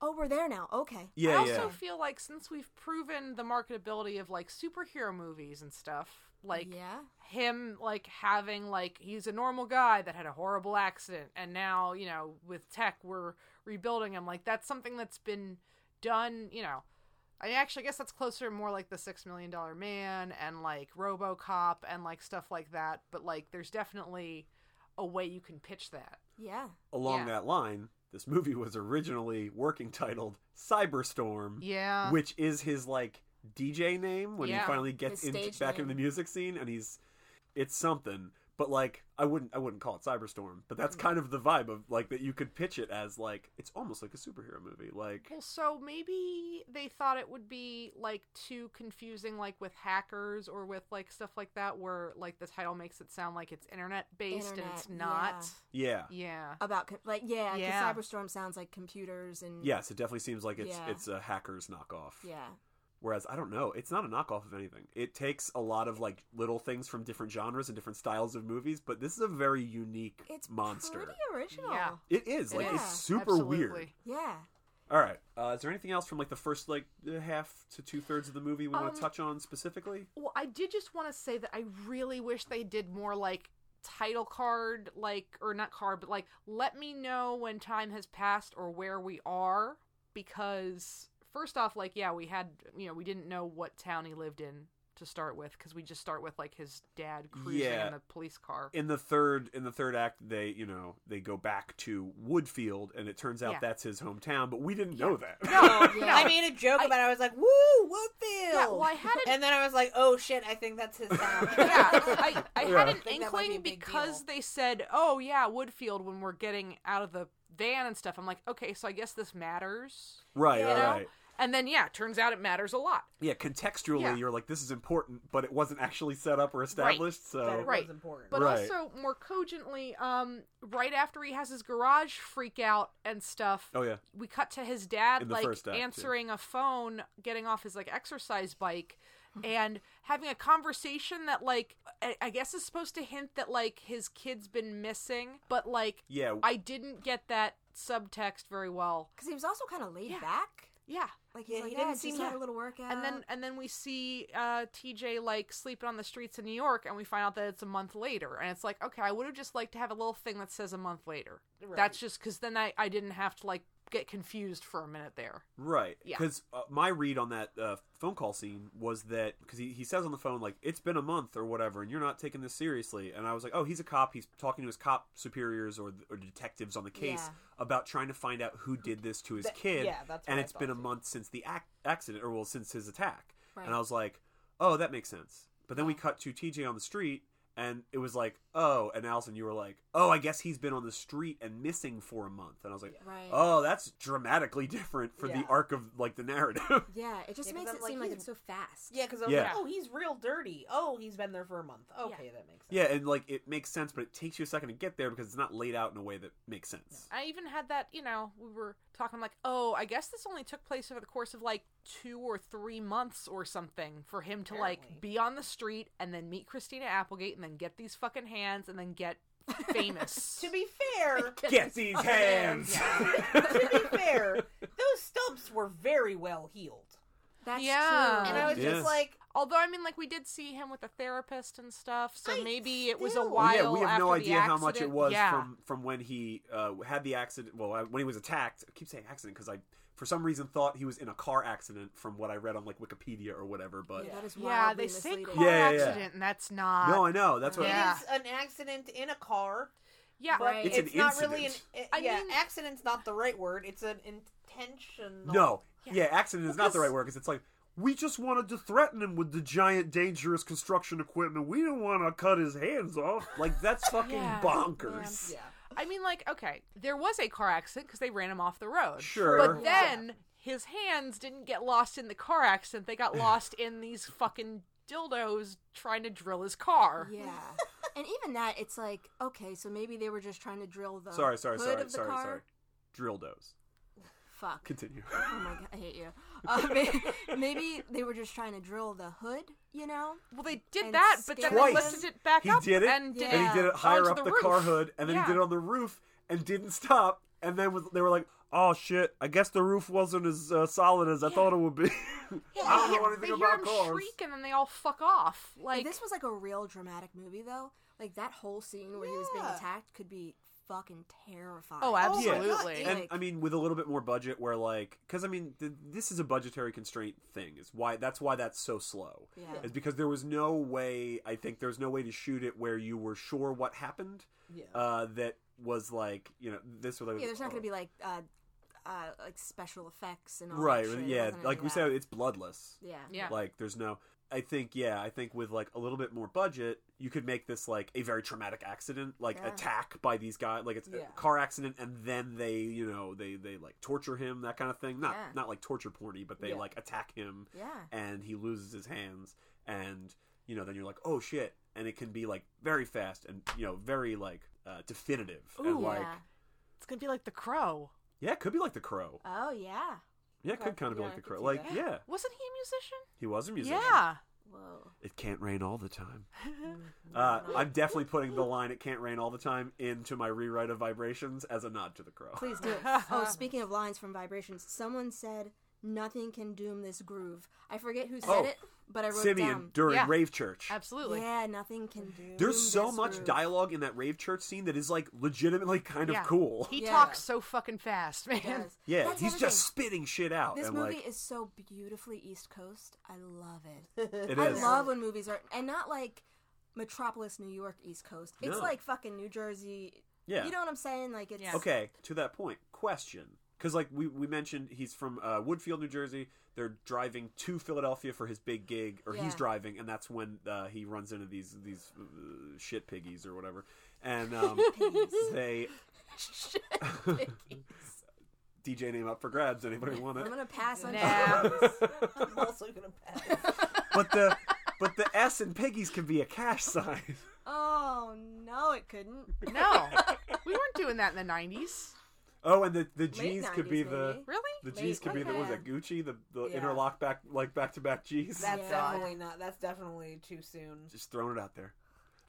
S3: "Oh, we're there now. Okay."
S2: I
S1: yeah.
S2: also
S1: Yeah.
S2: feel like since we've proven the marketability of like superhero movies and stuff, like
S3: yeah.
S2: him like having like he's a normal guy that had a horrible accident and now, you know, with tech we're rebuilding him. Like that's something that's been done, you know. I actually guess that's closer more like the 6 million dollar man and like RoboCop and like stuff like that, but like there's definitely a way you can pitch that.
S3: Yeah.
S1: Along
S2: yeah.
S1: that line, this movie was originally working titled Cyberstorm,
S3: Uh,
S2: Yeah.
S1: which is his like DJ name when
S2: Yeah.
S1: he finally gets
S3: His
S1: in,
S3: stage
S1: back in the
S3: name.
S1: music scene, and he's it's something. But like, I wouldn't I wouldn't call it Cyberstorm, but
S3: Mm.
S1: that's kind of the vibe of like that you could pitch it as like it's almost like a superhero movie, like
S2: Well, so maybe they thought it would be like too confusing, like with hackers or with like stuff like that, where like the title makes it sound like it's internet based and it's
S3: Internet,
S2: not.
S1: yeah.
S2: Yeah.
S3: about com- like yeah, 'cause
S2: Yeah.
S3: Cyberstorm sounds like computers and
S1: Yes, it definitely seems like it's
S3: Mm. Yeah.
S1: it's a hacker's knockoff.
S3: yeah,
S1: Whereas I don't know, it's not a knockoff of anything. It takes a lot of like little things from different genres and different styles of movies, but this is a very unique
S3: it's
S1: monster.
S3: pretty original.
S2: Yeah.
S1: It is like
S3: Yeah,
S1: it's super weird.
S2: absolutely.
S3: Yeah.
S1: All right, uh, is there anything else from like the first like half to two thirds of the movie we want
S2: Um,
S1: to touch on specifically?
S2: Well, I did just want to say that I really wish they did more like title card, like, or not card, but like, let me know when time has passed or where we are. Because, first off, like, yeah, we had, you know, we didn't know what town he lived in to start with because we just start with like his dad cruising
S1: Yeah.
S2: in the police car.
S1: In the third in the third act, they you know they go back to Woodfield, and it turns out
S2: Yeah.
S1: that's his hometown, but we didn't know that.
S2: no,
S3: Yeah.
S4: *laughs* I made a joke
S2: I-
S4: about it. I was like, "Woo, Woodfield!"
S2: Yeah, well, I had
S1: *laughs*
S2: an
S4: and then I was like, "Oh shit, I think that's his town."
S2: yeah, I,
S4: *laughs*
S2: I
S1: Yeah.
S2: had an
S4: Like, that might be a
S2: inkling
S4: big
S2: because
S4: deal.
S2: they said, "Oh yeah, Woodfield." When we're getting out of the van and stuff, I'm like, "Okay, so I guess this matters."
S1: *laughs* right,
S4: You
S1: right,
S2: know?
S1: right.
S2: And then yeah, turns out it matters a lot.
S1: Yeah, contextually,
S2: Yeah.
S1: you're like this is important, but it wasn't actually set up or established.
S4: That
S1: So
S4: it
S2: Right.
S4: was important.
S2: But
S1: Right.
S2: also more cogently, um, right after he has his garage freak out and stuff,
S1: oh yeah,
S2: we cut to his dad
S1: In the
S2: like
S1: first act, yeah.
S2: answering a phone, getting off his like exercise bike, and having a conversation that like I, I guess is supposed to hint that like his kid's been missing, but like
S1: yeah.
S2: I didn't get that subtext very well.
S3: Because he was also kind of laid
S2: Yeah.
S3: back.
S2: Yeah,
S3: Like he's
S4: Yeah,
S3: like,
S4: he
S3: yeah,
S4: didn't
S3: just
S4: seem-
S3: had
S4: yeah.
S3: a little workout.
S2: and then and then we see uh, TJ like sleeping on the streets in New York, and we find out that it's a month later, and it's like, okay, I would have just liked to have a little thing that says a month later.
S4: Right.
S2: That's just because then I I didn't have to like get confused for a minute there.
S1: Right.
S2: Yeah.
S1: Because uh, my read on that uh, phone call scene was that because he, he says on the phone like it's been a month or whatever, and you're not taking this seriously. And I was like, oh, he's a cop. He's talking to his cop superiors or, or detectives on the case
S4: Yeah.
S1: about trying to find out who did this to his
S4: That-
S1: kid.
S4: yeah, that's what
S1: and
S4: I
S1: it's been a
S4: thought, too.
S1: month since the ac- accident, or well, since his attack.
S3: Right.
S1: And I was like, oh, that makes sense. But then we cut to TJ on the street. And it was like, oh, and Allison, you were like, oh, I guess he's been on the street and missing for a month. And I was like,
S3: Right.
S1: oh, that's dramatically different for the
S4: Yeah.
S1: arc of like the narrative. *laughs*
S3: Yeah, it just
S4: Yeah, 'cause
S3: makes
S4: I'm
S3: it
S4: like,
S3: seem like
S4: he's-
S3: it's so fast.
S4: Yeah, because I was
S1: Yeah.
S4: like, oh, he's real dirty. Oh, he's been there for a month. Okay, that makes sense.
S1: yeah, and like it makes sense, but it takes you a second to get there because it's not laid out in a way that makes sense.
S2: I even had that, you know, we were talking like, oh, I guess this only took place over the course of like two or three months or something for him to
S4: Apparently.
S2: like be on the street and then meet Christina Applegate and then get these fucking hands and then get famous. *laughs*
S4: To be fair,
S1: Get these hands.
S4: to
S1: *laughs*
S2: *laughs*
S4: be fair, those stumps were very well healed.
S3: That's
S2: Yeah.
S3: true.
S4: And I was
S1: Um, Yes.
S4: just like,
S2: Although I mean, like we did see him with a therapist and stuff, so
S4: I
S2: maybe it was a
S4: still-
S2: while.
S1: yeah, we have
S2: after
S1: no
S2: the
S1: idea how much it
S2: accident.
S1: was
S2: Yeah.
S1: from from when he uh, had the accident. Well, I- when he was attacked, I keep saying accident because I, for some reason, thought he was in a car accident from what I read on like Wikipedia or whatever. But
S3: that is
S2: Yeah,
S3: wildly
S2: they say
S3: misleading.
S2: car
S1: Yeah, yeah, yeah.
S2: accident, and that's not.
S1: no, I know that's what.
S2: Yeah.
S4: it is an accident in a car,
S2: yeah,
S4: but
S3: Right.
S4: it's,
S1: It's an
S4: not really an.
S1: incident.
S4: it-
S2: I
S4: yeah,
S2: mean-
S4: accident's not the right word. It's an intentional.
S1: No, yeah, accident is not the
S2: Because-
S1: right word because it's like we just wanted to threaten him with the giant dangerous construction equipment. We don't want to cut his hands off. Like that's fucking
S2: *laughs* Yeah.
S1: bonkers.
S4: Yeah.
S2: I mean, like, okay, there was a car accident because they ran him off the road.
S1: Sure.
S2: But
S4: Yeah.
S2: then his hands didn't get lost in the car accident.
S1: *laughs*
S2: They got lost in these fucking dildos trying to drill his car.
S3: Yeah. and even that, it's like, okay, so maybe they were just trying to drill the
S1: sorry, sorry,
S3: hood
S1: sorry,
S3: of the
S1: sorry,
S3: car.
S1: sorry. Drill dose.
S2: *laughs*
S3: Fuck.
S1: Continue. *laughs*
S3: Oh my god, I hate you. Uh, *laughs* maybe, maybe they were just trying to drill the hood, you know?
S2: Well, they did
S3: And
S2: that, but then they
S1: Twice.
S2: lifted it back
S1: he
S2: up
S1: did it,
S2: and did
S1: and
S3: Yeah.
S1: he did it higher
S2: onto
S1: up the,
S2: roof.
S1: car hood, and then
S2: Yeah.
S1: he did it on the roof and didn't stop. And then was, they were like, "Oh shit! I guess the roof wasn't as uh, solid as I thought it would be." *laughs* I don't
S2: They
S1: know
S2: hear-
S1: anything
S2: they
S1: about
S2: hear him
S1: cars.
S2: shriek and then they all fuck off. Like
S3: Like, this was like a real dramatic movie, though. Like, that whole scene where he was being
S4: Yeah.
S3: attacked could be fucking terrifying.
S2: oh,
S4: my God,
S2: absolutely.
S1: and
S3: Like-
S1: I mean, with a little bit more budget, where like, because I mean, th- this is a budgetary constraint thing. Is why that's why that's so slow.
S3: Yeah.
S1: Is because there was no way. I think there was no way to shoot it where you were sure what happened.
S4: Yeah.
S1: Uh, that was like, you know, this was.
S3: Yeah, there's not going to be like, uh, uh, like special effects and all
S1: right.
S3: that shit. It
S1: Yeah,
S3: wasn't gonna
S1: like
S3: be
S1: we
S3: that.
S1: said, it's bloodless.
S3: Yeah.
S2: Yeah.
S1: Like there's no I think yeah, I think with like a little bit more budget, you could make this like a very traumatic accident, like
S3: Yeah.
S1: attack by these guys, like it's
S4: Yeah.
S1: a car accident and then they, you know, they they like torture him, that kind of thing. Not
S3: Yeah.
S1: not like torture porny, but they
S4: Yeah.
S1: like attack him
S3: Yeah.
S1: and he loses his hands and you know, then you're like, "Oh shit." And it can be like very fast and you know, very like uh, definitive and
S2: Ooh.
S1: like
S3: Yeah.
S2: it's gonna be like the crow.
S1: yeah, it could be like the crow.
S3: Oh, yeah.
S1: Yeah, it
S4: Okay.
S1: could kind of be
S4: Yeah,
S1: like
S4: I
S1: the
S4: could
S1: crow.
S4: see
S1: Like
S4: that.
S1: yeah,
S2: Wasn't he a musician?
S1: he was a musician.
S2: Yeah.
S3: Whoa.
S1: It can't rain all the
S3: *laughs*
S1: time. Uh, I'm definitely putting the line "It can't rain all the time" into my rewrite of Vibrations as a nod to the Crow.
S3: Please do. *laughs* oh, speaking of lines from Vibrations, someone said nothing can doom this groove. I forget who said
S1: Oh,
S3: it, but I wrote
S1: Simeon
S3: down.
S1: during
S2: Yeah.
S1: Rave Church.
S2: Absolutely.
S3: Yeah, nothing can doom.
S1: There's so
S3: this
S1: much
S3: groove.
S1: dialogue in that Rave Church scene that is like legitimately kind
S2: Yeah.
S1: of cool.
S2: He
S3: Yeah.
S2: talks so fucking fast, man.
S3: Yes.
S1: yeah,
S3: That's
S1: he's
S3: the other
S1: just
S3: thing.
S1: spitting shit out.
S3: This
S1: Oh, and
S3: movie
S1: like,
S3: is so beautifully East Coast. I love it.
S1: it
S3: I
S1: is.
S3: love when movies are and not like Metropolis, New York, East Coast. It's
S1: No.
S3: like fucking New Jersey.
S1: Yeah.
S3: You know what I'm saying? Like it's
S2: Yeah.
S1: Okay, to that point, question. Because like we, we mentioned, he's from uh, Woodfield, New Jersey. They're driving to Philadelphia for his big gig, or he's
S3: Yeah.
S1: driving, and that's when uh, he runs into these these uh, shit piggies or whatever, and um,
S3: *laughs*
S1: they
S3: *laughs* Shit.
S1: *laughs* DJ name up for grabs. Anybody want
S3: I'm
S1: it?
S3: gonna pass on.
S2: Nah.
S4: *laughs* I'm also gonna
S2: *laughs*
S4: pass.
S1: *laughs* But the but the S and piggies can be a cash sign. *laughs*
S3: Oh no, it couldn't.
S2: *laughs* No, we weren't doing that in the '90s,
S1: Oh, and the the
S3: Late
S1: G's could be
S3: 90s,
S1: the
S3: maybe.
S2: really.
S1: the
S3: Late-
S1: G's could be the what was
S3: okay.
S1: that Gucci the the
S4: Yeah.
S1: interlock back like back to back G's.
S4: That's
S3: Yeah.
S4: definitely not. That's definitely too soon.
S1: Just throwing it out there.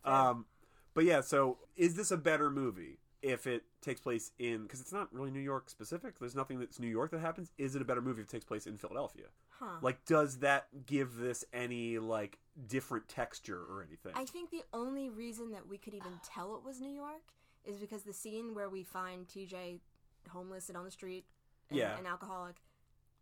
S1: Um, but yeah, so is this a better movie if it takes place in? Because it's not really New York specific. There's nothing that's New York that happens. Is it a better movie if it takes place in Philadelphia?
S4: Uh-huh.
S3: Huh.
S1: Like, does that give this any like different texture or anything?
S3: I think the only reason that we could even tell it was New York is because the scene where we find TJ homeless and on the street and
S1: Yeah.
S3: an alcoholic.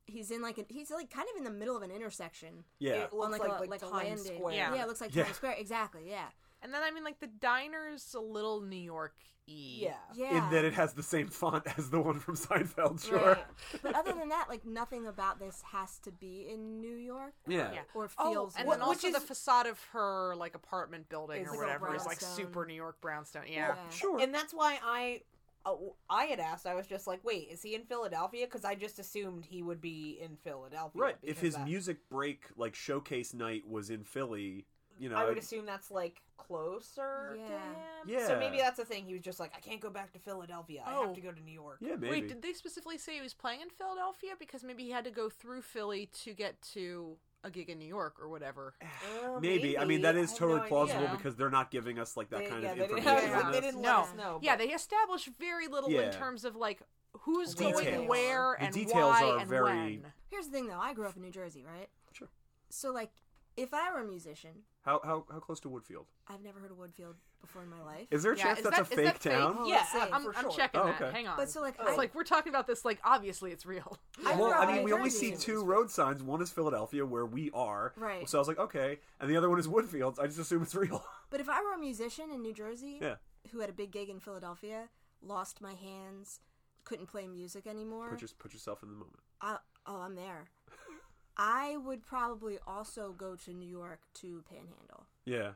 S3: He's in like an, he's like kind of in the middle of an intersection.
S1: Yeah.
S4: It looks
S3: on
S4: like,
S3: like,
S4: like,
S3: a, like a
S4: Times
S3: landing.
S4: Square.
S2: Yeah.
S3: yeah, it looks like
S1: Yeah.
S3: Times Square. Exactly. Yeah.
S2: And then I mean, like the diner's a little New York y.
S4: Yeah.
S3: Yeah.
S1: In that it has the same font as the one from *laughs* Seinfeld, sure.
S3: Right. but other than that, like nothing about this has to be in New York
S1: Yeah.
S2: Yeah.
S3: or
S2: Oh,
S3: feels.
S2: and
S3: like-
S2: then
S4: Well, which
S2: also the
S4: is-
S2: facade of her like apartment building
S4: Is
S2: or
S4: like a
S2: whatever is like
S3: brownstone.
S2: super New York brownstone. Yeah.
S3: Yeah.
S1: Sure.
S4: And that's why I uh, I had asked. I was just like, wait, is he in Philadelphia? Because I just assumed he would be in Philadelphia.
S1: right. If
S4: because
S1: his
S4: that-
S1: music break, like showcase night, was in Philly, you know,
S4: I would
S1: it-
S4: assume that's like closer to him.
S3: Yeah.
S1: Yeah.
S4: So maybe that's the thing. He was just like, I can't go back to Philadelphia. I
S2: Oh.
S4: have to go to New York.
S1: yeah, maybe.
S2: Wait, did they specifically say he was playing in Philadelphia? Because maybe he had to go through Philly to get to a gig in New York or whatever. Uh,
S4: Oh,
S1: *sighs* maybe. I mean, that is
S4: have
S1: totally
S4: no
S1: plausible
S4: idea.
S1: because they're not giving us like that
S4: They-
S1: kind
S4: yeah,
S1: of
S4: they didn't-
S1: information.
S2: yeah,
S1: on
S4: they
S1: this.
S4: didn't
S2: No.
S4: let us know.
S2: Yeah,
S4: but-
S2: they establish very little in
S1: Yeah.
S2: terms of like who's going
S1: Details.
S2: where
S1: The
S2: and
S1: details
S2: why
S1: are
S2: and
S1: very-
S2: when.
S3: Here's the thing, though. I grew up in New Jersey, right?
S1: Sure.
S3: So, like, if I were a musician,
S1: How, how how close to Woodfield?
S3: I've never heard of Woodfield before in my life.
S1: Is there a
S2: Yeah,
S1: chance
S2: is
S1: that's
S2: that-
S1: a
S2: is that
S1: fake
S2: fake?
S1: town?
S3: Oh,
S4: Yeah,
S3: let's see.
S2: I'm,
S4: for
S2: I'm
S4: sure.
S2: checking
S1: Oh,
S2: that.
S1: okay.
S2: Hang on.
S3: But so, like,
S2: it's
S3: I-
S2: like we're talking about this. Like obviously, it's real.
S1: well,
S3: I grew up
S1: I mean,
S3: in
S1: we only see
S3: Jersey.
S1: two road signs. One is Philadelphia, where we are.
S3: Right.
S1: So I was like, okay, and the other one is Woodfields. I just assume it's real. *laughs*
S3: But if I were a musician in New Jersey
S1: yeah.
S3: who had a big gig in Philadelphia, lost my hands, couldn't play music anymore,
S1: Put, your, put yourself in the moment.
S3: I, oh, I'm there. I would probably also go to New York to Panhandle.
S1: Yeah.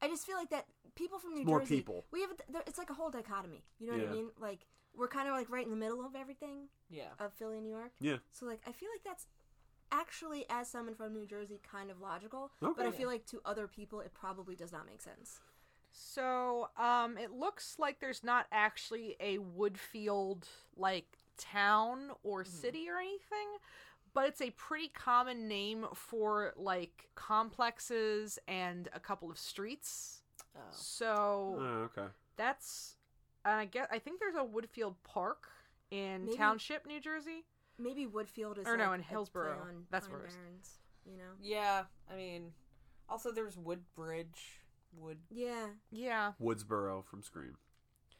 S3: I just feel like that people from New
S1: More
S3: Jersey,
S1: people.
S3: we have a- there- it's like a whole dichotomy. You know what
S1: Yeah.
S3: I mean? Like we're kind of like right in the middle of everything
S4: Yeah.
S3: of Philly, New York.
S1: Yeah.
S3: So like I feel like that's actually as someone from New Jersey kind of logical, but
S1: Okay.
S3: I feel like to other people it probably does not make sense.
S2: So, um, it looks like there's not actually a Woodfield like town or city or anything, but it's a pretty common name for like complexes and a couple of streets.
S4: Oh.
S1: Oh,
S2: So
S1: okay.
S2: that's, and I guess I think there's a Woodfield Park in
S3: Maybe-
S2: Township, New Jersey.
S3: Maybe Woodfield is
S2: Or no,
S3: like
S2: in
S3: a play
S2: Hillsborough.
S3: on
S2: That's
S3: Pine
S2: worse.
S3: Barrens, you know.
S4: Yeah. I mean, also there's Woodbridge. Wood.
S3: Yeah.
S2: Yeah.
S1: Woodsboro from Scream.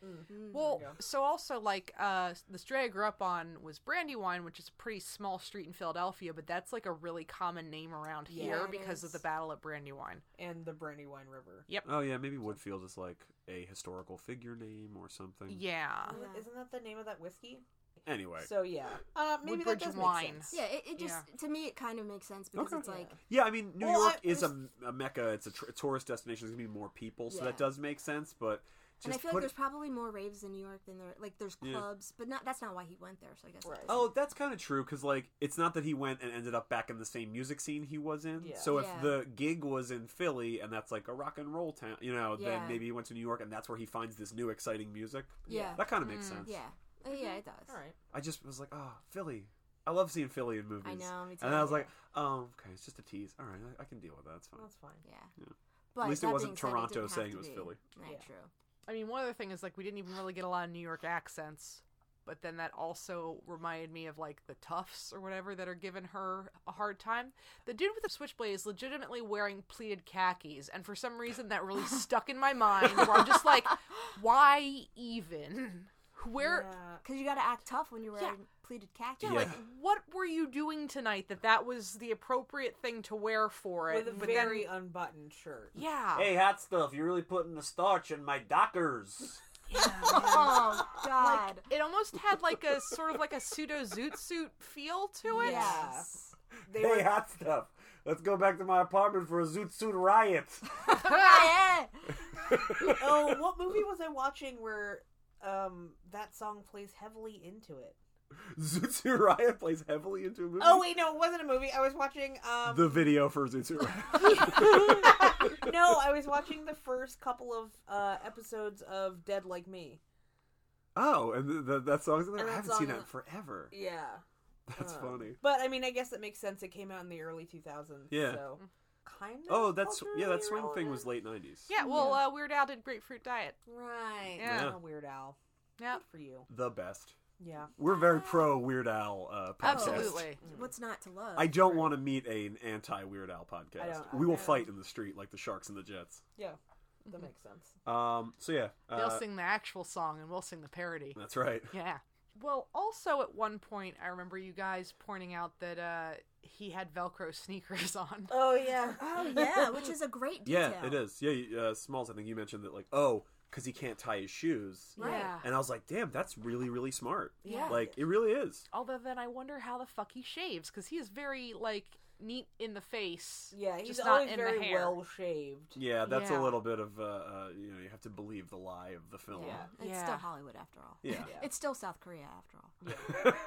S3: Mm.
S2: Well,
S4: go.
S2: so also like uh, the street I grew up on was Brandywine, which is a pretty small street in Philadelphia, but that's like a really common name around
S4: Yeah,
S2: here
S3: it
S2: because of
S3: is.
S2: the battle at Brandywine.
S4: and the Brandywine River.
S1: Oh yeah, maybe Woodfield is like a historical figure name or something.
S2: Yeah,
S4: Isn't-
S3: Yeah.
S4: Isn't that the name of that whiskey?
S1: Anyway.
S4: So yeah, uh, maybe
S2: Woodbridge
S4: that does
S2: wine.
S4: make sense.
S3: yeah, it, it just to me it kind of makes sense because
S1: Okay.
S3: it's like
S1: yeah, I mean, New
S4: Well,
S1: York
S4: I-
S1: is a, a mecca. It's a tr- tourist destination. There's gonna be more people, so
S3: Yeah.
S1: that does make sense. But just
S3: and I feel like
S1: put
S3: there's probably more raves in New York than there like there's
S1: Yeah.
S3: clubs, but not that's not why he went there. So I guess. that
S4: Right.
S3: doesn't-
S1: Oh, that's kind of true because like it's not that he went and ended up back in the same music scene he was in.
S4: Yeah.
S1: So if
S3: Yeah.
S1: the gig was in Philly and that's like a rock and roll town, you know,
S3: Yeah.
S1: then maybe he went to New York and that's where he finds this new exciting music.
S3: yeah,
S1: That kind of makes
S2: Mm.
S1: sense.
S3: yeah, Uh, yeah, it does.
S4: All right.
S1: I just was like, oh, Philly. I love seeing Philly in movies.
S3: I know. Me too.
S1: And I was
S3: yeah.
S1: like, oh, okay, it's just a tease. All right, I, I can deal with that. It's fine.
S4: That's fine.
S3: yeah.
S1: Yeah.
S3: But
S1: least it
S3: that
S1: wasn't
S3: being said,
S1: Toronto
S3: didn't have
S1: saying
S3: to
S1: it was
S3: be.
S1: Philly.
S3: Nah,
S4: Yeah.
S3: True.
S2: I mean, one other thing is like we didn't even really get a lot of New York accents, but then that also reminded me of like the toughs or whatever that are giving her a hard time. The dude with the switchblade is legitimately wearing pleated khakis, and for some reason that really stuck in my mind. Where I'm just like, why even? Where?
S4: Yeah.
S3: Because you got to act tough when you're
S2: Yeah.
S3: wearing pleated khaki.
S1: Yeah.
S3: *laughs*
S1: like-
S2: What were you doing tonight that that was the appropriate thing to wear for it?
S4: with a
S2: but
S4: very
S2: then,
S4: unbuttoned shirt.
S2: yeah,
S1: hot stuff! You're really putting the starch in my Dockers.
S3: oh God.
S2: like it almost had like a sort of like a pseudo zoot suit feel to it.
S3: *laughs* yes.
S4: They were
S1: hot stuff! Let's go back to my apartment for a Zoot Suit riot.
S3: Riot.
S1: *laughs*
S4: *laughs* oh, what movie was I watching where um that song plays heavily into it?
S1: Zootsuit Riot plays heavily into a movie.
S4: Oh wait, no, it wasn't a movie. I was watching um
S1: the video for Zootsuit Riot.
S4: *laughs* No, I was watching the first couple of uh episodes of Dead Like Me.
S1: Oh, and th th- that song's in there.
S4: And
S1: I
S4: that
S1: haven't seen
S4: song-
S1: that in forever.
S4: Yeah.
S1: That's
S4: uh,
S1: funny.
S4: But I mean, I guess that makes sense. It came out in the early 2000s.
S1: Yeah.
S4: So kind of
S1: Oh, that's yeah. That
S4: culturally
S1: swing thing was
S4: relevant.
S1: late '90s.
S2: *laughs* Yeah, well, Uh, Weird Al did Grapefruit Diet.
S4: Right.
S2: Yeah.
S1: Yeah.
S4: Weird Al.
S2: Yeah,
S4: Good for you.
S1: The best.
S4: Yeah.
S1: We're very pro Weird Al uh, podcast.
S2: absolutely.
S3: What's not to love?
S1: I don't want to meet an anti Weird Al podcast.
S4: I don't-
S1: we will
S4: I-
S1: fight in the street like the Sharks and the Jets.
S4: Yeah. That makes sense.
S1: Um. So yeah.
S2: They'll
S1: Uh,
S2: sing the actual song and we'll sing the parody.
S1: that's right.
S2: Yeah. Well, also at one point, I remember you guys pointing out that uh, he had Velcro sneakers *laughs* on.
S4: Oh *laughs* yeah.
S3: Oh yeah, which is a great
S1: *laughs* Yeah,
S3: detail.
S1: it is. Yeah, you- uh, Smalls. I think you mentioned that, like, oh, because he can't tie his shoes.
S3: Right.
S2: Yeah.
S1: And I was like, damn, that's really, really smart.
S2: Yeah.
S1: Like, it really is.
S2: Although then I wonder how the fuck he shaves because he is very like neat in the face.
S4: Yeah, he's
S2: just not
S4: always
S2: in the
S4: very
S2: hair.
S4: well shaved.
S1: Yeah, that's a
S2: Yeah.
S1: little bit of uh, uh, you know, you have to believe the lie of the film.
S4: Yeah.
S3: It's
S2: Yeah.
S3: still Hollywood after all.
S2: *laughs*
S1: Yeah.
S3: It's still South Korea after all.
S1: *laughs*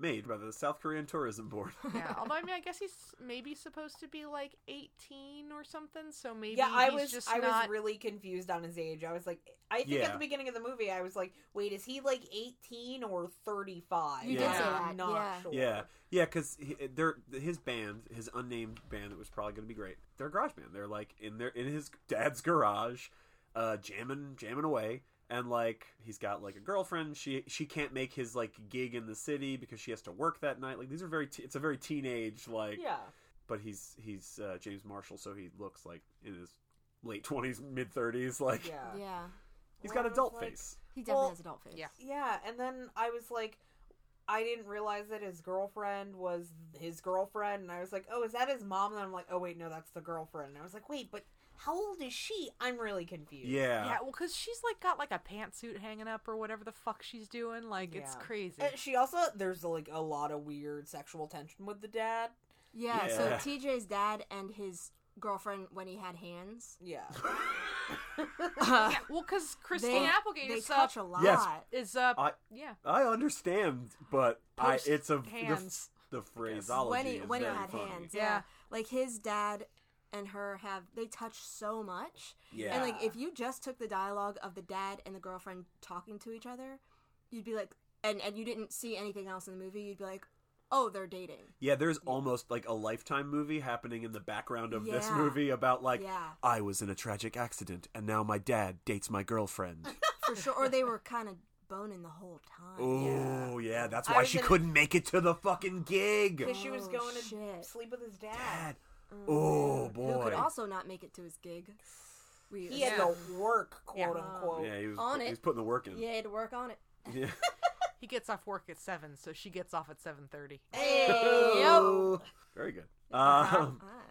S1: Made by the South Korean Tourism Board.
S2: yeah. *laughs* Although I mean, I guess he's maybe supposed to be like eighteen or something. So maybe
S4: yeah, I
S2: he's
S4: was
S2: just
S4: I
S2: not.
S4: was really confused on his age. I was like, I think
S1: Yeah.
S4: at the beginning of the movie, I was like, wait, is he like eighteen or thirty five?
S3: You
S1: did Yeah.
S4: I'm
S1: say
S3: that,
S4: not
S3: yeah.
S4: sure.
S1: yeah, yeah, because they're his band, his unnamed band that was probably going to be great. They're a garage band. They're like in their in his dad's garage, uh, jamming jamming away. And like he's got like a girlfriend. She she can't make his like gig in the city because she has to work that night. Like these are very te- it's a very teenage like.
S4: yeah.
S1: But he's he's uh, James Marshall, so he looks like in his late twenties, mid thirties. Like
S4: Yeah.
S3: Yeah.
S1: he's
S4: Where I
S1: got
S4: was
S1: adult
S4: like-
S1: face.
S3: He definitely
S4: Well,
S3: has adult face.
S2: yeah.
S4: Yeah, and then I was like, I didn't realize that his girlfriend was his girlfriend, and I was like, oh, is that his mom? And I'm like, oh wait, no, that's the girlfriend. And I was like, wait, but how old is she? I'm really confused.
S2: Yeah, well, because she's like got like a pantsuit hanging up or whatever the fuck she's doing. Like it's
S4: Yeah.
S2: crazy.
S4: Uh, She also there's like a lot of weird sexual tension with the dad.
S3: Yeah,
S1: Yeah.
S3: so TJ's dad and his girlfriend when he had
S4: *laughs*
S3: hands. *laughs*
S4: Yeah,
S3: Uh,
S2: yeah, well, because Christine Applegate
S3: they
S2: is up.
S3: touch a lot.
S2: Is up.
S1: I-
S2: yeah.
S1: *laughs* I understand, but I
S2: Post
S1: it's a
S2: hands.
S1: the, the phraseology
S3: when he
S1: is
S3: when he
S1: very
S3: had
S1: funny.
S3: hands.
S2: Yeah.
S3: Yeah. Like his dad and her have they touch so much.
S1: Yeah,
S3: And like if you just took the dialogue of the dad and the girlfriend talking to each other, you'd be like and and you didn't see anything else in the movie, you'd be like, "Oh, they're dating."
S1: yeah, there's almost like a lifetime movie happening in the background of this
S3: Yeah.
S1: movie about like
S3: Yeah.
S1: I was in a tragic accident and now my dad dates my girlfriend.
S3: For sure. or they were kind of boning the whole time.
S1: oh yeah. that's
S4: I
S1: why
S4: was
S1: she
S4: in a-
S1: couldn't make it to the fucking gig.
S4: because she was
S3: Oh,
S4: going to
S3: shit.
S4: sleep with his dad.
S1: Dad. Oh
S3: Who
S1: boy.
S3: could also not make it to his gig. Weird.
S4: He had
S2: Yeah.
S4: to work, quote
S2: Yeah.
S4: unquote.
S1: yeah, he was,
S3: On
S1: he
S3: it.
S1: was putting the work in. *laughs*
S3: Yeah, he had to work on it.
S1: Yeah.
S2: He gets off work at seven, so she gets off at seven thirty.
S4: Hey, yo.
S1: Very good. Um,
S3: Ah.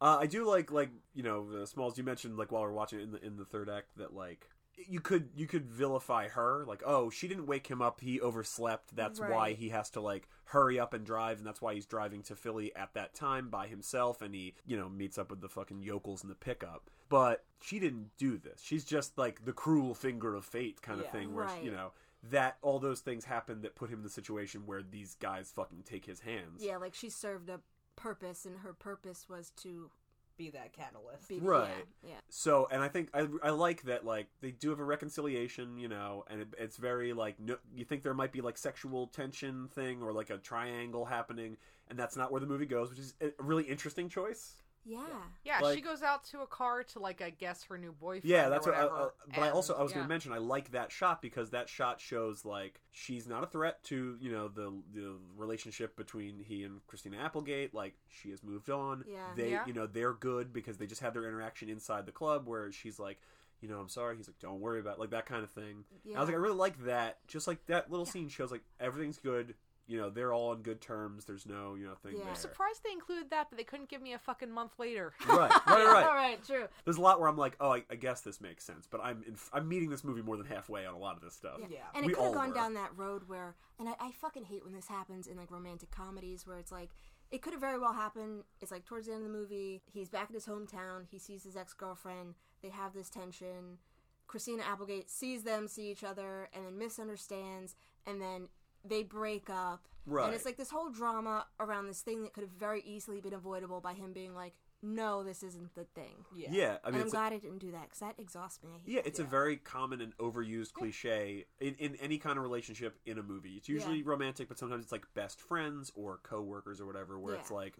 S1: Uh, I do like like you know uh, Smalls. You mentioned like while we we're watching it in the in the third act that like you could you could vilify her like oh she didn't wake him up he overslept that's why
S3: Right.
S1: he has to like hurry up and drive and that's why he's driving to Philly at that time by himself and he you know meets up with the fucking yokels in the pickup but she didn't do this she's just like the cruel finger of fate kind of
S4: Yeah.
S1: thing where she- you
S3: Right.
S1: know that all those things happen that put him in the situation where these guys fucking take his hands
S3: Yeah, like she served a purpose, and her purpose was to
S4: Be that catalyst.
S3: be
S1: Right.
S3: Yeah, yeah.
S1: so and i think I, I like that like they do have a reconciliation you know and it, it's very like no, you think there might be like sexual tension thing or like a triangle happening and that's not where the movie goes which is a really interesting choice
S3: Yeah.
S2: Yeah, she
S1: Like-
S2: goes out to a car to like I guess her new boyfriend.
S1: yeah that's
S2: or
S1: what I,
S2: whatever.
S1: I- but i
S2: and-
S1: also i was
S2: yeah.
S1: gonna mention i like that shot because that shot shows like she's not a threat to you know the the relationship between he and christina applegate like she has moved on
S3: Yeah.
S1: they
S2: Yeah.
S1: you know they're good because they just had their interaction inside the club where she's like you know i'm sorry he's like don't worry about it," like that kind of thing And i was like i really like that just like that little scene shows like everything's good you know they're all on good terms there's no you know thing
S3: Yeah.
S1: there
S2: Surprised they included that, but they couldn't give me a fucking
S1: *laughs*
S2: month later.
S1: right right
S2: *laughs*
S1: right
S3: *laughs* All right, true.
S1: there's a lot where I'm like, oh, I, I guess this makes sense, but I'm in, I'm meeting this movie more than halfway on a lot of this stuff.
S4: Yeah.
S3: And it
S1: We
S3: could
S1: all
S3: have gone
S1: were.
S3: down that road where, and I, I fucking hate when this happens in like romantic comedies where it's like, it could have very well happened. It's like towards the end of the movie, he's back in his hometown, he sees his ex girlfriend, they have this tension. Christina Applegate sees them see each other and then misunderstands, and then they break up. And
S1: Right.
S3: it's like this whole drama around this thing that could have very easily been avoidable by him being like, no, this isn't the thing.
S1: Yeah,
S4: Yeah.
S1: I
S3: and
S1: mean,
S3: I'm
S1: it's a,
S3: glad I I didn't do that because that exhausts me. I hate
S1: yeah, it's a
S4: Yeah.
S1: very common and overused cliche in, in any kind of relationship in a movie. It's usually
S3: Yeah.
S1: romantic, but sometimes it's like best friends or coworkers or whatever, where it's
S3: Yeah.
S1: like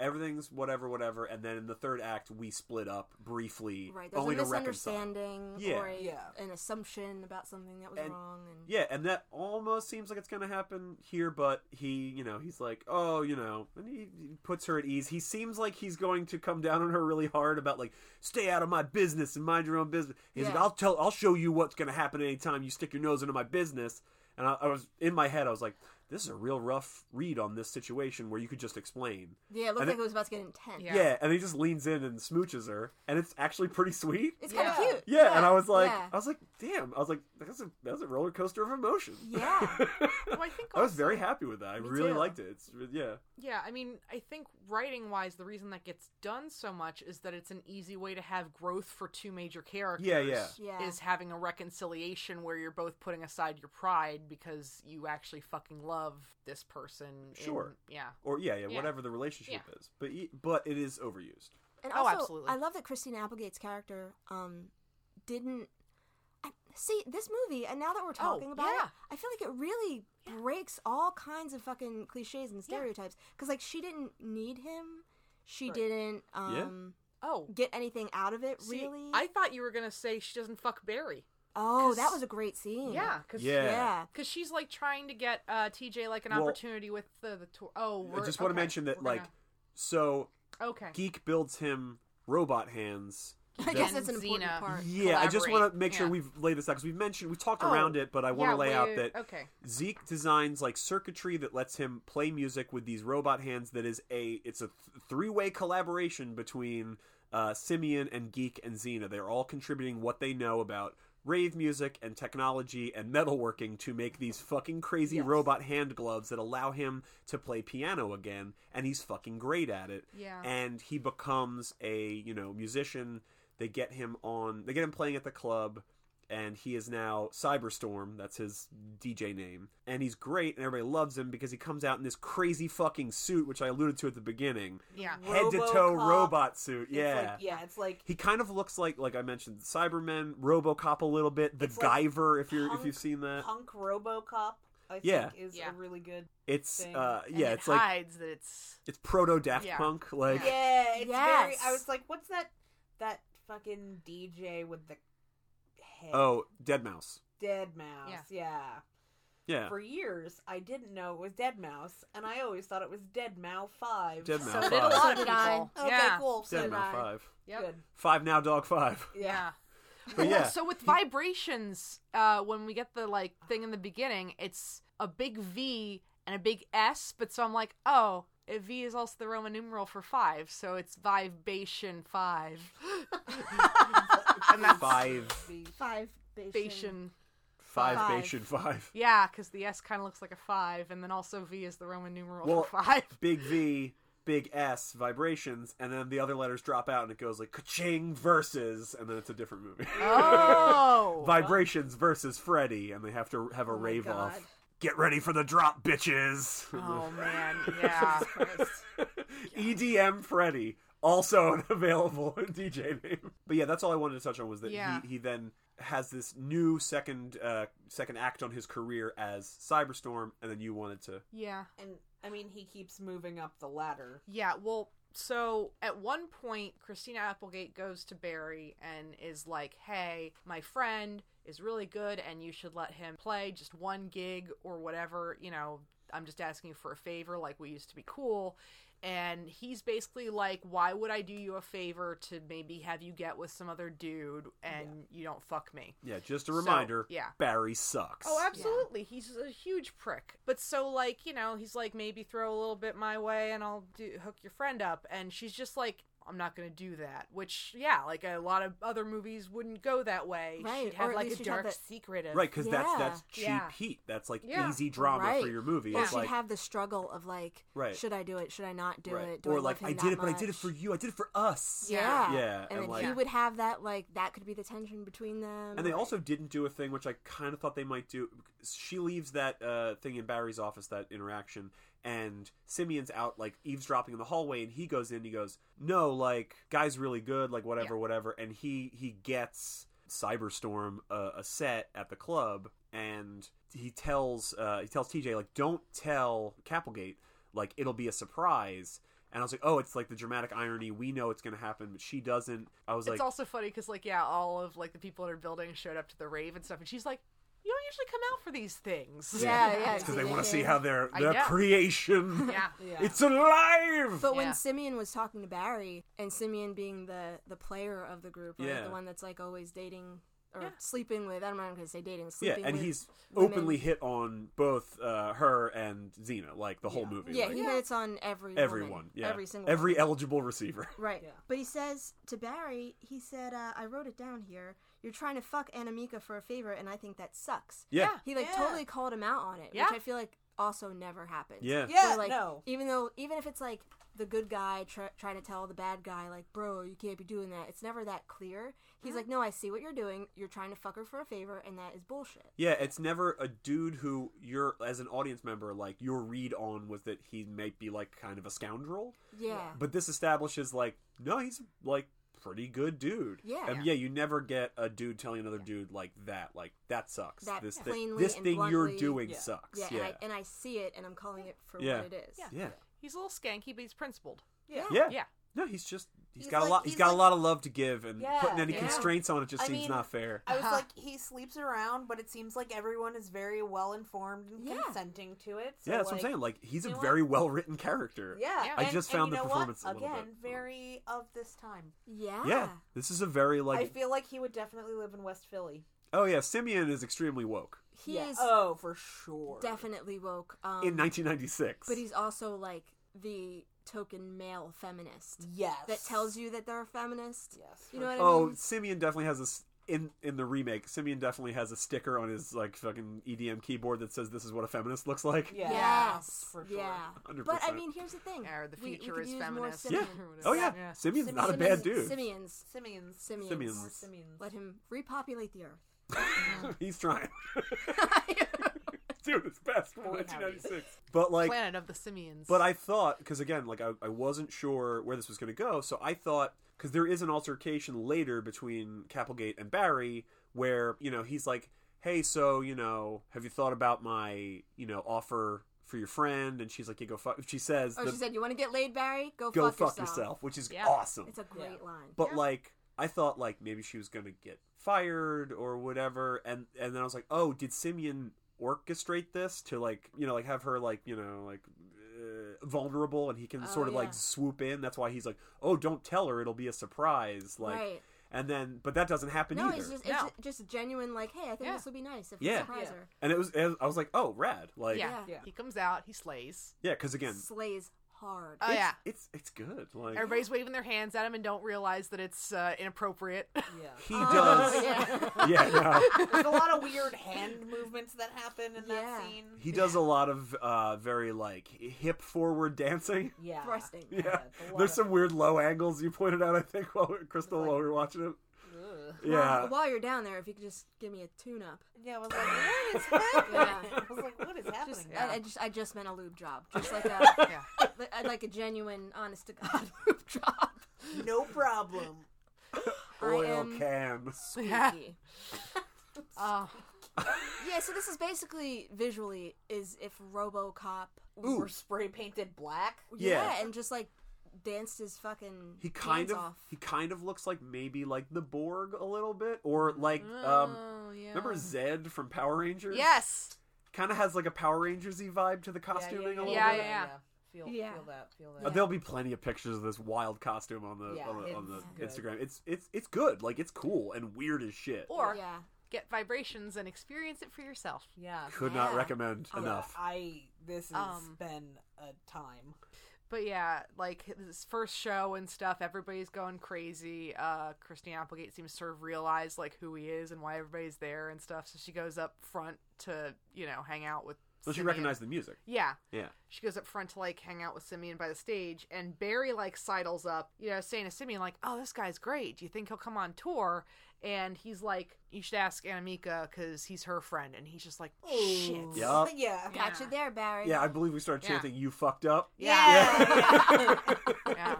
S1: everything's whatever, whatever, and then in the third act we split up briefly,
S3: Right. There's
S1: only
S3: a
S1: to reconcile.
S3: misunderstanding
S1: Yeah.
S3: or a,
S4: Yeah.
S3: an assumption about something that was
S1: And-
S3: wrong. And
S1: Yeah, and that almost seems like it's going to happen here, but he, you know, he's like, oh, you know, and he, he puts her at ease. He seems like he's going to come down on her really hard about like, stay out of my business and mind your own business. He's like,
S3: Yeah.
S1: I'll tell, I'll show you what's going to happen anytime you stick your nose into my business. And I, I was in my head, I was like, this is a real rough read on this situation where you could just explain.
S3: Yeah, it looked
S1: And
S3: like
S1: it-
S3: it was about to get intense.
S2: Yeah.
S1: Yeah, and he just leans in and smooches her, and it's actually pretty sweet.
S3: It's kind of
S4: Yeah.
S3: cute.
S1: Yeah, and I was like, oh.
S3: yeah.
S1: I was like, damn, I was like, that's a that's a roller coaster of emotion. *laughs*
S3: Yeah.
S2: Well, I *laughs* think
S1: I was
S2: also-
S1: very happy with that. I
S3: Me
S1: really
S3: too.
S1: liked it. It's yeah,
S2: Yeah, I mean, I think writing wise, the reason that gets done so much is that it's an easy way to have growth for two major characters.
S1: Yeah, yeah.
S3: Yeah.
S2: Is having a reconciliation where you're both putting aside your pride because you actually fucking love this person. in-
S1: Sure.
S2: yeah.
S1: or yeah, yeah,
S2: Yeah.
S1: whatever the relationship is. But e- but it is overused.
S3: And
S2: Oh,
S3: also,
S2: absolutely.
S3: I love that Christine Applegate's character um, didn't. I, see, this movie, and now that we're talking about
S2: Oh, yeah.
S3: it, I feel like it really breaks all kinds of fucking cliches and stereotypes. Because, like, she didn't need him. She
S2: Right.
S3: didn't um,
S2: Oh,
S3: get anything out of it,
S2: see,
S3: really.
S2: I thought you were gonna say she doesn't fuck Barry.
S3: oh,
S2: 'cause-
S3: that was a great scene.
S2: Yeah, because
S1: Yeah.
S3: Yeah.
S2: Because she's like trying to get uh, TJ like an
S1: Well,
S2: opportunity with the, the tour. Oh,
S1: I
S2: we're-
S1: just want
S2: okay,
S1: to mention that
S2: we're
S1: like
S2: gonna-
S1: so
S2: okay,
S1: Geek builds him robot hands.
S3: *laughs* I guess
S1: that-
S3: that's an important
S2: Xena.
S3: part.
S1: yeah, I just want
S2: collaborate.
S1: to make sure
S2: Yeah.
S1: we've laid this out because we've mentioned we talked
S2: Oh,
S1: around it, but I want to
S2: Yeah,
S1: lay out
S2: wait,
S1: that
S2: okay,
S1: Zeke designs like circuitry that lets him play music with these robot hands. That is a it's a th- three way collaboration between uh, Simeon and Geek and Xena. They're all contributing what they know about rave music and technology and metalworking to make these fucking crazy
S2: Yes.
S1: robot hand gloves that allow him to play piano again, and he's fucking great at it
S2: yeah.
S1: and he becomes a you know musician they get him on they get him playing at the club and he is now cyberstorm that's his dj name and he's great and everybody loves him because he comes out in this crazy fucking suit which i alluded to at the beginning
S2: yeah.
S1: head to toe
S4: RoboCop.
S1: robot suit
S4: It's
S1: yeah
S4: Like, yeah, it's like
S1: he kind of looks like like i mentioned cybermen robocop a little bit the
S4: It's like
S1: Guyver if you're if
S4: punk-
S1: you've seen that
S4: punk RoboCop. I
S1: uh, Yeah.
S4: think is
S2: Yeah.
S4: a really good.
S1: it's
S4: thing.
S1: uh
S2: And
S1: yeah
S2: it
S1: it's like
S2: hides that it's
S1: it's proto daft
S2: Yeah.
S1: punk like
S2: Yeah.
S4: Yeah, it's very.
S3: Yes.
S4: I was like, what's that? That fucking DJ with the head.
S1: oh dead mouse
S4: Dead Mouse.
S2: Yeah.
S4: yeah.
S1: yeah
S4: For years, I didn't know it was Dead Mouse, and I always thought it was Dead Mouse Five.
S1: Dead
S2: so
S1: Mouse
S2: did a
S1: five.
S2: lot of
S3: So did
S2: people.
S3: I.
S4: Okay,
S2: yeah.
S4: cool. So
S1: dead
S4: did
S1: mouse
S4: I.
S1: five
S2: Yep.
S4: Good.
S1: Five now, dog five.
S2: *laughs*
S4: Yeah.
S2: Yeah.
S1: But yeah,
S2: So with vibrations, uh, when we get the like thing in the beginning, it's a big V and a big S, but so I'm like, oh, a V is also the Roman numeral for five, so it's vibation five. and that's
S1: five,
S3: Five.
S2: vibration.
S3: Bation.
S1: five,
S3: Five.
S1: Bayesian five.
S2: Yeah, because the S kind of looks like a five, and then also V is the Roman numeral
S1: Well- *laughs*
S2: for five.
S1: Big V, big S, vibrations, and then the other letters drop out, and it goes like ka-ching versus, and then it's a different movie.
S2: Oh,
S1: vibrations versus Freddy, and they have to have a
S3: my
S1: rave
S3: God.
S1: off. Get ready for the drop, bitches. *laughs*
S2: oh man, yeah.
S1: EDM E Freddy, also an available *laughs* DJ name. But yeah, that's all I wanted to touch on was that
S2: Yeah.
S1: he, he then has this new second uh, second act on his career as Cyberstorm, and then you wanted to
S2: Yeah.
S4: And I mean, he keeps moving up the ladder.
S2: Yeah, well, so at one point, Christina Applegate goes to Barry and is like, hey, my friend is really good and you should let him play just one gig or whatever. You know, I'm just asking you for a favor, like we used to be cool. And he's basically like, why would I do you a favor to maybe have you get with some other dude and you don't fuck me?
S1: yeah, just a
S2: So,
S1: reminder.
S2: yeah.
S1: Barry sucks.
S2: Oh, absolutely. He's a huge prick. But so, like, you know, he's like, maybe throw a little bit my way and I'll do, hook your friend up. And she's just like, I'm not going to do that. Which, yeah, like a lot of other movies wouldn't go that way.
S3: Right,
S2: She'd
S3: or
S2: have
S3: at
S2: like a
S3: least you'd have
S2: dark
S3: that-
S2: secret. Of,
S1: Right, because that's
S3: Yeah.
S1: that's cheap
S2: Yeah.
S1: heat. That's like
S2: Yeah.
S1: easy drama for
S3: Right.
S1: your movie.
S3: Or
S1: it's
S3: she'd
S1: like,
S3: have the struggle of, like,
S1: Right.
S3: should I do it? Should I not do
S1: right.
S3: it? Do
S1: or
S3: I
S1: like
S3: love
S1: I
S3: him
S1: did
S3: that
S1: it, but I did it
S3: much?"
S1: for you. I did it for us.
S3: Yeah.
S1: Yeah,
S3: And,
S1: and,
S3: then
S1: like-
S3: he would have that like that could be the tension between them.
S1: And they also didn't do a thing which I kind of thought they might do. She leaves that uh, thing in Barry's office, that interaction, and Simeon's out like eavesdropping in the hallway, and he goes in. He goes, "No, like guy's really good, like whatever, whatever." And he he gets Cyberstorm uh, a set at the club, and he tells uh, he tells TJ like, "Don't tell Capelgate, like it'll be a surprise." And I was like, "Oh, it's like the dramatic irony. We know it's going to happen, but she doesn't." I was
S2: It's
S1: like,
S2: also funny because, like, yeah, all of like the people in her building showed up to the rave and stuff. And she's like, you don't usually come out for these things. *laughs*
S3: Yeah, yeah.
S1: It's because they
S3: Yeah.
S1: want to see how their
S2: I
S1: their
S2: know.
S1: creation.
S3: *laughs*
S2: Yeah.
S4: Yeah.
S1: It's alive.
S3: But
S2: Yeah.
S3: when Simeon was talking to Barry and Simeon being the the player of the group, right,
S1: Yeah.
S3: the one that's like always dating or
S2: Yeah.
S3: sleeping with. I'm not going to say dating.
S1: yeah,
S3: Sleeping
S1: and
S3: with
S1: he's
S3: women.
S1: openly hit on both uh, her and Xena, like the whole
S4: Yeah.
S1: movie.
S3: yeah,
S1: like,
S3: he
S2: Yeah.
S3: hits on every woman.
S1: everyone. yeah,
S3: every single
S1: every
S3: woman.
S1: eligible receiver. *laughs*
S3: right.
S4: Yeah.
S3: But he says to Barry, he said, uh, "I wrote it down here. You're trying to fuck Anamika for a favor, and I think that sucks."
S1: Yeah,
S3: He like
S4: Yeah.
S3: totally called him out on it,
S2: Yeah.
S3: which I feel like also never happens.
S1: yeah,
S4: Yeah,
S3: Where, like,
S4: no.
S3: Even though, even if it's like the good guy try, trying to tell the bad guy, like, bro, you can't be doing that. It's never that clear. He's like, no, I see what you're doing. You're trying to fuck her for a favor, and that is bullshit.
S1: Yeah, It's never a dude who you're as an audience member, like your read on was that he might be like kind of a scoundrel,
S3: Yeah.
S1: but this establishes like no, he's like pretty good dude.
S3: Yeah.
S1: and yeah, you never get a dude telling another dude like that. Like that sucks.
S3: That
S1: this thing,
S3: plainly
S1: this
S3: and
S1: thing you're
S3: bluntly-
S1: doing
S4: Yeah.
S1: sucks.
S3: Yeah.
S1: Yeah,
S3: And, I, and I see it, and I'm calling it for
S1: Yeah.
S3: what it is.
S2: Yeah.
S1: yeah.
S2: He's a little skanky, but he's principled.
S4: Yeah.
S1: Yeah.
S2: Yeah.
S1: No, he's just he's
S4: He's
S1: got
S4: like-
S1: a lot. he's
S4: he's
S1: got a
S4: like-
S1: lot of love to give, and
S4: Yeah,
S1: putting any
S2: yeah.
S1: constraints on it just
S4: I
S1: seems
S4: mean,
S1: not fair.
S4: I was
S2: Uh-huh.
S4: like, he sleeps around, but it seems like everyone is very well informed and
S3: Yeah.
S4: consenting to it. So
S1: yeah, that's what
S4: like,
S1: I'm saying. Like he's a
S4: you know
S1: very well written character.
S4: Yeah,
S2: Yeah.
S1: I
S4: and-
S1: just
S4: and
S1: found
S4: you
S1: the
S4: know what?
S1: performance a little
S4: again
S1: bit-
S4: very of this time.
S3: Yeah.
S1: Yeah, this is a very like.
S4: I feel like he would definitely live in West Philly.
S1: oh yeah, Simeon is extremely woke
S3: He
S4: Yeah.
S3: is
S4: oh for sure.
S3: definitely woke. Um,
S1: in 1996.
S3: but he's also like the token male feminist
S4: yes.
S3: that tells you that they're a feminist.
S4: yes.
S3: You
S4: for
S3: know what I
S1: oh,
S3: mean?
S1: Simeon definitely has a s in in the remake. Simeon definitely has a sticker on his like fucking EDM keyboard that says, "This is what a feminist looks like."
S4: Yeah.
S3: Yes.
S4: For sure.
S3: Yeah.
S1: 100%.
S3: But I mean, here's the thing.
S2: Or the
S3: We- we
S2: future
S3: could
S2: is
S3: use more
S2: feminist.
S1: Yeah.
S3: Simeon.
S1: Oh yeah,
S2: Yeah.
S1: Simeon's
S3: Sim-
S1: not a bad dude.
S3: Simeons.
S4: Simeons.
S3: Simeons.
S1: Simeons.
S4: More Simeons.
S3: Let him repopulate the earth.
S1: *laughs* he's trying. *laughs* Doing his best for
S4: Holy
S1: 1996. But like,
S2: Planet of the Simians.
S1: But I thought, because again, like I, I wasn't sure where this was going to go, so I thought because there is an altercation later between Capelgate and Barry, where you know he's like, "Hey, so you know, have you thought about my you know offer for your friend?" And she's like, "You go fuck." She says,
S3: Oh,
S1: the-
S3: she said, "You want to get laid, Barry? Go,
S1: "Go
S3: fuck,
S1: fuck
S3: yourself."
S1: yourself," which is
S2: Yeah.
S1: awesome.
S3: It's a great
S4: Yeah.
S3: line.
S1: But like I thought like maybe she was gonna get fired or whatever and and then I was like, Oh, did Simeon orchestrate this to like you know, like have her like, you know, like uh, vulnerable and he can
S3: Oh,
S1: sort of
S3: yeah.
S1: like swoop in. That's why he's like, Oh, don't tell her, it'll be a surprise. Like
S3: right?
S1: and then but that doesn't happen
S3: No,
S1: either.
S3: it's just it's
S2: No.
S3: ju- just genuine. Like, hey, I think
S2: Yeah.
S3: this will be nice if we
S1: Yeah.
S3: surprise
S4: Yeah.
S3: her.
S1: And it was and I was like, Oh, rad. Like yeah,
S2: yeah.
S3: Yeah.
S4: Yeah.
S2: he comes out, he slays.
S1: because again
S3: slays hard.
S2: Oh yeah,
S1: it's it's good. Like
S2: everybody's waving their hands at him and don't realize that it's uh, inappropriate. *laughs*
S3: *laughs*
S4: Yeah.
S1: he
S3: Oh,
S1: does
S4: *laughs*
S1: *laughs*
S3: yeah.
S1: Yeah, no.
S3: *laughs*
S4: There's a lot of weird hand movements that happen in
S3: Yeah.
S4: that scene.
S1: He does a lot of uh very like hip forward dancing.
S4: Yeah.
S3: Thrusting.
S1: Yeah.
S4: it's a lot
S1: There's
S4: of-
S1: some weird low angles you pointed out, I think, while we- Crystal
S4: Like-
S1: while we were watching it.
S4: Ugh.
S1: Yeah.
S3: While, while you're down there, if you could just give me a tune up.
S4: Yeah, I was like, what is
S3: *laughs*
S4: happening?
S3: Yeah.
S4: I was like, what is happening?
S3: Just,
S2: Yeah.
S3: I, I just I just meant a lube job, just
S1: *laughs*
S3: like a
S2: yeah.
S3: li- uh, like a genuine, honest to god *laughs* lube job.
S4: No problem.
S1: Oil
S3: I am
S1: can.
S2: Yeah.
S3: squeaky.
S1: *laughs*
S2: Uh,
S3: Yeah, so this is basically visually is if RoboCop
S1: Ooh.
S4: We're spray painted black.
S1: Yeah.
S3: and just like danced his fucking
S1: He kind
S3: hands
S1: of
S3: off.
S1: he kind of looks like maybe like the Borg a little bit. Or like um
S2: oh, yeah.
S1: remember Zed from Power Rangers?
S2: Yes.
S1: Kinda has like a Power Rangers y vibe to the costuming a little
S2: yeah,
S1: bit.
S2: yeah.
S4: Feel,
S3: Yeah.
S4: feel that. Feel
S1: Uh,
S4: that.
S1: There'll be plenty of pictures of this wild costume on the
S4: Yeah,
S1: on the, on
S4: it's
S1: the
S4: good.
S1: Instagram. It's it's it's good. Like it's cool and weird as shit.
S2: Or
S3: yeah,
S2: get vibrations and experience it for yourself.
S1: *laughs*
S4: Yeah. Oh,
S1: Could not
S3: Yeah.
S1: recommend
S4: Yeah,
S1: enough.
S4: I. This has
S2: Um,
S4: been a time.
S2: But yeah, like his first show and stuff, everybody's going crazy. Uh, Christine Applegate seems to sort of realize like who he is and why everybody's there and stuff. So she goes up front to you know hang out with.
S1: So she
S2: Simeon.
S1: recognized the music.
S2: Yeah,
S1: Yeah.
S2: she goes up front to like hang out with Simeon by the stage, and Barry like sidles up, you know, saying to Simeon like, "Oh, this guy's great. Do you think he'll come on tour?" And he's like, "You should ask Anamika because he's her friend." And he's just like,
S4: Oh,
S2: "Shit,
S4: Ooh.
S1: Yeah. Yup.
S4: Yeah.
S3: got
S2: Yeah.
S3: you there, Barry.
S1: Yeah, I believe we started
S2: Yeah.
S1: chanting you fucked up.
S2: Yeah.
S4: Yeah.
S2: yeah,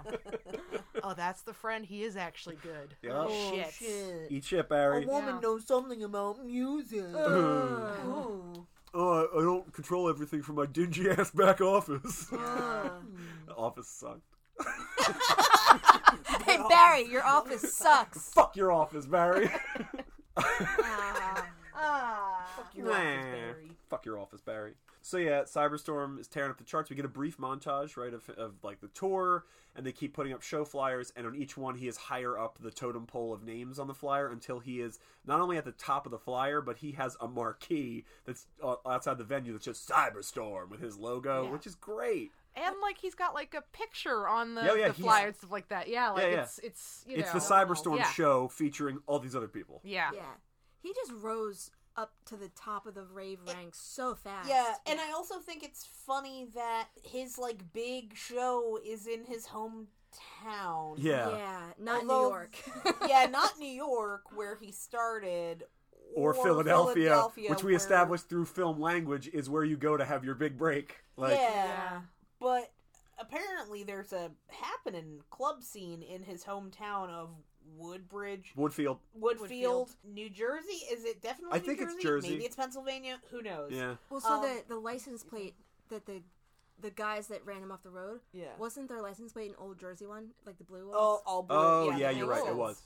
S2: *laughs* oh, that's the friend. He is actually good.
S1: Yep.
S4: Oh,
S2: Shit.
S4: shit.
S1: Eat shit, Barry.
S4: A woman
S2: Yeah.
S4: knows something about music.
S3: Ugh.
S4: Ooh.
S1: *laughs* Oh, I- I don't control everything from my dingy ass back office.
S3: Ugh.
S1: office sucked.
S3: hey Barry, your office sucks.
S1: *laughs* Fuck your office, Barry.
S3: Ah.
S4: Ah. Fuck you,
S1: Nah.
S3: uh.
S4: Raspberry.
S1: Fuck fuck your office, Barry. So yeah, Cyberstorm is tearing up the charts. We get a brief montage, right, of, of like the tour, and they keep putting up show flyers, and on each one he is higher up the totem pole of names on the flyer until he is not only at the top of the flyer, but he has a marquee that's uh, outside the venue that's just Cyberstorm with his logo,
S3: Yeah.
S1: which is great.
S2: And like he's got like a picture on the,
S1: Yeah, yeah,
S2: the
S1: he's-
S2: flyer and stuff like that. Yeah, like
S1: yeah.
S2: it's it's you
S1: it's
S2: know
S1: the Cyberstorm
S2: yeah.
S1: show featuring all these other people.
S2: Yeah.
S3: Yeah. He just rose up to the top of the rave ranks so fast.
S4: Yeah, and I also think it's funny that his like big show is in his hometown.
S3: Yeah,
S1: Yeah.
S3: not New
S4: Although-
S3: York. *laughs*
S4: yeah, not New York where he started,
S1: Or, Philadelphia, which we
S4: where-
S1: established through film language is where you go to have your big break. Like
S4: yeah,
S2: Yeah.
S4: but apparently there's a happening club scene in his hometown of Woodbridge,
S1: Woodfield.
S4: Woodfield,
S2: Woodfield.
S4: New Jersey. Is it definitely?
S1: I
S4: New
S1: think it's
S4: Jersey?
S1: Jersey.
S4: Maybe it's Pennsylvania. Who knows?
S1: Yeah.
S3: well, so
S4: Um,
S3: the the license plate that the the guys that ran him off the road
S4: yeah.
S3: wasn't their license plate an old Jersey one, like the blue ones.
S4: Oh, all blue.
S1: Oh
S4: yeah,
S1: yeah,
S4: that
S1: you're
S4: makes
S1: right. It
S4: sense.
S1: was.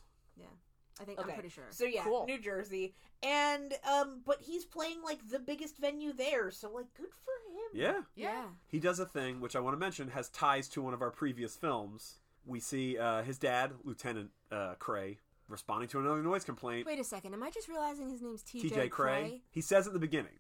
S3: I think I'm pretty sure.
S4: So yeah,
S2: Cool.
S4: New Jersey, and um, but he's playing like the biggest venue there, so like good for him.
S1: Yeah.
S2: Yeah.
S1: He does a thing which I want to mention has ties to one of our previous films. We see uh, his dad, Lieutenant uh, Cray, responding to another noise complaint.
S3: Wait a second. Am I just realizing his name's T.J.
S1: TJ
S3: Cray?
S1: Cray. He says at the beginning,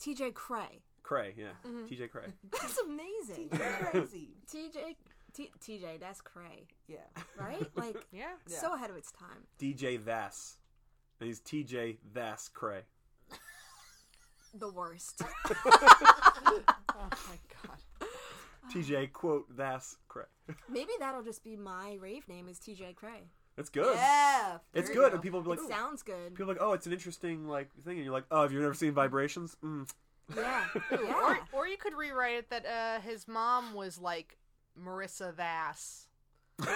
S3: T.J. Cray.
S1: Cray, yeah.
S2: Mm-hmm.
S1: TJ Cray.
S3: *laughs*
S1: *laughs*
S3: That's amazing.
S4: He's crazy.
S3: T.J. T- T.J. That's Cray,
S1: *laughs*
S4: Yeah, *laughs*
S3: right? Like
S2: Yeah.
S4: Yeah.
S3: so ahead of its time.
S1: DJ Vass. And he's TJ Vass Cray.
S3: The worst.
S2: Oh my god. Ah.
S1: TJ, quote, Vass Cray.
S3: Maybe that'll just be my rave name is T.J. Cray.
S1: It's good.
S4: yeah,
S1: It's
S4: there
S1: good.
S4: you
S1: And people will be
S3: it
S1: like, "Ooh."
S3: sounds good.
S1: people are like, oh, it's an interesting like thing. And you're like, oh, have you never seen Vibrations? Mm. *laughs*
S3: Yeah.
S2: Or
S3: yeah.
S2: or you could rewrite it that uh his mom was like Marissa Vass. and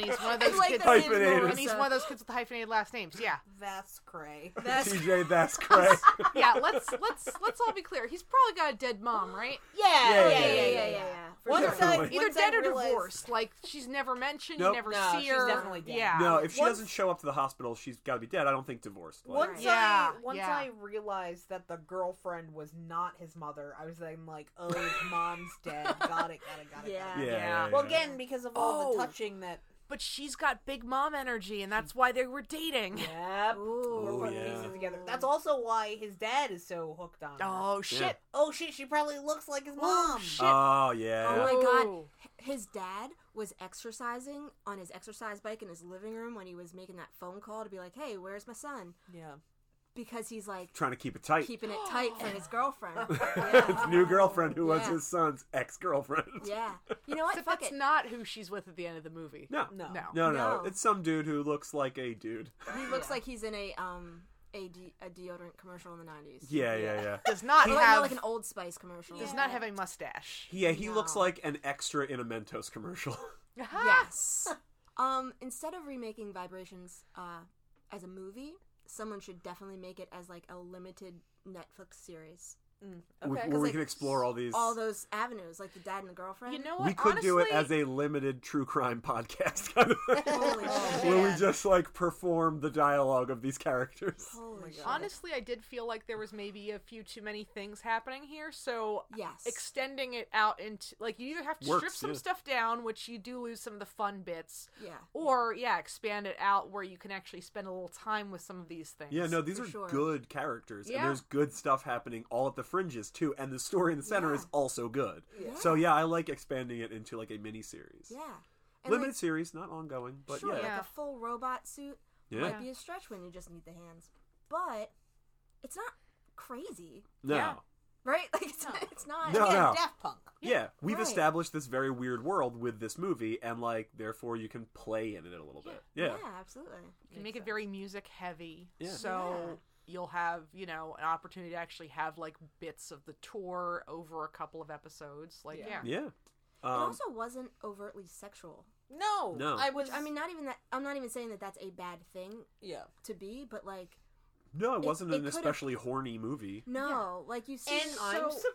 S2: he's one of those
S3: *laughs* like
S2: kids
S3: that his
S1: Hyphenated.
S2: and he's
S3: Marissa-
S2: one of those kids with hyphenated last names. Yeah.
S4: go. That's cray. *laughs*
S3: That's
S1: TJ Vass Cray.
S2: Yeah, let's let's let's all be clear. He's probably got a dead mom, right?
S4: Yeah,
S1: Yeah,
S3: Oh, yeah,
S1: yeah,
S3: yeah, yeah, yeah. For
S4: Once
S3: sure.
S1: Definitely.
S4: I-
S1: Either
S4: once
S2: Either
S4: I
S2: dead or
S4: realized-
S2: divorced. Like she's never mentioned,
S1: Nope.
S2: you never
S4: No,
S2: see
S4: she's
S2: her.
S4: definitely dead.
S2: Yeah.
S1: no, if she
S4: Once-
S1: doesn't show up to the hospital, she's got to be dead. I don't think divorced. Like,
S4: Once
S2: Yeah,
S4: I once
S2: yeah.
S4: I realized that the girlfriend was not his mother, I was then like, oh, his mom's dead. *laughs* Got it. Got it. Got
S3: Yeah.
S4: it.
S1: yeah, yeah.
S2: Yeah.
S1: yeah.
S4: Well, again, because of all
S2: Oh.
S4: the touching that.
S2: But she's got big mom energy and that's why they were dating.
S3: *laughs*
S4: *laughs* Yep.
S3: Ooh.
S4: We're
S1: Oh,
S4: putting
S1: yeah.
S4: pieces together. That's also why his dad is so hooked on. her.
S2: Oh shit.
S4: Oh shit, she probably looks like his
S2: Oh,
S4: mom.
S2: shit.
S1: Oh yeah.
S3: Oh my god.
S2: Ooh.
S3: His dad was exercising on his exercise bike in his living room when he was making that phone call to be like, "Hey, where's my son?"
S4: yeah.
S3: Because he's like
S1: Trying to keep it tight. *laughs*
S3: keeping it tight for his girlfriend. Yeah.
S1: his new girlfriend, who was
S3: Yeah.
S1: his son's ex-girlfriend.
S3: yeah. You know what?
S2: But
S3: Fuck
S2: that's
S3: it.
S2: not who she's with at the end of the movie.
S1: No.
S4: No.
S2: No.
S1: No, no,
S3: No.
S1: It's some dude who looks like a dude. *laughs*
S3: He looks like he's in a um a, de- a deodorant commercial in the 90s.
S1: Yeah, yeah, yeah.
S2: Does not
S3: Or like, not
S2: have
S3: like an Old Spice commercial.
S2: does not have a mustache.
S1: Yeah, he looks
S3: No.
S1: like an extra in a Mentos commercial. *laughs*
S3: Yes. *laughs* um, instead of remaking Vibrations uh, as a movie, someone should definitely make it as like a limited Netflix series.
S1: where-
S4: Okay.
S1: where we
S3: like,
S1: can explore all these.
S3: All those avenues, like the dad and the girlfriend.
S2: You know what?
S1: we could do it as
S2: Honestly,
S1: a limited true crime *laughs* podcast kind of thing,
S3: Holy
S4: Oh,
S3: shit.
S1: where we
S4: man.
S1: just like perform the dialogue of these characters.
S3: Holy shit.
S2: Honestly, I did feel like there was maybe a few too many things happening here, so
S3: Yes.
S2: extending it out into like you either have to
S1: Works,
S2: strip some
S1: yeah.
S2: stuff down, which you do lose some of the fun bits,
S3: yeah.
S2: or yeah, expand it out where you can actually spend a little time with some of these things.
S1: Yeah, no, these
S3: for
S1: are
S3: sure.
S1: good characters,
S2: Yeah.
S1: and there's good stuff happening all at the fringes too, and the story in the center
S3: Yeah.
S1: is also good.
S3: Yeah.
S1: So yeah, I like expanding it into like a mini series,
S3: Yeah. And
S1: limited series, not ongoing, but
S3: like, sure,
S1: yeah,
S3: like
S2: Yeah.
S3: a full robot suit
S1: yeah,
S3: might be a stretch when you just need the hands. But it's not crazy,
S1: no.
S2: Yeah.
S3: right? *laughs* Like, it's, it's not.
S1: No,
S4: yeah,
S1: no.
S4: Daft Punk.
S1: Yeah, we've
S3: Right.
S1: established this very weird world with this movie, and like therefore you can play in it a little bit. Yeah,
S3: yeah absolutely.
S2: You can make it very music heavy.
S1: Yeah.
S2: So you'll have, you know, an opportunity to actually have like bits of the tour over a couple of episodes. Like yeah.
S4: Yeah.
S1: yeah.
S3: It
S1: Um,
S3: also wasn't overtly sexual.
S4: No.
S1: No.
S4: I was
S3: I mean, not even that. I'm not even saying that that's a bad thing
S4: yeah.
S3: to be, but like,
S1: No, it wasn't
S3: it
S1: an
S3: could've-
S1: especially horny movie.
S3: No, like you see,
S4: And I'm
S3: so,
S4: surprised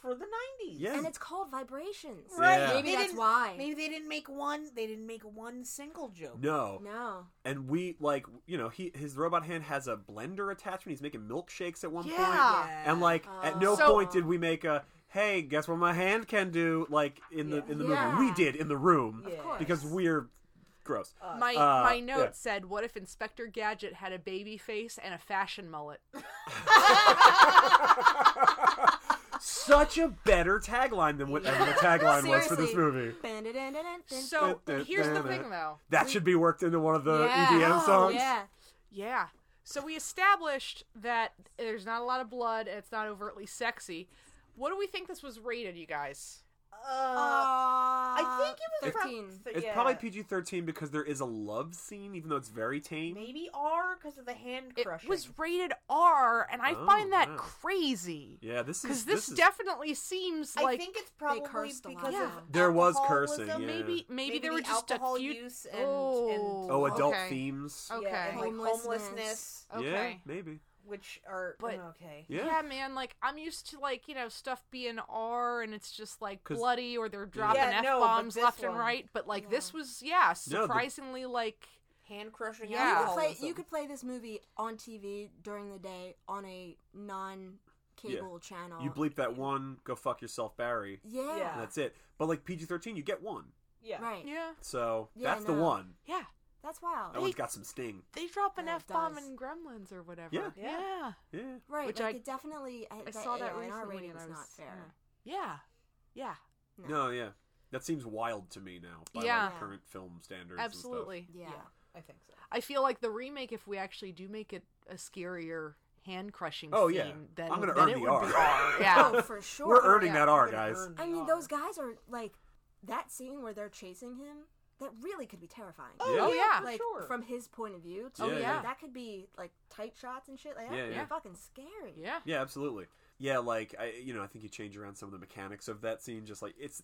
S4: for the 90s.
S1: Yeah.
S3: and it's called Vibrations.
S1: Right. Yeah.
S3: Maybe
S4: They
S3: that's
S4: didn't-
S3: why.
S4: Maybe they didn't make one. They didn't make one single joke.
S1: No.
S3: No.
S1: and we like you know he his robot hand has a blender attachment. He's making milkshakes at one point.
S2: Yeah.
S1: and like at no
S2: So-
S1: point did we make a hey guess what my hand can do like in the
S4: Yeah.
S1: in the
S3: Yeah.
S1: movie we did in the room
S4: Yeah. Of
S3: course.
S1: because
S3: *laughs*
S1: we're gross
S2: My
S1: Uh,
S2: my note
S1: yeah.
S2: said, "What if Inspector Gadget had a baby face and a fashion mullet?"
S1: such a better tagline than whatever the tagline was for this
S3: Seriously.
S1: movie
S3: So
S2: So
S1: dun, dun,
S2: here's the
S1: dun,
S2: thing,
S1: dun.
S2: though.
S1: that should be worked into one of *laughs* the
S2: Yeah.
S1: EDM songs
S3: yeah.
S2: Yeah. So we established that there's not a lot of blood and it's not overtly sexy. What do we think this was rated, you guys?
S4: Uh, I think it was prob-
S3: 13.
S4: th-
S1: it's
S4: yeah.
S1: probably PG-13 because there is a love scene even though it's very tame
S4: Maybe R because of the hand
S2: It
S4: crushing.
S2: was rated R, and I
S1: Oh,
S2: find that
S1: wow.
S2: crazy.
S1: yeah this is
S2: Because this,
S1: is,
S2: definitely seems
S4: I
S2: like
S4: think it's probably
S3: cursed a lot,
S4: because of
S2: though.
S1: There was cursing,
S4: alcoholism,
S1: yeah.
S2: maybe maybe,
S4: Maybe
S2: there
S4: the
S2: were just a
S4: alcohol
S2: few
S4: use and- and-
S2: oh,
S1: oh adult
S2: okay.
S1: themes
S2: Okay.
S4: Yeah, and, like
S3: Homelessness.
S4: homelessness,
S2: Okay.
S1: yeah maybe
S4: which are oh,
S2: But-
S4: okay.
S1: yeah,
S2: Yeah. man. Like I'm used to like you know stuff being R and it's just like
S1: 'Cause-
S2: bloody or they're dropping
S4: Yeah,
S2: f
S4: no, but
S2: bombs
S4: this
S2: left and
S4: one-
S2: right. But like
S3: Yeah.
S2: this was
S1: No,
S2: yeah
S1: the-
S2: surprisingly like
S4: Hand crushing
S2: Yeah.
S3: You
S2: You
S3: could play.
S4: alcoholism.
S3: You could play this movie on TV during the day on a non-cable channel.
S1: You bleep that one, go fuck yourself, Barry.
S3: Yeah.
S1: And
S4: Oh. Yeah.
S1: that's it. But like PG thirteen, you get one.
S4: yeah.
S3: Right.
S2: yeah
S1: So
S3: Yeah,
S1: that's the
S3: no.
S1: one.
S2: yeah
S3: That's
S1: That
S3: wild.
S1: one's got some sting.
S2: they drop an
S3: Yeah, it
S2: f bomb
S3: does.
S2: in Gremlins or whatever.
S1: Yeah.
S4: Yeah.
S2: yeah,
S1: Yeah.
S3: right.
S2: which
S3: like
S2: I-
S3: it definitely. I,
S2: I saw that
S3: yeah, and our
S2: recently
S3: rating
S2: and
S3: was
S2: I
S3: not
S2: was-
S3: fair.
S2: yeah, yeah.
S1: No, yeah. That seems wild to me now by like
S2: Yeah.
S1: current film standards. and stuff.
S2: Absolutely.
S3: Yeah.
S4: I think so.
S2: I feel like the remake, if we actually do make it a scarier hand crushing
S1: Oh,
S2: scene,
S1: yeah.
S2: then,
S1: I'm gonna
S2: then
S1: earn
S2: it
S1: the
S2: would
S1: R.
S2: be
S1: *laughs*
S2: R. Yeah.
S3: Oh, for sure.
S1: We're earning that R,
S4: We're gonna
S1: guys.
S4: earn
S3: I
S4: the
S3: mean,
S4: R.
S3: those guys are like that scene where they're chasing him. That really could be terrifying.
S1: Yeah.
S2: Oh, yeah.
S4: for
S3: Like
S4: sure.
S3: from his point of view.
S1: Oh,
S3: too.
S1: yeah.
S3: That could be like tight shots and shit. Like
S1: Yeah,
S3: that
S1: yeah.
S3: be fucking scary.
S2: yeah.
S1: Yeah, absolutely. Yeah, like I you know, I think you change around some of the mechanics of that scene, just like it's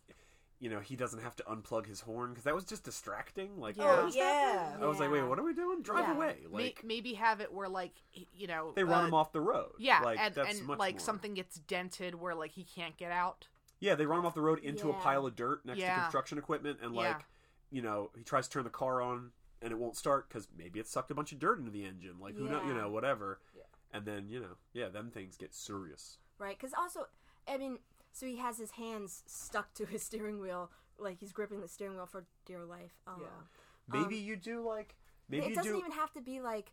S1: you know, he doesn't have to unplug his horn because that was just distracting. Like
S2: Yeah.
S1: what was that
S4: Yeah.
S1: thing? I was like, wait, what are we doing? Drive
S3: Yeah.
S1: away.
S2: Ma-
S1: Like
S2: maybe have it where like y- you know
S1: they run
S2: uh,
S1: him off the road.
S2: Yeah,
S1: like,
S2: and
S1: that's
S2: and
S1: much
S2: like
S1: more-
S2: something gets dented where like he can't get out.
S1: Yeah, they run him off the road into a
S3: Yeah.
S1: pile of dirt next to
S2: Yeah.
S1: construction equipment, and
S2: Yeah.
S1: like, you know, he tries to turn the car on, and it won't start because maybe it sucked a bunch of dirt into the engine. Like, who know, you
S3: Yeah.
S1: know, whatever.
S4: Yeah.
S1: And then you know, yeah, them things get serious.
S3: Right? Because also, I mean, so he has his hands stuck to his steering wheel, like he's gripping the steering wheel for dear life. Um,
S4: Yeah.
S1: Maybe you do like, maybe
S3: it
S1: you
S3: doesn't
S1: do.
S3: even have to be like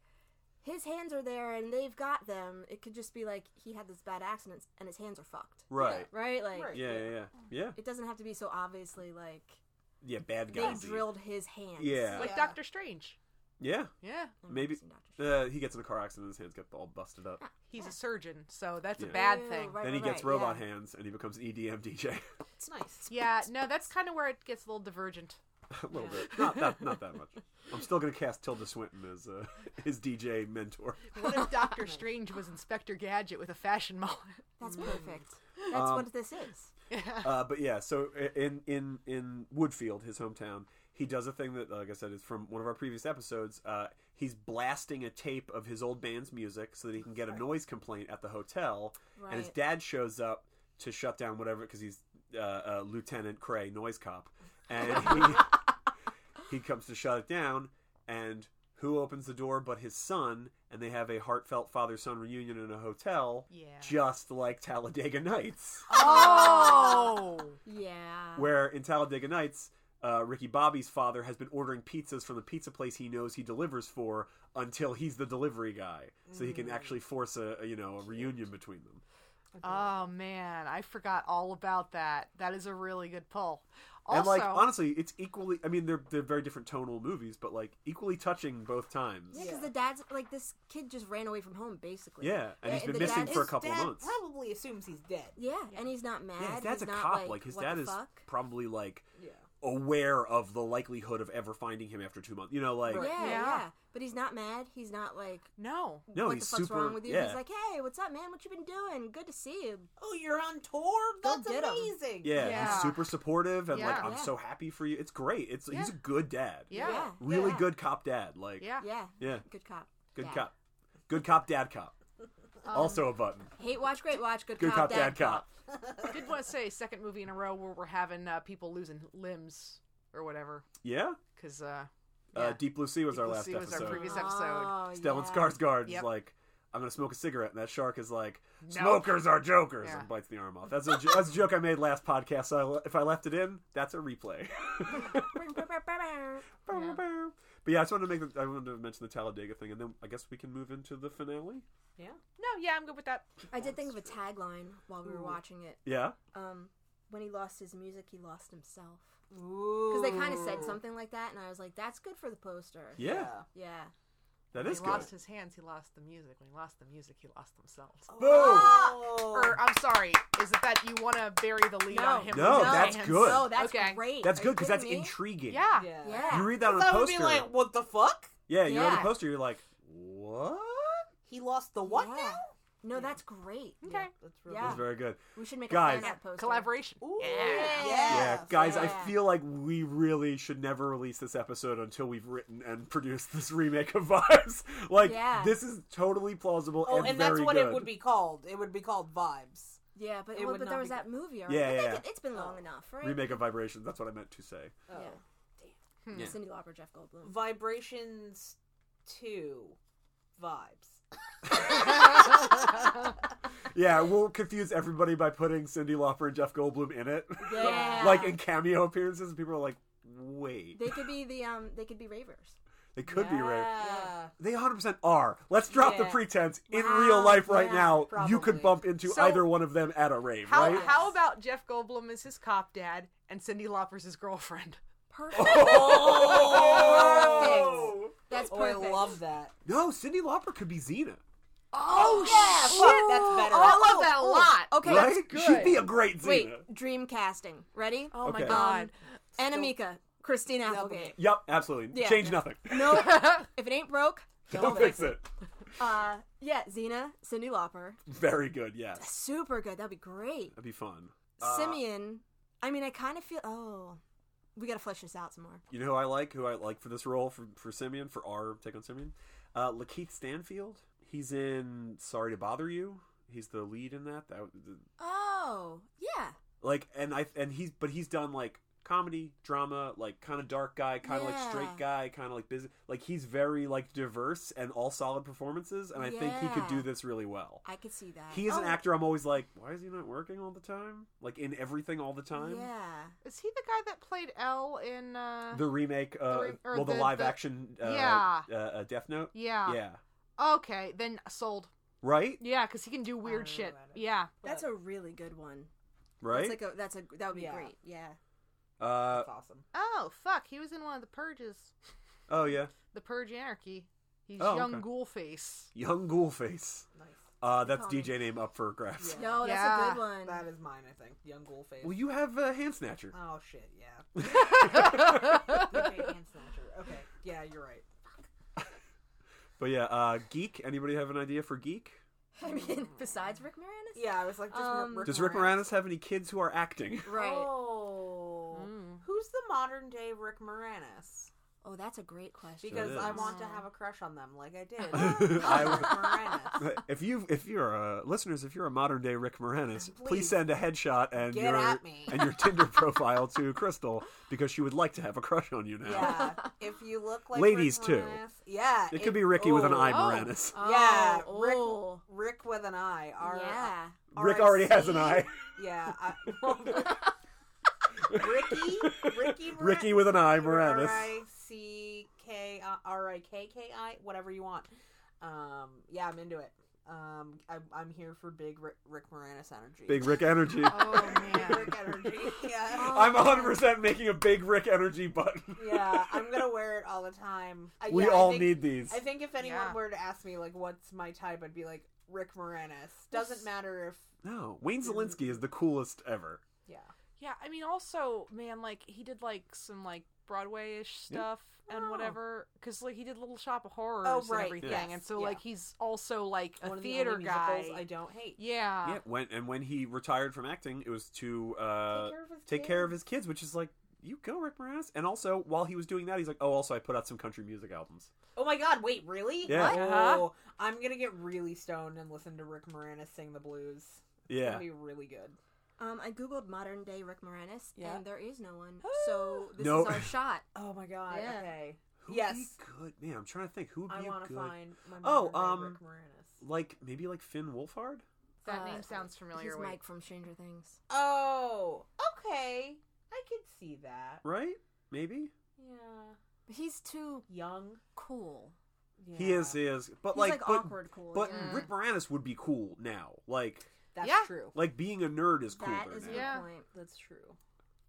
S3: his hands are there and they've got them. It could just be like he had this bad accident and his hands are fucked.
S1: Right.
S3: Right? Like
S4: Right.
S1: Yeah, yeah, yeah, yeah,
S3: it doesn't have to be so obviously like
S1: yeah. Bad
S3: they
S1: guys.
S3: drilled his hands.
S1: Yeah.
S2: Like
S4: Yeah.
S2: Doctor Strange.
S1: Yeah,
S2: Yeah,
S3: I've never
S1: Maybe-
S3: seen Doctor Strange.
S1: uh, he gets in a car accident. His hands get all busted up.
S2: he's a surgeon, so that's
S1: Yeah.
S2: a bad
S3: Ew,
S2: thing.
S3: right,
S1: then he
S3: right,
S1: gets
S3: right,
S1: robot
S3: yeah.
S1: hands, and he becomes E an EDM DJ.
S4: It's nice.
S2: Yeah, no, that's kind of where it gets a little divergent.
S1: *laughs* a little bit, not that, not that much. I'm still gonna cast Tilda Swinton as uh, *laughs* his DJ mentor.
S2: What *laughs* if Doctor Strange was Inspector Gadget with a fashion mullet?
S1: *laughs*
S3: That's perfect. That's
S1: Um,
S3: what this is.
S1: Uh, but yeah, so i- in in in Woodfield, his hometown, he does a thing that, like I said, is from one of our previous episodes. Uh, he's blasting a tape of his old band's music so that he can get a noise complaint at the hotel, and his
S3: Right.
S1: dad shows up to shut down whatever because he's uh, uh, Lieutenant Cray, noise cop, and he, he comes to shut it down, and who opens the door but his son? And they have a heartfelt father-son reunion in a hotel,
S2: Yeah.
S1: just like Talladega Nights
S2: Oh,
S3: Yeah.
S1: where in Talladega Nights, uh, Ricky Bobby's father has been ordering pizzas from the pizza place he knows he delivers for until he's the delivery guy, so he can actually force a, a, you know a reunion between them.
S2: oh man, I forgot all about that. That is a really good pull.
S1: and
S2: Also,
S1: like honestly, it's equally. I mean, they're they're very different tonal movies, but like equally touching both times.
S3: Yeah, because the dad's like this kid just ran away from home basically.
S1: Yeah, and he's
S3: Uh,
S1: been
S3: the
S1: missing
S3: dad
S1: for a
S3: is-
S1: couple
S4: dad
S1: months.
S4: probably assumes he's dead.
S3: Yeah, and he's not mad.
S1: Yeah, his dad's
S3: he's
S1: a
S3: not,
S1: cop.
S3: Like,
S1: Like, his
S3: what
S1: dad
S3: the
S1: is
S3: fuck?
S1: probably like
S4: Yeah.
S1: aware of the likelihood of ever finding him after two months. You know, like
S3: Yeah, yeah,
S2: Yeah.
S3: But he's not mad. He's not like
S2: no.
S1: no,
S3: what
S1: he's
S3: the fuck's
S1: super.
S3: wrong with you?
S1: Yeah,
S3: He's like, hey, what's up, man? What you been doing? Good to see you.
S4: Oh, you're on tour?
S3: Go
S4: That's
S3: get 'em.
S4: amazing.
S1: Yeah,
S2: Yeah.
S1: he's super supportive and like
S2: Yeah.
S1: I'm so happy for you. It's great. It's he's a
S2: Yeah.
S1: good dad.
S2: Yeah.
S1: Really
S3: yeah.
S1: good cop dad. Like
S2: Yeah.
S3: Yeah.
S1: Yeah.
S3: Good cop.
S1: Good
S3: dad.
S1: cop. Good cop, dad cop.
S2: Um,
S1: also a button.
S3: Hate watch, great watch, good,
S1: Good
S3: cop,
S1: cop, dad cop.
S2: I did want to say second movie in a row where we're having uh, people losing limbs or whatever
S1: Yeah.
S2: because uh,
S1: Uh,
S2: Yeah.
S1: Deep Blue Sea was
S2: Deep
S1: our
S2: Blue
S1: last
S2: Sea was our
S1: episode.
S2: previous- episode.
S3: Oh,
S1: Stellan
S3: yeah. *laughs*
S1: Skarsgård is
S2: Yep.
S1: like, I'm gonna smoke a cigarette, and that shark is like,
S2: No.
S1: smokers are jokers,
S2: Yeah.
S1: and bites the arm off. That's a jo- that's a joke I made last podcast. So I le- if I left it in, that's a replay. *laughs*
S2: Yeah.
S1: But yeah, I just wanted to make the, I wanted to mention the Talladega thing, and then I guess we can move into the finale.
S4: Yeah.
S2: no, yeah, I'm good with that.
S3: I did think of a tagline while we were watching it.
S1: Yeah,
S3: Um, when he lost his music, he lost himself.
S4: Ooh.
S3: Because they kind of said something like that, and I was like, "That's good for the poster."
S1: yeah,
S3: Yeah.
S1: that
S2: When
S1: is
S2: he
S1: good.
S2: lost his hands, he lost the music. When he lost the music, he lost themselves.
S4: Oh.
S2: Or I'm sorry, is it that you want to bury the lead on him?
S1: No,
S2: with his
S1: that's
S2: hands?
S1: good.
S3: No, that's
S2: Okay.
S3: great.
S1: That's
S3: Are
S1: good
S3: you
S1: because that's
S3: kidding me?
S1: intriguing.
S2: ah, Yeah.
S4: Yeah.
S3: Yeah.
S1: you read that on the
S4: I would
S1: poster.
S4: be like, what the fuck?
S1: yeah, you read the
S3: Yeah.
S1: poster, you're like, what?
S4: He lost the what
S3: Yeah.
S4: now?
S3: No, that's great.
S2: Okay.
S4: That's
S3: really
S1: That's
S3: Yeah.
S1: very good.
S3: We should make
S1: Guys.
S3: a fan art poster.
S2: Collaboration.
S4: Ooh.
S2: Yeah.
S4: Yeah.
S1: Yeah, guys, I
S3: yeah.
S1: feel like we really should never release this episode until we've written and *laughs* produced this remake of Vibes. *laughs* like,
S3: Yeah.
S1: this is totally plausible
S4: Oh,
S1: and,
S4: and, that's
S1: very
S4: what
S1: good.
S4: it would be called. It would be called Vibes.
S3: Yeah, but
S4: It
S3: well,
S4: would
S3: but
S4: not
S3: there
S4: be
S3: was
S4: good.
S3: that movie. Already.
S1: Yeah,
S3: But
S1: yeah,
S3: that- It's been long enough, right?
S1: Remake of Vibrations. That's what I meant to say.
S4: Oh.
S3: Yeah. Damn.
S1: Yeah.
S3: Cindy Lauper, Jeff Goldblum.
S4: *laughs* Vibrations 2 Vibes.
S1: Yeah, we'll confuse everybody by putting Cindy Lauper and Jeff Goldblum in it, *laughs*
S3: Yeah.
S1: like in cameo appearances. And people are like, "Wait,
S3: they could be the um. They could be ravers.
S1: *laughs* they could be right."
S4: Yeah.
S1: They 100 percent are. Let's drop the
S4: Yeah.
S1: pretense. In
S3: Wow,
S1: real life, right
S3: yeah,
S1: now, you could
S4: probably.
S1: bump into
S2: So-
S1: either one of them at a rave,
S2: How,
S1: *laughs* right?
S2: how about Jeff Goldblum is his cop dad and Cindy Lauper's his *laughs* girlfriend?
S3: Perfect.
S1: Oh!
S3: That's
S4: Oh, I
S3: perfect.
S4: love that.
S1: No, Cindy Lauper could be Xena.
S4: Oh, yeah, fuck, that's
S2: I
S4: better.
S2: love that a
S3: oh,
S2: lot.
S3: Okay.
S1: right?
S3: that's-
S1: She'd be a great Xena.
S3: Wait, dream casting. Ready?
S2: Oh
S1: Okay.
S2: my god.
S3: Anamika, Christina Applegate.
S1: Yep, absolutely.
S3: Yeah.
S1: Change nothing.
S3: No, *laughs* if it ain't broke,
S1: *laughs* Don't fix it.
S3: uh, yeah, Xena, Cindy Lauper,
S1: Very good. Yes,
S3: super good. That'd be great.
S1: that'd be fun. Uh,
S3: Simeon. I mean, I kind of feel. Oh, we gotta flesh this out some more.
S1: You know who I like? Who I like for this role for, for Simeon, for our take on Simeon? Uh, Lakeith Stanfield. He's in Sorry to Bother You. He's the lead in that. that
S3: Oh, yeah.
S1: like, and I and he's but he's done like comedy, drama, like kind of dark guy, kind of like
S3: Yeah.
S1: straight guy, kind of like business. Like he's very like diverse and all solid performances, and I think he could
S3: Yeah.
S1: do this really well.
S3: I could see that.
S1: He is an
S3: Oh,
S1: actor. I'm always like, why is he not working all the time? Like in everything all the time.
S3: Yeah.
S2: Is he the guy that played L in uh
S1: The remake, uh,
S2: The re- or
S1: well, the,
S2: the-
S1: live
S2: the-
S1: action, uh,
S2: Yeah.
S1: uh, uh, Death Note.
S2: yeah.
S1: yeah.
S2: Okay, then sold.
S1: Right?
S2: Yeah, cuz he can do
S4: I
S2: weird
S4: don't know
S2: shit.
S4: about it.
S2: Yeah.
S3: That's a really good one.
S1: Right?
S3: That's like a that's a that would be
S4: Yeah.
S3: great. Yeah.
S1: uh,
S4: That's awesome.
S2: Oh, fuck. He was in one of the purges.
S1: oh, yeah.
S2: The Purge Anarchy. He's
S1: Oh,
S2: young
S1: okay.
S2: ghoul *laughs* face.
S1: Young Ghoulface.
S4: Nice.
S1: Uh, that's
S3: Call me.
S1: DJ name up for grabs.
S4: Yeah.
S3: No, that's
S2: Yeah,
S3: a good one.
S4: That is mine, I think. Young Ghoulface.
S1: Well, you have uh, Hand Snatcher.
S4: Oh, shit,
S3: *laughs*
S4: yeah. okay,
S2: *laughs*
S4: hand snatcher. Okay, yeah, you're right.
S1: But yeah, uh, Geek. Anybody have an idea for Geek?
S3: *laughs* I mean, besides Rick Moranis.
S4: Yeah, I was like, just
S3: Um,
S4: Rick
S1: Does Rick
S4: Moranis.
S1: Moranis have any kids who are
S4: *laughs*
S1: acting?
S3: Right. Oh.
S4: Oh.
S2: Mm.
S4: Who's the modern day Rick Moranis?
S3: Oh, that's a great question.
S4: Because I
S1: is.
S3: *laughs*
S4: want to have a crush on them like I did.
S1: *laughs* I would-
S4: *laughs* Rick Moranis.
S1: if you if you're uh, listeners, if you're a modern day Rick Moranis, please,
S4: Please.
S1: send a headshot *laughs* and
S4: Get
S1: your
S4: at me.
S1: and your
S4: *laughs*
S1: Tinder profile to Crystal because she would like to have a crush on you now.
S4: Yeah. If you look like
S1: Ladies,
S4: Rick
S1: too.
S4: Moranis- Yeah.
S1: It could be Ricky with an
S4: oh.
S1: eye,
S2: Oh.
S4: *laughs*
S1: Moranis.
S4: Yeah,
S3: Oh,
S4: Rick-
S3: oh.
S4: Rick with an eye. R-
S3: yeah.
S1: Rick already has an eye.
S4: RIC. Yeah.
S1: *laughs*
S4: I, Ricky. Ricky. Mor-
S1: Ricky with an eye, Moranis.
S4: R i c k r i k k i whatever you want. Um. Yeah, I'm into it. Um. I, I'm here for big Rick, Rick Moranis energy.
S1: Big Rick
S4: *laughs*
S1: energy.
S2: Oh man.
S4: Rick energy. Yeah.
S1: *laughs* I'm 100% making a big Rick energy button.
S4: Yeah, I'm gonna wear it all the time. I-
S1: We
S4: Uh, yeah, I
S1: all
S4: think-
S1: need these.
S4: I think if anyone
S2: Yeah.
S4: were to ask me like, what's my type, I'd be like Rick Moranis. Doesn't matter if
S1: no, Wayne Zelinsky is the coolest ever.
S4: yeah.
S2: Yeah, I mean, also, man, like he did like some like Broadway-ish stuff and
S4: Oh.
S2: whatever, because like he did Little Shop of Horrors and
S4: right,
S2: everything,
S4: yes,
S2: and so
S4: yeah.
S2: like he's also like a
S4: One of the
S2: theater
S4: only
S2: guy.
S4: musicals I don't hate.
S2: yeah.
S1: yeah, when and when he retired from acting, it was to uh,
S4: Take care of his
S1: take
S4: kids.
S1: care of his kids, which is like you go, Rick Moranis. And also, while he was doing that, he's like, oh, also, I put out some country music albums.
S4: Oh my god, wait, really?
S1: Yeah.
S2: What?
S3: Uh-huh.
S4: Oh, I'm gonna get really stoned and listen to Rick Moranis sing the blues. It's
S1: Yeah.
S4: gonna be really good.
S3: Um, I googled modern day Rick Moranis,
S4: Yeah.
S3: and there is no *gasps* one. so this
S1: No.
S3: is our *laughs* shot.
S4: Oh my god,
S3: Yeah.
S4: okay.
S1: Who would be
S4: yes.
S1: good? Man, I'm trying to think. Who would
S4: I
S1: be a
S4: wanna
S1: good.
S4: find my
S1: Oh,
S4: oh, um, Rick
S1: um,
S4: Moranis.
S1: Like, maybe like Finn Wolfhard?
S2: That
S3: Uh,
S2: name sounds
S3: He's
S2: familiar. Wait.
S3: Mike from Stranger Things.
S4: Oh, okay. I could see that.
S1: Right? Maybe?
S4: Yeah.
S3: He's too
S4: Young.
S3: cool.
S4: Yeah.
S1: He is, he is. But
S3: He's like,
S1: like, but,
S3: awkward cool.
S1: but
S3: yeah.
S2: yeah.
S1: Rick Moranis would be cool now. Like,
S4: That's
S2: Yeah.
S4: true.
S1: like being a nerd is cooler
S3: that is a
S1: now.
S3: good
S2: Yeah.
S3: point.
S4: That's true.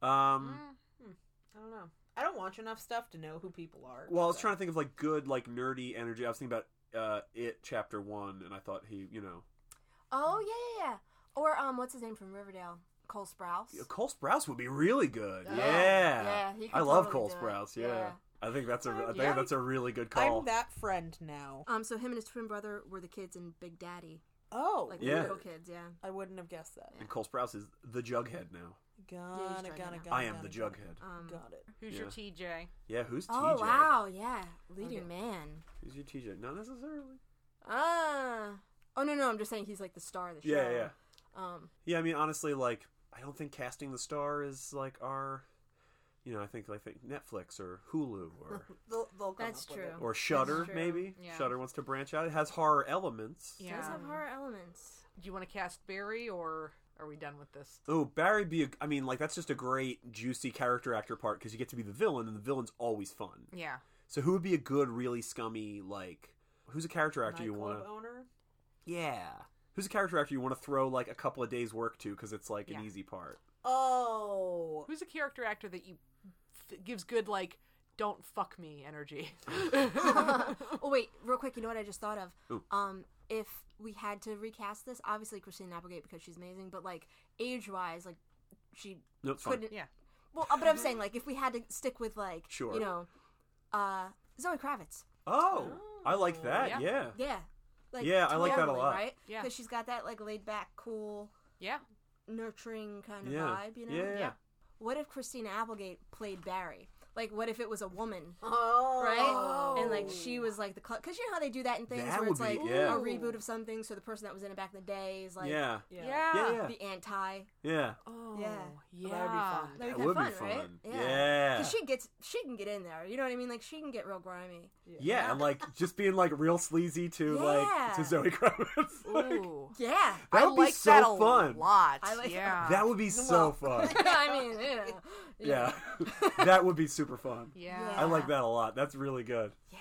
S1: Um,
S2: Mm.
S4: I don't know. I don't watch enough stuff to know who people are.
S1: well, I was
S4: so.
S1: trying to think of like good, like nerdy energy. I was thinking about uh, it chapter one, and I thought he, you know,
S3: Oh yeah, yeah, yeah. Or um, what's his name from Riverdale? Cole Sprouse.
S1: Cole Sprouse would be really good.
S3: Oh,
S1: Yeah,
S3: yeah, he could
S1: I love Cole
S3: totally do it.
S1: Sprouse. Yeah.
S3: Yeah.
S1: I think that's a, I think
S4: Yeah.
S1: that's a really good call.
S4: I'm that friend now.
S3: Um, so him and his twin brother were the kids in Big Daddy,
S4: Oh,
S3: like
S1: Yeah.
S3: little kids. Yeah.
S4: I wouldn't have guessed that.
S1: And Cole Sprouse is the Jughead now.
S4: Got
S3: trying
S4: it,
S3: to
S4: got
S3: know.
S4: it, got
S1: I
S4: it,
S1: am
S4: got
S1: the
S4: it, got it.
S1: Jughead.
S3: Um,
S4: Got it.
S2: Who's
S1: Yeah.
S2: your TJ?
S1: Yeah, who's
S3: oh
S1: TJ?
S3: wow, yeah, leading
S4: Okay.
S3: man.
S1: Who's your TJ? Not necessarily.
S3: Ah. oh no, no, I'm just saying he's like the star of the show.
S1: Yeah, yeah.
S3: Um,
S1: Yeah, I mean, honestly, like, I don't think casting the star is like our, you know, I think I think Netflix or Hulu
S3: *laughs*
S1: or
S4: They'll, they'll come
S3: That's
S4: up with it.
S3: true.
S1: or Shutter
S3: true.
S1: maybe.
S2: Yeah.
S1: Shutter wants to branch out. It has horror elements.
S2: Yeah.
S3: does have horror elements.
S2: Do you want to cast Barry, or are we done with this?
S1: Oh, Barry be. A, I mean, like that's just a great juicy character actor part because you get to be the villain, and the villain's always fun.
S2: Yeah.
S1: So who would be a good, really scummy like? Who's a character actor you want
S4: Nightclub
S1: to?
S4: owner?
S1: Yeah. Who's a character actor you want to throw like a couple of days work to because it's like an
S2: Yeah.
S1: easy part?
S4: Oh,
S2: Who's a character actor that you f- gives good like don't fuck me energy? *laughs*
S3: *laughs*
S4: *laughs*
S3: oh wait, real quick, you know what I just thought of?
S1: Ooh.
S3: Um, if we had to recast this, obviously Christina Applegate because she's amazing, but like age wise, like she
S1: No, it's fine.
S3: couldn't.
S2: yeah.
S3: Well, uh, but I'm saying like if we had to stick with like
S1: Sure.
S3: you know, uh, Zoe Kravitz.
S1: Oh, I like that.
S2: Yeah.
S1: yeah.
S3: Yeah. Like,
S1: Yeah, I like that a
S3: totally,
S1: lot.
S3: Right?
S2: Yeah.
S3: Because she's got that like laid back, cool,
S2: Yeah.
S3: nurturing kind of
S1: Yeah.
S3: vibe. You know.
S1: Yeah. yeah.
S2: Yeah.
S3: What if Christina Applegate played Barry? Like, what if it was a woman?
S4: oh,
S3: right? And like she was like the because you know how they do that in things
S1: That
S3: where it's
S1: would be-
S3: like
S1: yeah.
S3: a reboot of something, so the person that was in it back in the day is like
S1: yeah.
S4: yeah.
S1: Yeah, yeah.
S3: the anti.
S1: Yeah.
S2: Oh.
S3: Yeah.
S2: Yeah.
S4: That would be fun.
S3: That'd
S1: That
S3: be
S1: would
S3: kind
S1: be
S3: of fun, right?
S1: fun.
S3: yeah.
S1: Yeah.
S3: 'Cause she gets she can get in there. You know what I mean? Like she can get real grimy.
S1: yeah, and like just being like real sleazy to like to
S3: Yeah.
S1: Zoe Kravitz. Like,
S2: Ooh.
S3: Yeah.
S1: that
S2: I
S1: would be
S2: like
S1: so
S2: that a
S1: fun.
S2: lot.
S3: I like-
S2: yeah.
S1: that would be so fun.
S3: *laughs* I mean, yeah.
S1: Yeah. *laughs* that would be super fun.
S2: yeah.
S1: I like
S3: Yeah.
S1: that a lot. That's really good.
S3: Yeah.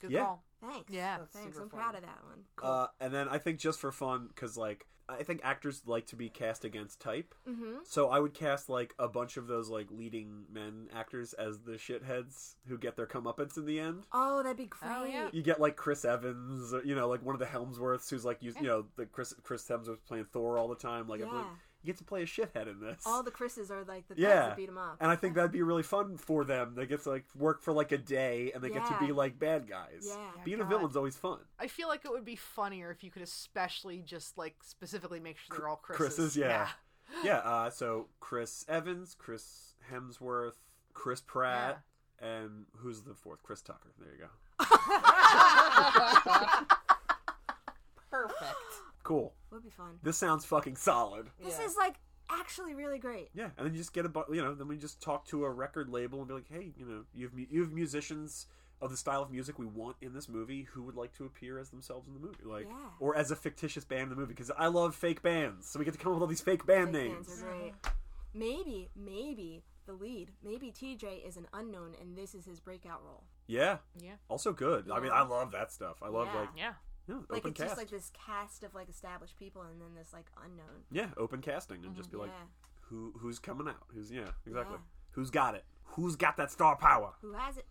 S2: Good
S1: Yeah.
S2: call.
S3: Thanks.
S2: Yeah.
S4: That's
S3: Thanks.
S4: super
S3: I'm
S4: fun.
S3: proud of that one.
S1: Uh, and then I think just for fun, because like I think actors like to be cast against type,
S3: Mm-hmm.
S1: so I would cast like a bunch of those like leading men actors as the shitheads who get their comeuppance in the end.
S3: Oh, that'd be great.
S2: Oh, yeah.
S1: You get like Chris Evans, or, you know, like one of the Helmsworths who's like you, you know, the Chris Chris Hemsworth playing Thor all the time. Like, everyone-
S3: Yeah.
S1: you get to play a shithead in this.
S3: All the Chris's are like the
S1: Yeah.
S3: guys that beat him up.
S1: and I think that'd be really fun for them. They get to like work for like a day, and they get to
S3: Yeah.
S1: be like bad guys.
S3: Yeah. Yeah,
S1: being a
S2: God.
S1: villain's always fun.
S2: I feel like it would be funnier if you could especially just like specifically make sure they're all Chris's.
S1: Chris's, yeah, yeah. uh, so Chris Evans, Chris Hemsworth, Chris Pratt, and who's the fourth? Chris Tucker. There you go.
S4: perfect.
S1: Cool.
S3: Would be fun.
S1: This sounds fucking solid.
S3: *gasps* This
S4: Yeah.
S3: is like actually really great.
S1: Yeah, and then you just get a bu- you know, then we just talk to a record label and be like, hey, you know, you've you've musicians of the style of music we want in this movie who would like to appear as themselves in the movie, like
S3: Yeah.
S1: or as a fictitious band in the movie because I love fake bands, so we get to come up with all these fake band
S3: Big
S1: names.
S3: fans are great. Maybe, maybe the lead, maybe TJ is an unknown and this is his breakout role.
S1: Yeah,
S2: Yeah.
S1: also good. I mean, I love that stuff. I love
S3: Yeah.
S1: like
S2: Yeah.
S1: yeah,
S3: Like
S1: open
S3: it's
S1: cast.
S3: just like this cast of like established people and then this like unknown.
S1: yeah, open casting and just be like,
S3: Oh, Yeah.
S1: who who's coming out? Who's yeah, exactly.
S3: Yeah.
S1: Who's got it? Who's got that star power?
S3: Who has it?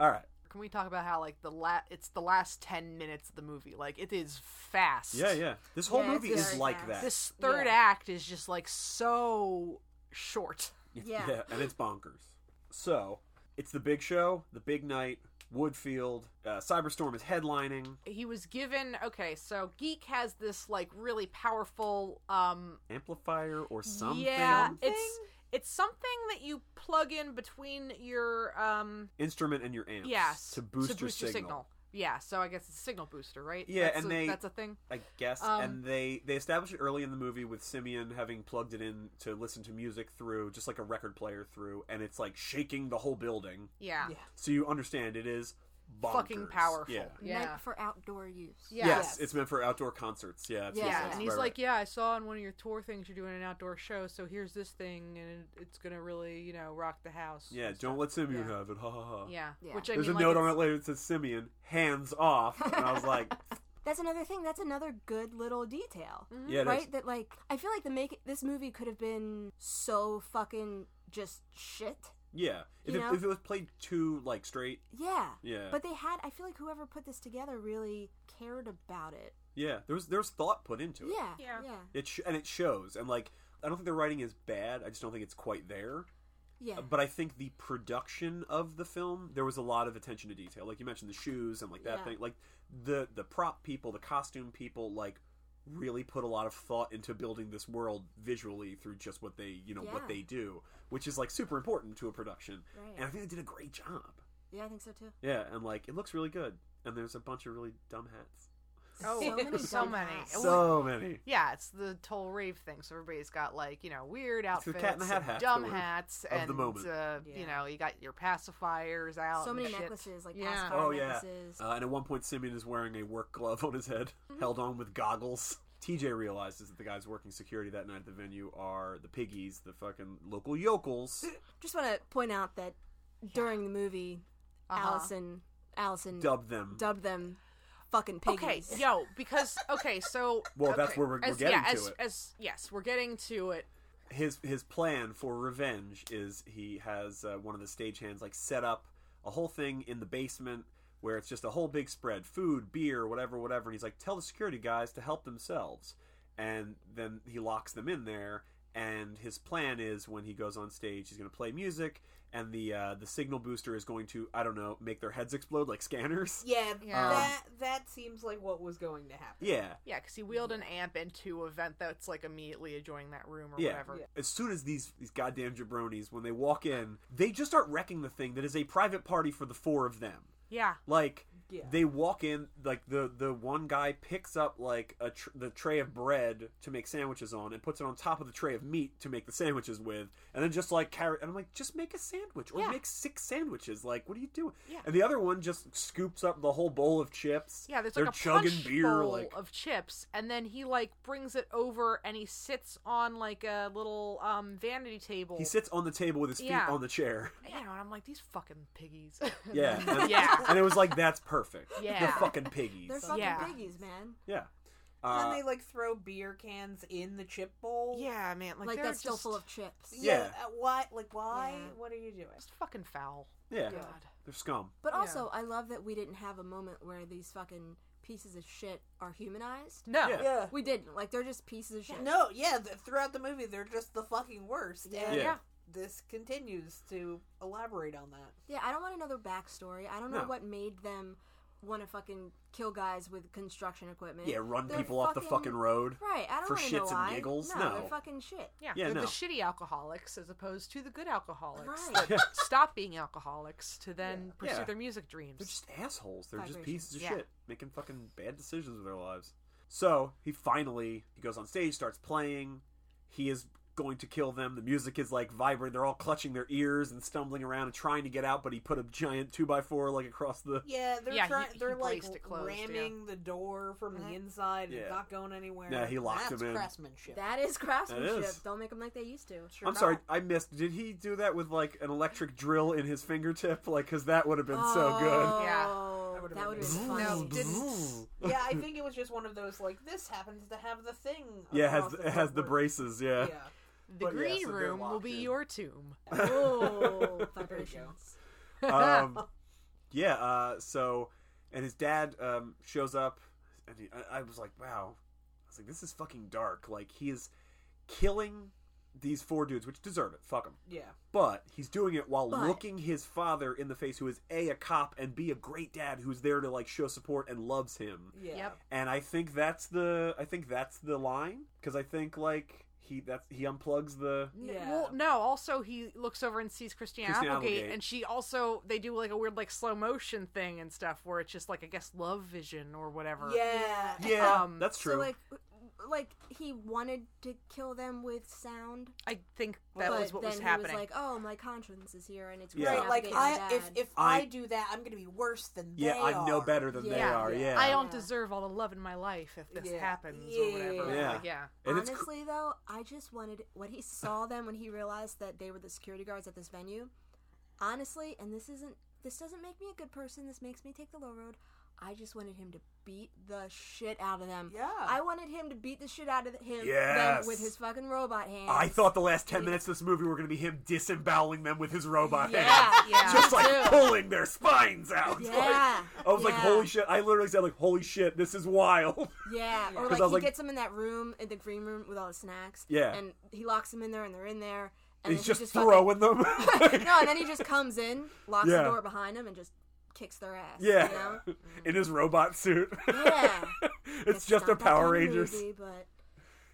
S1: All right.
S2: Can we talk about how like the la- it's the last 10 minutes of the movie. Like it is fast.
S1: Yeah, yeah. This whole
S3: Yeah, it's
S1: movie is
S3: very
S1: like
S3: fast.
S1: that.
S2: This third
S4: Yeah.
S2: act is just like so short.
S3: Yeah.
S1: and it's bonkers. So it's the big show, the big night, Woodfield. Uh, Cyberstorm is headlining.
S2: He was given okay, so Geek has this like really powerful um
S1: Amplifier or something.
S2: yeah, it's It's something that you plug in between your um
S1: Instrument and your amps.
S2: yes
S1: To boost,
S2: your signal. Yeah, so I guess it's signal booster, right?
S1: Yeah,
S2: that's
S1: and
S2: a,
S1: they-
S2: that's a thing.
S1: I guess.
S2: Um,
S1: and they they establish it early in the movie with Simeon having plugged it in to listen to music through, just like a record player through, and it's like shaking the whole building.
S2: Yeah.
S4: Yeah.
S1: So you understand it is bonkers.
S2: Fucking powerful.
S1: Yeah.
S2: Yeah.
S3: Meant for outdoor use.
S2: Yeah.
S1: Yes.
S4: Yes.
S1: it's meant for outdoor concerts. Yeah, that's what it
S2: Yeah,
S1: says.
S2: and he's
S1: Right,
S2: like,
S1: right.
S2: "Yeah, I saw in one of your tour things you're doing an outdoor show, so here's this thing, and it's gonna really, you know, rock the house."
S1: yeah, don't let Simeon
S2: Yeah.
S1: have it." Ha ha ha.
S2: Yeah,
S3: Yeah.
S2: which I
S1: There's
S2: mean,
S1: a
S2: like,
S1: note
S2: it's-
S1: on it later that says Simeon hands off, and I was
S2: *laughs*
S1: like,
S2: Mm-hmm,
S3: That's another thing. That's another good little detail.
S1: "Yeah, that's
S3: right? That like I feel like the make this movie could have been so fucking just shit.
S1: yeah." If
S3: You
S1: it,
S3: know?
S1: if it was played too like straight,
S3: Yeah.
S1: yeah,
S3: But they had I feel like whoever put this together really cared about it.
S1: yeah, there was there was thought put into it.
S3: Yeah.
S2: Yeah.
S3: Yeah.
S1: It sh- and it shows, and like I don't think the writing is bad. I just don't think it's quite there.
S3: Yeah.
S1: But I think the production of the film, there was a lot of attention to detail. Like you mentioned, the shoes and like that
S3: Yeah.
S1: thing, like the the prop people, the costume people, like really put a lot of thought into building this world visually through just what they you know
S3: Yeah.
S1: what they do, which is like super important to a production.
S3: Right.
S1: And I think they did a great job.
S3: Yeah, I think so too.
S1: Yeah, and like it looks really good. And there's a bunch of really dumb hats.
S2: *laughs* Oh,
S3: so many
S2: so
S3: dumb
S2: many.
S3: hats.
S2: It was-
S1: So many.
S2: yeah, it's the toll rave thing. So everybody's got like you know weird
S1: It's the
S2: outfits,
S1: Cat in the Hat
S2: and
S1: hats
S2: dumb
S1: that were
S2: hats,
S1: the
S2: and
S1: moment.
S2: Uh,
S4: Yeah.
S2: you know you got your pacifiers out.
S3: so
S2: and
S3: many
S2: shit.
S3: necklaces, like
S2: Yeah.
S3: Asgard
S1: Oh yeah.
S3: necklaces.
S1: Uh, and at one point, Simeon is wearing a work glove on his head, held on with goggles. TJ realizes that the guys working security that night at the venue are the piggies, the fucking local yokels.
S3: Just want to point out that during the movie,
S2: Uh-huh.
S3: Allison Allison
S1: Dub them.
S3: dubbed them fucking piggies.
S2: Okay, yo, because okay, so
S1: *laughs* Well, that's
S2: okay,
S1: where we're- we're
S2: as,
S1: getting
S2: yeah,
S1: to
S2: as,
S1: it.
S2: As yes, we're getting to it.
S1: his his plan for revenge is he has uh, one of the stagehands like set up a whole thing in the basement where it's just a whole big spread food beer whatever whatever and he's like tell the security guys to help themselves and then he locks them in there and his plan is when he goes on stage he's going to play music and the uh, the signal booster is going to i don't know make their heads explode like
S4: *laughs*
S1: scanners
S4: Yeah,
S2: Yeah.
S4: that that seems like what was going to happen.
S1: Um, yeah
S2: Yeah, because he wheeled an amp into a vent that's like immediately adjoining that room or
S1: Yeah.
S2: whatever.
S4: Yeah.
S1: as soon as these these goddamn jabronis when they walk in they just start wrecking the thing that is a private party for the four of them
S2: Yeah.
S1: like
S4: Yeah.
S1: they walk in like the the one guy picks up like a tr- the tray of bread to make sandwiches on and puts it on top of the tray of meat to make the sandwiches with and then just like carrot and i'm like just make a sandwich or
S2: Yeah.
S1: make six sandwiches like what are you doing
S2: Yeah.
S1: and the other one just scoops up the whole bowl of chips
S2: Yeah, there's
S1: they're
S2: like a
S1: chugging
S2: punch
S1: beer
S2: bowl
S1: like
S2: of chips, and then he like brings it over and he sits on like a little um vanity table.
S1: he sits on the table with his feet
S2: Yeah.
S1: on the chair
S2: you know, and I'm like, these fucking
S1: *laughs*
S2: piggies.
S1: yeah and,
S2: Yeah.
S1: and it was like that's perfect they're
S2: Yeah.
S1: fucking piggies
S3: They're fucking
S2: Yeah.
S3: piggies, man.
S1: yeah
S4: and
S1: Uh,
S4: then they like throw beer cans in the chip bowl.
S2: yeah, man. Like,
S3: Like,
S2: they're
S3: that's still
S2: just-
S3: full of chips.
S4: Yeah.
S1: Yeah.
S4: uh, What? Like why?
S3: Yeah.
S4: What are you doing?
S2: just fucking foul.
S1: yeah
S2: God.
S1: they're scum
S3: But
S2: Yeah.
S3: also, I love that we didn't have a moment where these fucking pieces of shit are humanized.
S2: No.
S1: Yeah.
S3: We didn't. Like they're just pieces of shit.
S4: No, yeah. Th- throughout the movie, they're just the fucking worst.
S3: Yeah.
S4: And
S1: Yeah.
S4: This continues to elaborate on that.
S3: Yeah, I don't want to know their backstory. I don't know
S1: No.
S3: what made them want to fucking kill guys with construction equipment.
S1: yeah run
S3: They're
S1: people off the fucking road
S3: Right. I don't
S1: for
S3: want to
S1: shits and
S3: know why.
S1: giggles?
S3: No,
S1: No.
S3: they're fucking shit.
S2: Yeah,
S1: Yeah,
S2: they're
S1: no.
S2: the shitty alcoholics as opposed to the good alcoholics
S3: Right.
S2: that stop being alcoholics to then pursue
S1: Yeah.
S2: their music dreams.
S1: They're just assholes. They're just
S3: Vibrations.
S1: pieces of
S2: Yeah.
S1: shit making fucking bad decisions with their lives. So he finally he goes on stage, starts playing. He is going to kill them. The music is like vibrant. They're all clutching their ears and stumbling around and trying to get out, but he put a giant two by four like across the
S4: Yeah, they're
S2: Yeah, he-
S4: trying.
S2: he
S4: They're like
S2: braced it closed,
S4: ramming the door from the inside.
S1: Uh-huh. Yeah.
S4: It's not going anywhere.
S1: Yeah, he locked
S4: That's
S1: him in.
S4: Craftsmanship.
S3: That is *laughs* craftsmanship.
S1: is.
S3: Don't make them like they used to.
S4: Sure
S1: I'm sorry,
S4: not.
S1: I missed. Did he do that with like an electric drill in his fingertip? *laughs* Like, because that would have been
S3: *laughs* Oh,
S2: Yeah.
S4: would've
S3: That would
S4: been
S3: have
S1: so
S3: been
S1: good.
S3: funny.
S2: No,
S1: Bzzz.
S2: didn't.
S4: yeah, I think it was just one of those like this happens to have the thing.
S1: Yeah, it has
S4: across
S1: it has the
S4: artwork.
S1: braces. Yeah.
S4: Yeah.
S2: the
S1: But yeah,
S2: green
S1: so they're
S2: room will
S1: locked
S2: be
S1: in.
S2: your tomb.
S1: *laughs*
S3: Oh, vibrations.
S1: um, yeah. Uh, so, and his dad um, shows up, and he, I, I was like, wow. I was like, this is fucking dark. Like he is killing these four dudes, which deserve it. Fuck them.
S4: Yeah.
S1: But he's doing it while
S3: But-
S1: looking his father in the face, who is a a cop and b a great dad who's there to like show support and loves him.
S4: Yeah.
S2: Yep.
S1: And I think that's the I think that's the line because I think like he that's he unplugs the
S2: N-
S4: Yeah.
S2: Well, no. Also, he looks over and sees Christina,
S1: Christina
S2: Applegate,
S1: Applegate.
S2: and she also they do like a weird like slow motion thing and stuff where it's just like I guess love vision or whatever.
S4: Yeah.
S1: yeah
S2: Um,
S1: that's true
S3: So like, like he wanted to kill them with sound.
S2: I think that
S3: but
S2: was what
S3: then
S2: was
S3: he
S2: happening.
S3: was like, "Oh, my conscience is here, and it's
S1: Yeah.
S3: right,
S4: Right, like I, if if I,
S1: I-
S4: do that, I'm gonna be worse than
S1: yeah
S4: they
S1: I'm no
S4: are.
S1: better than they
S2: Yeah.
S1: are
S4: Yeah.
S1: yeah
S2: I don't
S3: Yeah.
S2: deserve all the love in my life if this
S4: Yeah.
S2: happens or
S4: Yeah.
S2: whatever.
S1: Yeah.
S2: Like, yeah.
S1: and it's
S3: Honestly, though, I just wanted when he saw them when he realized that they were the security guards at this venue. Honestly, and this isn't this doesn't make me a good person. This makes me take the low road. I just wanted him to beat the shit out of them.
S4: Yeah.
S3: I wanted him to beat the shit out of him
S1: Yes.
S3: them with his fucking robot hands.
S1: I thought the last ten minutes of this movie were going to be him disemboweling them with his robot
S3: Yeah.
S1: hands, *laughs*
S2: Yeah.
S1: just like
S2: Dude.
S1: pulling their spines out.
S3: Yeah.
S1: Like, I was like,
S3: yeah,
S1: holy shit! I literally said like, holy shit, this is *laughs* wild.
S3: Yeah. Or
S1: 'Cause
S3: like
S1: I
S3: he
S1: was like-
S3: gets them in that room in the green room with all the snacks.
S1: Yeah.
S3: And he locks them in there and they're in there. And
S1: He's
S3: then
S1: just,
S3: he just fucking-
S1: throwing them.
S3: *laughs*
S1: *laughs*
S3: no, and then he just comes in, locks
S1: Yeah.
S3: the door behind him, and just kicks their ass.
S1: yeah,
S3: You know?
S1: *laughs* in his robot suit.
S3: Yeah.
S1: *laughs* it's, just a
S3: not that kind
S1: Power
S3: of
S1: Rangers.
S3: Movie, but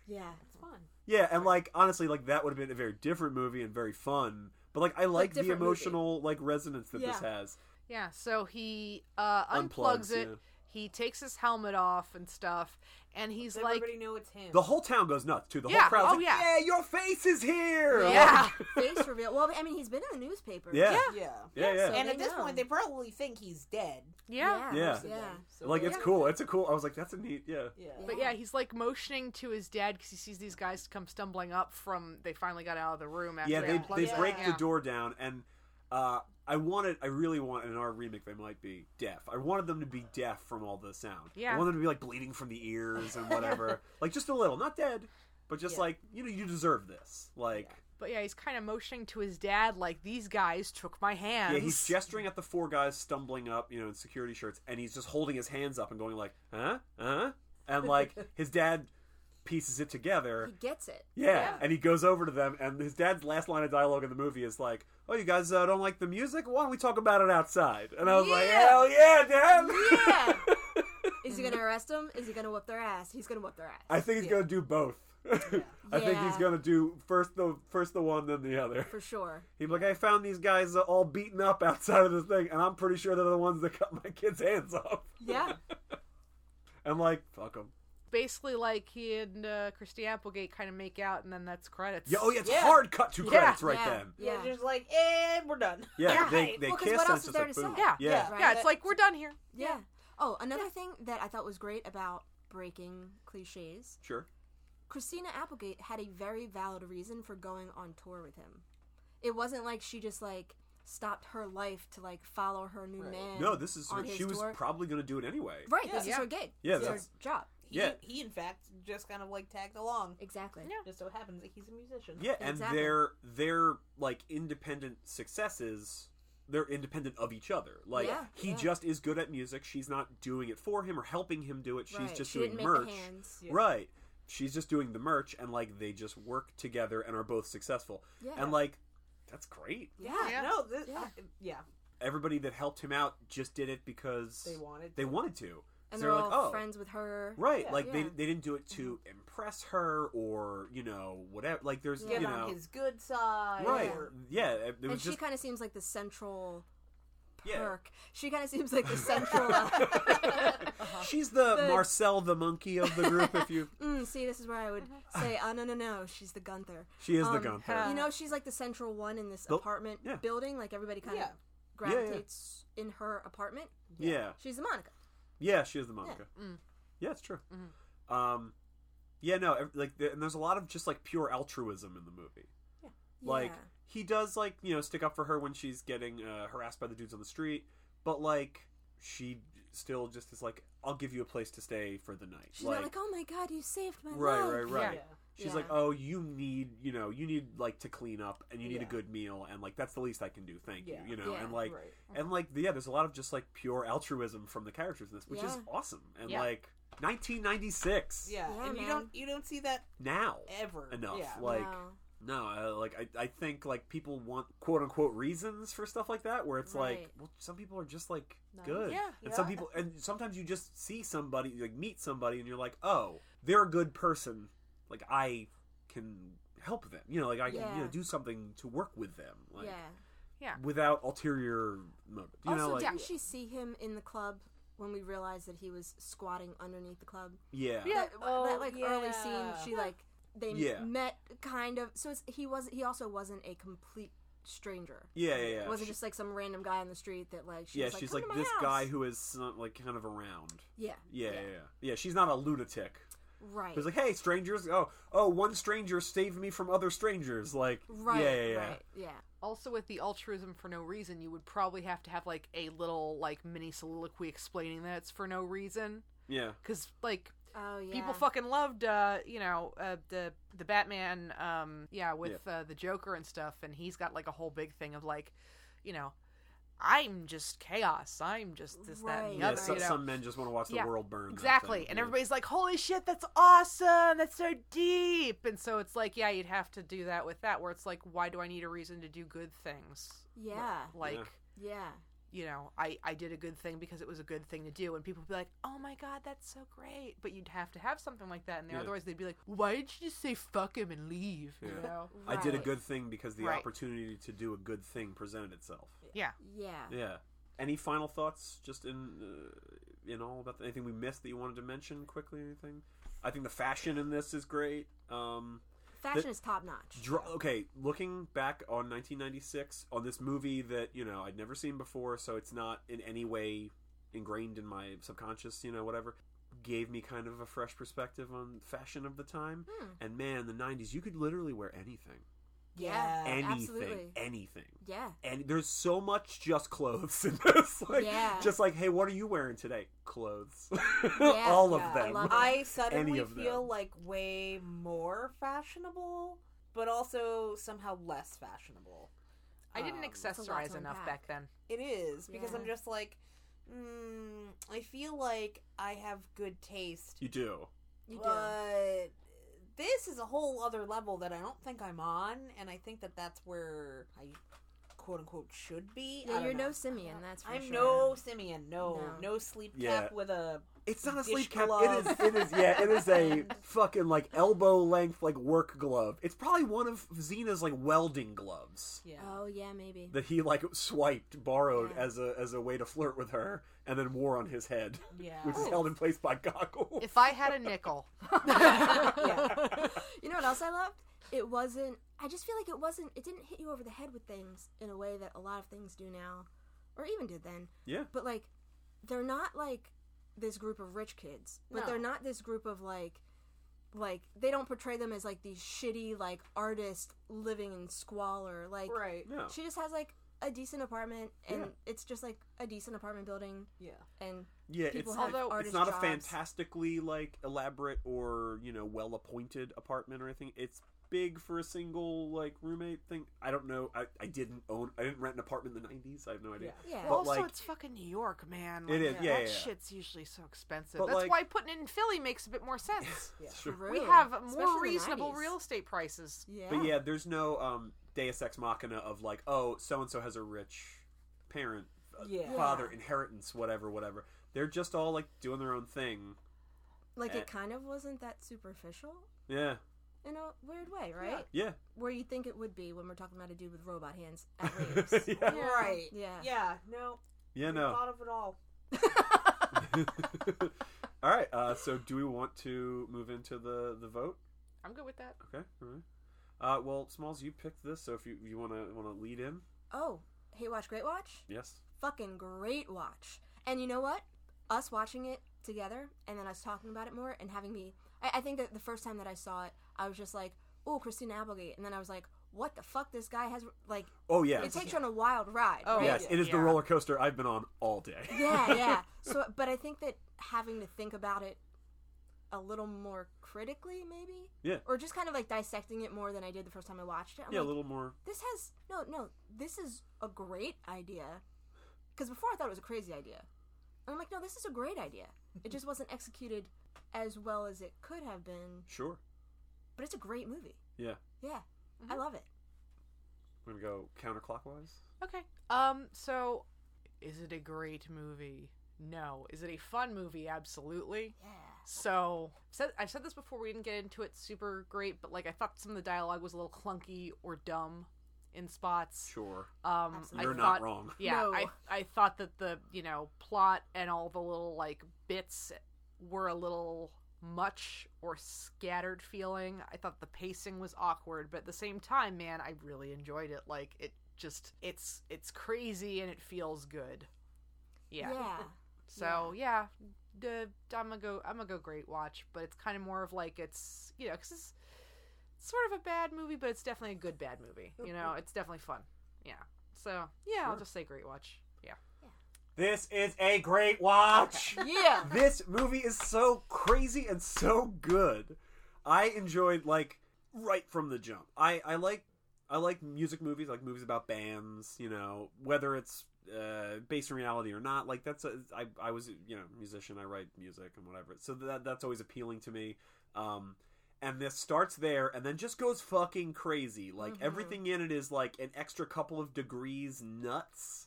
S3: yeah.
S4: It's fun.
S1: Yeah, and like honestly, like that would have been a very different movie and very fun. But like, I like the
S3: different movie.
S1: emotional like resonance that this
S3: Yeah.
S1: has.
S2: Yeah, so he uh, unplugs,
S1: Unplugs,
S2: it.
S1: yeah.
S2: He takes his helmet off and stuff, and he's
S4: Does
S2: like,
S4: everybody know it's him?
S1: The whole town goes nuts too. The
S2: Yeah,
S1: whole crowd's
S2: oh,
S1: like,
S2: yeah.
S1: yeah. your face is here." Like,
S2: "Yeah,
S3: *laughs* Face reveal. Well, I mean, he's been in the newspaper.
S1: yeah, yeah,
S4: yeah.
S1: yeah.
S3: Yeah, so-
S4: And at
S3: they
S4: this
S3: know.
S4: point, they probably think he's dead.
S2: yeah."
S3: Yeah.
S1: Yeah.
S4: So
S3: Yeah.
S4: then- so
S1: like
S4: they-
S1: it's cool. It's a cool. I was like, that's a neat. Yeah,
S4: Yeah.
S2: But yeah, he's like motioning to his dad because he sees these guys come stumbling up from. They finally got out of the room after
S1: yeah.
S2: they,
S1: They
S2: unplugged
S1: they
S2: it.
S4: Yeah.
S1: break
S2: Yeah.
S1: the door down, and uh, I wanted, I really want in our remake they might be deaf. I wanted them to be deaf from all the sound.
S2: Yeah.
S1: I wanted them to be like bleeding from the ears and whatever, like just a little, not dead, but just
S4: Yeah.
S1: like you know, you deserve this. Like,
S2: But yeah, he's kind of motioning to his dad, like these guys took my hands.
S1: Yeah, he's gesturing at the four guys stumbling up, you know, in security shirts, and he's just holding his hands up and going like, "Huh, huh," and like his dad pieces it together.
S3: He gets it.
S1: Yeah, and he goes over to them, and his dad's last line of dialogue in the movie is like, "Oh, you guys uh, don't like the music? Why don't we talk about it outside?" And I was like,
S3: Yeah.
S1: "Hell yeah, dad!"
S3: Yeah. Is he gonna arrest them? Is he gonna whoop their ass? He's gonna whoop their ass.
S1: *laughs* I think he's gonna do both. *laughs* I think he's
S3: Yeah.
S1: gonna do first the first the one, then the other.
S3: for sure.
S1: He'd be like, "I found these guys uh, all beaten up outside of this thing, and I'm pretty sure they're the ones that cut my kid's hands off."
S3: Yeah.
S1: And like, fuck them.
S2: basically like he and uh, Christy Applegate kind of make out, and then that's credits.
S1: Yeah, oh yeah, it's
S4: Yeah.
S1: hard cut to
S2: Yeah,
S1: credits right
S3: yeah.
S1: then.
S4: Yeah,
S3: Yeah.
S4: just like, and we're done.
S1: Yeah,
S2: Yeah.
S1: they they
S3: Well, 'cause
S1: kiss
S3: what
S1: and
S3: else
S1: it's
S3: is
S1: just
S3: there
S1: like
S3: to
S1: boom.
S3: say?
S2: Yeah.
S1: yeah,
S4: Yeah.
S2: Yeah, it's like we're done here.
S3: Yeah. Oh, another
S4: Yeah.
S3: thing that I thought was great about breaking cliches
S1: sure.
S3: Christina Applegate had a very valid reason for going on tour with him. It wasn't like she just like stopped her life to like follow her new
S4: Right.
S3: man.
S1: No, this is
S3: on his
S1: she was
S3: tour.
S1: probably gonna do it anyway.
S3: right. This
S2: Yeah.
S3: is her gig.
S1: Yeah,
S3: this is
S1: that's-
S3: her job.
S4: He,
S1: Yeah.
S4: He, in fact, just kind of like tagged along.
S3: Exactly.
S2: Yeah.
S4: Just so happens that he's a musician.
S1: Yeah, and
S3: Exactly.
S1: their their like independent successes, they're independent of each other. Like
S3: Yeah,
S1: he
S3: yeah.
S1: just is good at music. She's not doing it for him or helping him do it. She's
S3: Right.
S1: just
S3: she
S1: doing
S3: didn't
S1: merch.
S3: Make the hands.
S4: Yeah.
S1: Right. She's just doing the merch and like they just work together and are both successful.
S3: Yeah.
S1: And like that's great.
S3: Yeah.
S2: Yeah.
S4: No, this,
S3: Yeah.
S4: I- yeah,
S1: Everybody that helped him out just did it because
S4: they wanted.
S1: they
S4: to.
S1: wanted to.
S3: And
S1: So
S3: they're,
S1: they're
S3: all
S1: like, oh,
S3: friends with her.
S1: Right,
S4: Yeah.
S1: like they
S3: Yeah.
S1: they didn't do it to
S4: Mm-hmm.
S1: impress her or you know whatever. Like there's
S3: Yeah.
S4: give
S1: you
S4: him
S1: know
S4: his good side.
S1: right,
S4: or-
S1: yeah. It, it
S3: And
S1: was
S3: she
S1: just
S3: kind of seems like the central
S1: Yeah.
S3: perk. She kind of seems like
S1: *laughs*
S3: the central. *laughs* Uh,
S1: she's the,
S3: *laughs* the-
S1: Marcel the monkey of the group. If you
S3: mm, see, this is where I would
S2: Uh-huh.
S3: say, oh, no, no, no. She's the Gunther.
S1: she is the
S3: Um,
S1: Gunther.
S2: huh.
S4: Oh.
S3: You know, she's like the central one in this
S1: The-
S3: apartment
S1: yeah.
S3: building. Like everybody kind of
S4: Yeah.
S1: Yeah, yeah.
S3: gravitates in her apartment.
S1: yeah. yeah,
S3: She's the Monica.
S1: she is the Monica. Yeah,
S2: Mm.
S1: it's true.
S2: Mhm.
S3: Mm-hmm.
S1: Um, yeah, no, ev- like the, and there's a lot of just like pure altruism in the movie. Like
S3: Yeah.
S1: he does like you know stick up for her when she's getting uh, harassed by the dudes on the street, but like she still just is like, I'll give you a place to stay for the night.
S3: she's not like, oh my god, you saved my
S1: right,
S3: life.
S1: right, right.
S4: Yeah.
S1: She's like,
S3: Yeah.
S1: "Oh, you need, you know, you need like to clean up and you need
S4: Yeah.
S1: a good meal and like that's the least I can do. Thank
S4: Yeah.
S1: you." You know,
S3: Yeah.
S1: and like
S4: right.
S1: and like yeah, there's a lot of just like pure altruism from the characters in this, which is
S3: Yeah.
S1: awesome. And
S2: Yeah.
S1: like 1996
S4: Yeah,
S3: Yeah,
S4: and you
S3: man.
S4: don't you don't see that
S1: now.
S4: ever
S1: Enough,
S4: Yeah.
S1: like-
S3: No.
S1: No, uh, like I, I think like people want quote unquote reasons for stuff like that, where it's like,
S3: Right.
S1: well, some people are just like
S3: Nice.
S1: good,
S2: Yeah,
S1: and some
S4: yeah.
S1: people, and sometimes you just see somebody, like meet somebody, and you're like, oh, they're a good person, like I can help them, you know, like I can you know
S3: Yeah.
S1: do something to work with them, like
S3: yeah.
S1: without ulterior motive, you
S3: also,
S1: know, like
S3: didn't she see him in the club when we realized that he was squatting underneath the club?
S1: yeah,
S2: Yeah.
S3: That,
S4: Oh,
S3: that like early scene,
S4: yeah.
S3: she like they
S1: Yeah.
S3: met kind of. So it's, he was he also wasn't a complete stranger.
S1: yeah, yeah, yeah.
S3: It wasn't just like some random guy on the street that like she
S1: yeah,
S3: was like,
S1: she's
S3: "Come
S1: like
S3: to my
S1: this
S3: house."
S1: guy who is some, like kind of around.
S3: yeah
S1: Yeah, yeah, yeah. Yeah, she's not a lunatic.
S3: right
S1: It was like, hey, strangers. Oh, oh, one stranger saved me from other strangers. Like,
S3: right
S1: yeah, yeah, yeah.
S3: right yeah
S2: Also, with the altruism for no reason, you would probably have to have like a little like mini soliloquy explaining that it's for no reason.
S1: yeah.
S2: Because like
S3: oh yeah
S2: people fucking loved, uh, you know, uh, the the Batman, um, yeah, with Uh, the Joker and stuff, and he's got like a whole big thing of like, you know, I'm just chaos. I'm just this, that, and
S3: Right.
S2: the
S1: Yeah,
S2: other.
S1: so-
S2: you know?
S1: some men just want to watch the
S2: Yeah,
S1: world burn. that
S2: Exactly.
S1: thing,
S2: And
S1: yeah.
S2: everybody's like, holy shit, that's awesome. That's so deep. And so it's like, yeah, you'd have to do that with that, where it's like, why do I need a reason to do good things?
S3: yeah
S2: Like,
S1: Yeah.
S3: yeah
S2: you know, I, I did a good thing because it was a good thing to do. And people would be like, oh my God, that's so great. But you'd have to have something like that in there.
S1: Yeah.
S2: Otherwise, they'd be like, why did you just say fuck him and leave? You
S1: Yeah.
S3: Oh,
S2: know?
S1: I did a
S3: Right.
S1: good thing because the
S2: Right.
S1: opportunity to do a good thing presented itself.
S2: Yeah.
S3: yeah
S1: Yeah. Any final thoughts, just in uh, in all about anything we missed that you wanted to mention quickly? Anything? I think the fashion in this is great. Um,
S3: fashion
S1: The-
S3: is top notch
S1: Dr- okay, looking back on 1996 on this movie that you know I'd never seen before, so it's not in any way ingrained in my subconscious, you know, whatever. Gave me kind of a fresh perspective on fashion of the time.
S3: Hmm.
S1: And man, the 90s, you could literally wear anything,
S3: Yeah.
S1: anything,
S3: Uh, absolutely.
S1: anything.
S3: yeah
S1: And there's so much just clothes *laughs* in this, like
S3: Yeah.
S1: just like, hey, what are you wearing today? Clothes, *laughs*
S3: Yeah,
S1: all
S4: yeah,
S1: of
S3: I
S1: them.
S3: love it.
S4: I suddenly
S1: of
S4: feel
S1: them.
S4: like way more fashionable, but also somehow less fashionable.
S2: I didn't
S4: Um,
S3: a lot
S2: accessorize
S3: to
S2: enough
S3: unpack.
S2: back then.
S4: It is because I'm
S3: Yeah.
S4: just like, mm, I feel like I have good taste,
S1: You do,
S3: you do
S4: but this is a whole other level that I don't think I'm on, and I think that that's where I, quote unquote, should be. I
S3: yeah,
S4: don't
S3: you're
S4: know.
S3: no simian that's for
S4: I'm
S3: sure
S4: no simian. No,
S3: No.
S4: no sleep
S1: Yeah.
S4: cap with a
S1: It's not a
S4: dish
S1: sleep cap.
S4: glove.
S1: It is. It is. Yeah. It is
S3: *laughs*
S1: a fucking like elbow length like work glove. It's probably one of Xena's like welding gloves
S4: yeah.
S3: oh yeah maybe *laughs*
S1: that he like swiped, borrowed
S3: Yeah.
S1: as a as a way to flirt with her, and then wore on his head, *laughs*
S4: Yeah.
S3: Um,
S1: which
S3: *laughs*
S1: is held in place by goggles.
S2: If I had a nickel.
S4: *laughs*
S3: You know what else I loved? It wasn't. I just feel like it wasn't. It didn't hit you over the head with things in a way that a lot of things do now, or even did then.
S1: yeah.
S3: But like, they're not like this group of rich kids. But
S4: No.
S3: they're not this group of like, like they don't portray them as like these shitty like artists living in squalor. Like
S1: *laughs*
S4: right.
S1: No.
S3: she just has like a decent apartment, and
S1: Yeah.
S3: it's just like a decent apartment building,
S4: Yeah.
S3: and
S1: Yeah.
S3: people
S1: It's
S3: have
S2: although
S3: artist
S1: it's not
S3: jobs.
S1: a fantastically like elaborate or you know well appointed apartment or anything. It's big for a single like roommate thing. I don't know. I, I didn't own. I didn't rent an apartment in the nineties. I have no idea.
S4: Yeah.
S3: Yeah.
S1: But,
S2: also,
S1: like-
S2: it's fucking New York, man.
S1: It
S2: Like,
S1: is,
S2: That
S1: yeah, yeah, yeah.
S2: shit's usually so expensive.
S1: But,
S2: That's
S1: like-
S2: why putting it in Philly makes a bit
S1: *laughs*
S2: more sense.
S4: Yeah.
S1: Sure.
S2: We
S3: True.
S2: have
S3: Especially in
S2: more
S3: the
S2: reasonable
S3: 90s.
S2: real estate prices.
S3: Yeah.
S1: But yeah, there's no um, Deus Ex Machina of like, oh, so and so has a rich parent, uh,
S4: Yeah.
S1: father, inheritance, whatever, whatever. They're just all like doing their own thing.
S3: Like
S1: Eh.
S3: it kind of wasn't that superficial
S1: Yeah,
S3: in a weird way, right?
S1: yeah,
S3: where you think it would be when we're talking about a dude with robot hands at
S1: *laughs*
S3: raves.
S1: yeah,
S4: Right.
S3: Yeah.
S4: Yeah. No.
S1: yeah.
S4: I
S1: No.
S4: thought of it all.
S1: *laughs* all right. Uh, so, do we want to move into the the vote?
S2: I'm good with that.
S1: Okay. All right. Uh, well, Smalls, you picked this, so if you you want to want to lead in,
S3: *laughs* Oh, Hate Watch, Great Watch?
S1: yes.
S3: Fucking great watch. And you know what? Us watching it together and then us talking about it more and having me. I, I think that the first time that I saw it, I was just like, oh, Christina Applegate. And then I was like, what the fuck? This guy has. Like,
S1: Oh yeah.
S3: it takes you on a wild ride.
S2: Oh,
S3: right?
S1: yes, it is the
S2: Yeah.
S1: roller coaster I've been on all day. *laughs*
S3: yeah, yeah. So, but I think that having to think about it a little more critically, maybe,
S1: Yeah.
S3: or just kind of like dissecting it more than I did the first time I watched it. I'm
S1: Yeah, a
S3: like,
S1: little more.
S3: this has no, no. This is a great idea. Because before I thought it was a crazy idea, and I'm like, no, this is a great idea. It just wasn't executed as well as it could have been,
S1: Sure.
S3: but it's a great movie.
S1: Yeah.
S3: Yeah, I love it.
S1: We're gonna go counterclockwise.
S2: Okay. Um. So, is it a great movie? No. Is it a fun movie? Absolutely.
S3: Yeah.
S2: So, I've said, I've said this before. We didn't get into it super great, but like I thought some of the dialogue was a little clunky or dumb in spots.
S1: Sure,
S2: Um,
S3: Absolutely.
S1: you're
S2: I
S1: not
S2: thought,
S1: wrong.
S2: Yeah,
S3: No.
S2: I I thought that the you know plot and all the little like bits were a little much or scattered feeling. I thought the pacing was awkward, but at the same time, man, I really enjoyed it. Like it just it's it's crazy and it feels good. Yeah. So yeah, the I'm gonna go I'm gonna go great watch, but it's kind of more of like it's you know because it's, it's sort of a bad movie, but it's definitely a good bad movie. You know, it's definitely fun. Yeah. So yeah, I'll
S1: Sure.
S2: just say great watch. Yeah.
S1: This is a great watch.
S3: yeah.
S1: *laughs* this movie is so crazy and so good. I enjoyed like right from the jump. I I like I like music movies, I like movies about bands. You know, whether it's uh, based in reality or not, like that's a, I I was you know musician. I write music and whatever, so that that's always appealing to me. Um, and this starts there and then just goes fucking crazy. Like
S3: Mhm.
S1: everything in it is like an extra couple of degrees nuts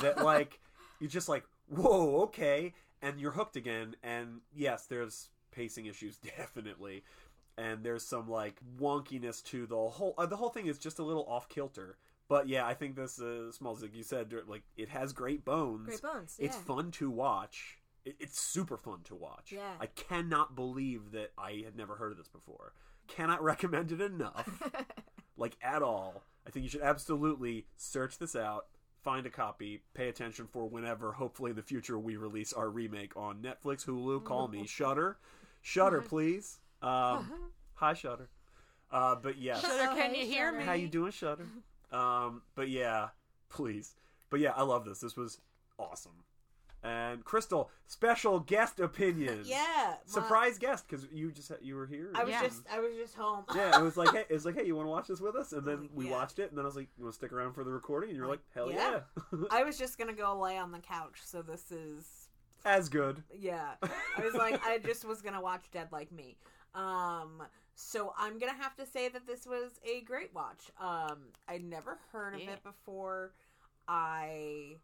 S1: that like you're just like whoa okay and you're hooked again and yes there's pacing issues *laughs* definitely and there's some like wonkiness to the whole uh, the whole thing is just a little off kilter but yeah i think this is smalls like you said like it has great bones
S3: Great bones.
S1: it's
S3: yeah.
S1: fun to watch It- it's super fun to watch
S3: Yeah.
S1: i cannot believe that i had never heard of this before cannot *laughs* recommend it enough
S3: *laughs*
S1: like at all. I think you should absolutely search this out, find a copy, pay attention for whenever, hopefully in the future, we release our remake on Netflix, Hulu, call
S2: Mm-hmm.
S1: me, Shutter,
S2: *laughs*
S1: Shutter, please. Um, hi, Shutter. Uh, but yes,
S2: Shutter,
S3: Oh,
S2: can
S3: hey,
S2: you hear
S3: Shutter.
S2: me?
S1: how
S2: *laughs*
S1: you doing, Shutter? Um, but yeah, please. But yeah, I love this. This was awesome. And Crystal, special guest opinion.
S4: Yeah. my-
S1: Surprise guest because you just you were here.
S4: I was
S2: Yeah.
S4: just I was just home.
S1: Yeah, it was like, hey, it was like, hey, you want to watch this with us? And then we
S4: Yeah.
S1: watched it, and then I was like, you want to stick around for the recording? And you're like, hell yeah, *laughs*
S4: Yeah. I was just gonna go lay on the couch, so this is
S1: as good.
S4: yeah. I was like, I just was gonna watch Dead Like Me. Um, so I'm gonna have to say that this was a great watch. Um, I never heard of
S2: Yeah.
S4: it before. I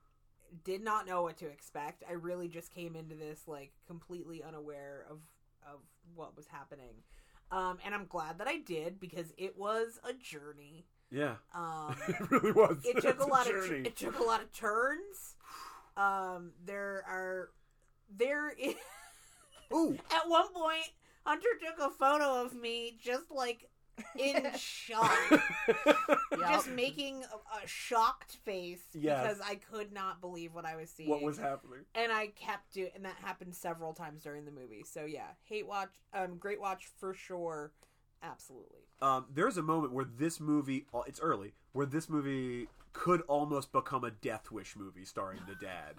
S4: did not know what to expect. I really just came into this like completely unaware of of what was happening. Um, and I'm glad that I did because it was a journey.
S1: *laughs* Yeah,
S4: Um,
S1: *laughs* it really was.
S4: it took
S1: It's
S4: a lot of
S1: journey.
S4: it took a lot of turns. Um, there are there i- *laughs*
S1: Ooh,
S4: at one point Hunter took a photo of me just like in shock,
S2: Yup.
S4: just making a, a shocked face
S1: Yes.
S4: because I could not believe what I was seeing.
S1: what was happening?
S4: and I kept doing, and that happened several times during the movie. So yeah, hate watch, um, great watch for sure, absolutely.
S1: Um, there's a moment where this movie, oh, it's early, where this movie could almost become a Death Wish movie starring the
S4: *laughs*
S1: dad.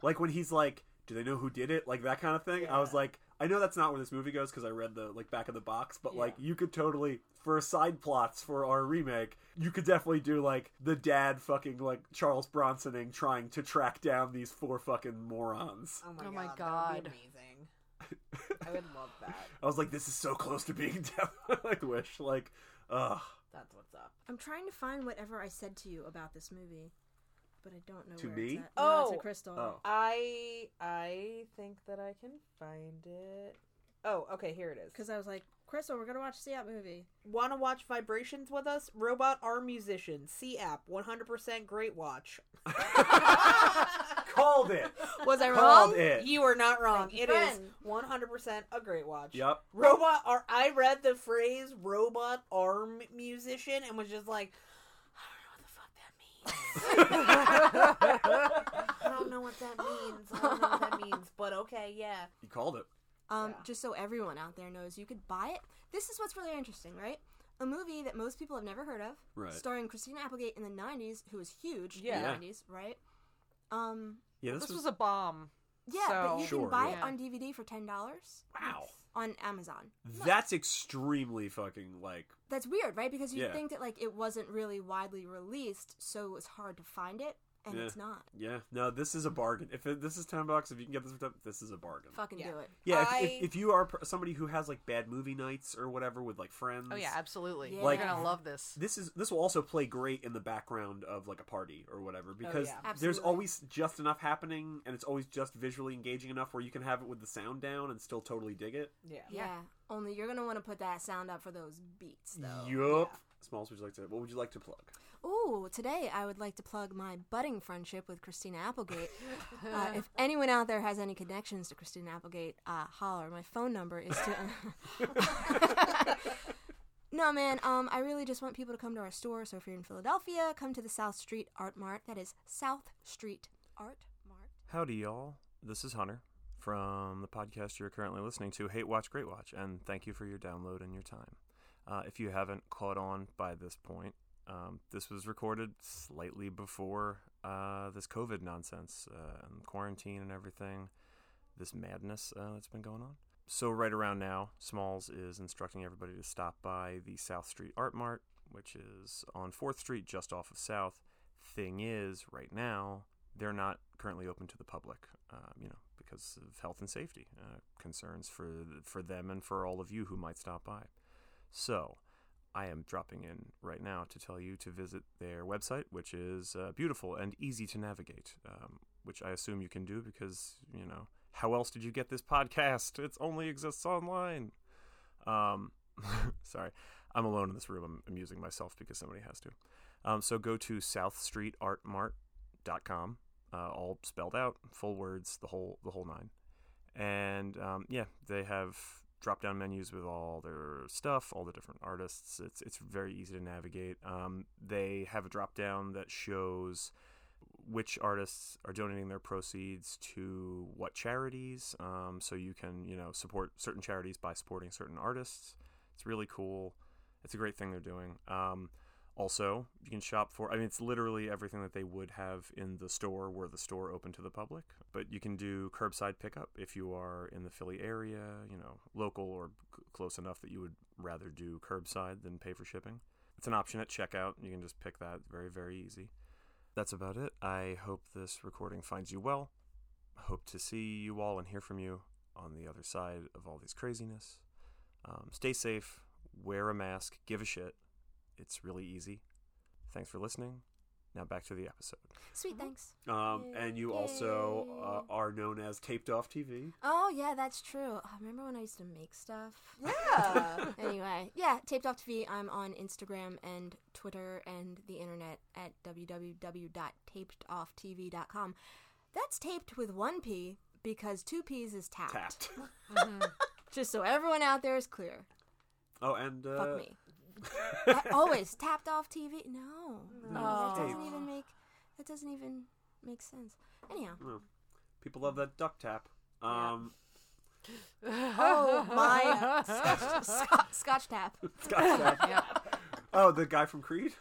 S1: like when he's like, "Do they know who did it?" Like that kind of thing. I was
S4: Yeah.
S1: like, I know that's not where this movie goes because I read the like back of the box, but
S4: Yeah.
S1: like you could totally for side plots for our remake, you could definitely do like the dad fucking like Charles Bronsoning trying to track down these four fucking morons.
S4: Oh my
S2: Oh
S4: god,
S2: my
S4: that would be
S2: God.
S4: amazing. I would love that.
S1: I was like, this is so close to being *laughs* Death like Wish. Like,
S4: *laughs*
S1: ugh.
S4: That's what's up.
S3: I'm trying to find whatever I said to you about this movie, but I don't know
S1: To
S3: where
S1: me?
S3: it's at. No, it's a
S4: Oh.
S3: crystal.
S1: Oh.
S4: I I think that I can find it. Oh, okay, here it is.
S3: Because I was like, Crystal, we're gonna watch the out movie.
S4: Want to watch Vibrations with us? Robot Arm Musician, C app, 100%
S3: *laughs*
S4: great watch.
S1: Called it.
S4: Was I
S1: Called
S4: wrong?
S1: it.
S4: You were not wrong.
S3: Thank you,
S4: It is
S3: friend.
S4: 100% a great watch.
S1: Yep.
S4: Robot Ar- I read the phrase robot arm musician and was just like, I don't know what the fuck that means.
S3: *laughs*
S4: *laughs* I don't know what that means. I don't know what that means, but okay, yeah.
S1: You called it.
S3: Um,
S4: Yeah.
S3: just so everyone out there knows, you could buy it. This is what's really interesting, right? A movie that most people have never heard of,
S1: Right.
S3: starring Christina Applegate in the '90s, who was huge
S4: Yeah.
S3: in
S1: Yeah.
S3: the '90s, right? Um,
S1: Yeah,
S2: This was a bomb.
S3: yeah,
S2: So-
S3: but you
S1: Sure,
S3: can buy
S2: yeah.
S3: it on DVD for ten dollars
S1: wow.
S3: on Amazon.
S1: That's extremely fucking like
S3: That's weird, right? Because you
S1: Yeah.
S3: would think that like it wasn't really widely released, so it was hard to find it. and
S1: Yeah.
S3: it's not.
S1: Yeah, no, this is a bargain. If it, this is ten bucks, if you can get this, for 10 this is a bargain.
S3: Fucking
S4: Yeah.
S3: do it.
S1: Yeah, if,
S4: I-
S1: if, if you are pr- somebody who has like bad movie nights or whatever with like friends,
S2: Oh yeah, absolutely.
S3: Like-
S2: You're gonna love this.
S1: this is this will also play great in the background of like a party or whatever because
S4: yeah.
S1: there's
S3: Absolutely.
S1: always just enough happening and it's always just visually engaging enough where you can have it with the sound down and still totally dig it.
S4: Yeah.
S3: Yeah. *laughs* Only you're gonna want to put that sound up for those beats though.
S1: Yup. Smalls, would you like to? What would you like to plug?
S3: Ooh, today I would like to plug my budding friendship with Christina Applegate. uh, if anyone out there has any connections to Christina Applegate, uh, holler. My phone number is to. *laughs* no, man. Um, I really just want people to come to our store. So if you're in Philadelphia, come to the South Street Art Mart. That is South Street Art Mart.
S5: Howdy, y'all. This is Hunter from the podcast you're currently listening to, Hate Watch, Great Watch, and thank you for your download and your time. Uh, if you haven't caught on by this point, um, this was recorded slightly before uh, this COVID nonsense uh, and quarantine and everything, this madness uh, that's been going on. So, right around now, Smalls is instructing everybody to stop by the South Street Art Mart, which is on 4th Street, just off of South. Thing is, right now, they're not currently open to the public, um, you know, because of health and safety uh, concerns for for them and for all of you who might stop by. So, I am dropping in right now to tell you to visit their website, which is uh, beautiful and easy to navigate, um, which I assume you can do because you know how else did you get this podcast? *laughs* It only exists online. Um, *laughs* sorry, I'm alone in this room. I'm amusing myself because somebody has to. Um, so go to South Street Art Mart dot com, uh, all spelled out, full words, the whole the whole nine. And um, yeah, they have drop down menus with all their stuff, all the different artists. It's it's very easy to navigate. Um, they have a drop down that shows which artists are donating their proceeds to what charities. Um, so you can you know support certain charities by supporting certain artists. It's really cool. It's a great thing they're doing. Um, also, you can shop for. I mean, it's literally everything that they would have in the store were the store open to the public. But you can do curbside pickup if you are in the Philly area, you know, local or c- close enough that you would rather do curbside than pay for shipping. It's an option at checkout. You can just pick that. Very, very easy. That's about it. I hope this recording finds you well. Hope to see you all and hear from you on the other side of all this craziness. Um, stay safe. Wear a mask. Give a shit. It's really easy. Thanks for listening. Now back to the episode.
S3: Sweet, thanks.
S1: Um, and you also
S3: Yay.
S1: uh, are known as Taped Off TV.
S3: Oh yeah, that's true. Oh, remember when I used to make stuff? Oh,
S4: Yeah.
S3: anyway, yeah, Taped Off TV. I'm on Instagram and Twitter and the internet at www.tapedoffTV.com. That's taped with one P because two P's is tapped.
S1: Tapped. *laughs*
S3: Just so everyone out there is clear.
S1: Oh, and uh,
S3: Fuck
S1: *laughs*
S3: me. I always tapped off TV. No, no, that
S2: Oh.
S3: doesn't even make that doesn't even make sense.
S1: *laughs*
S3: Anyhow,
S1: people love that duck tap. Um, *laughs*
S3: oh my scotch, scotch, scotch
S1: *laughs*
S3: tap.
S1: Scotch tap.
S2: *laughs* Yeah.
S1: Oh, the guy from Creed.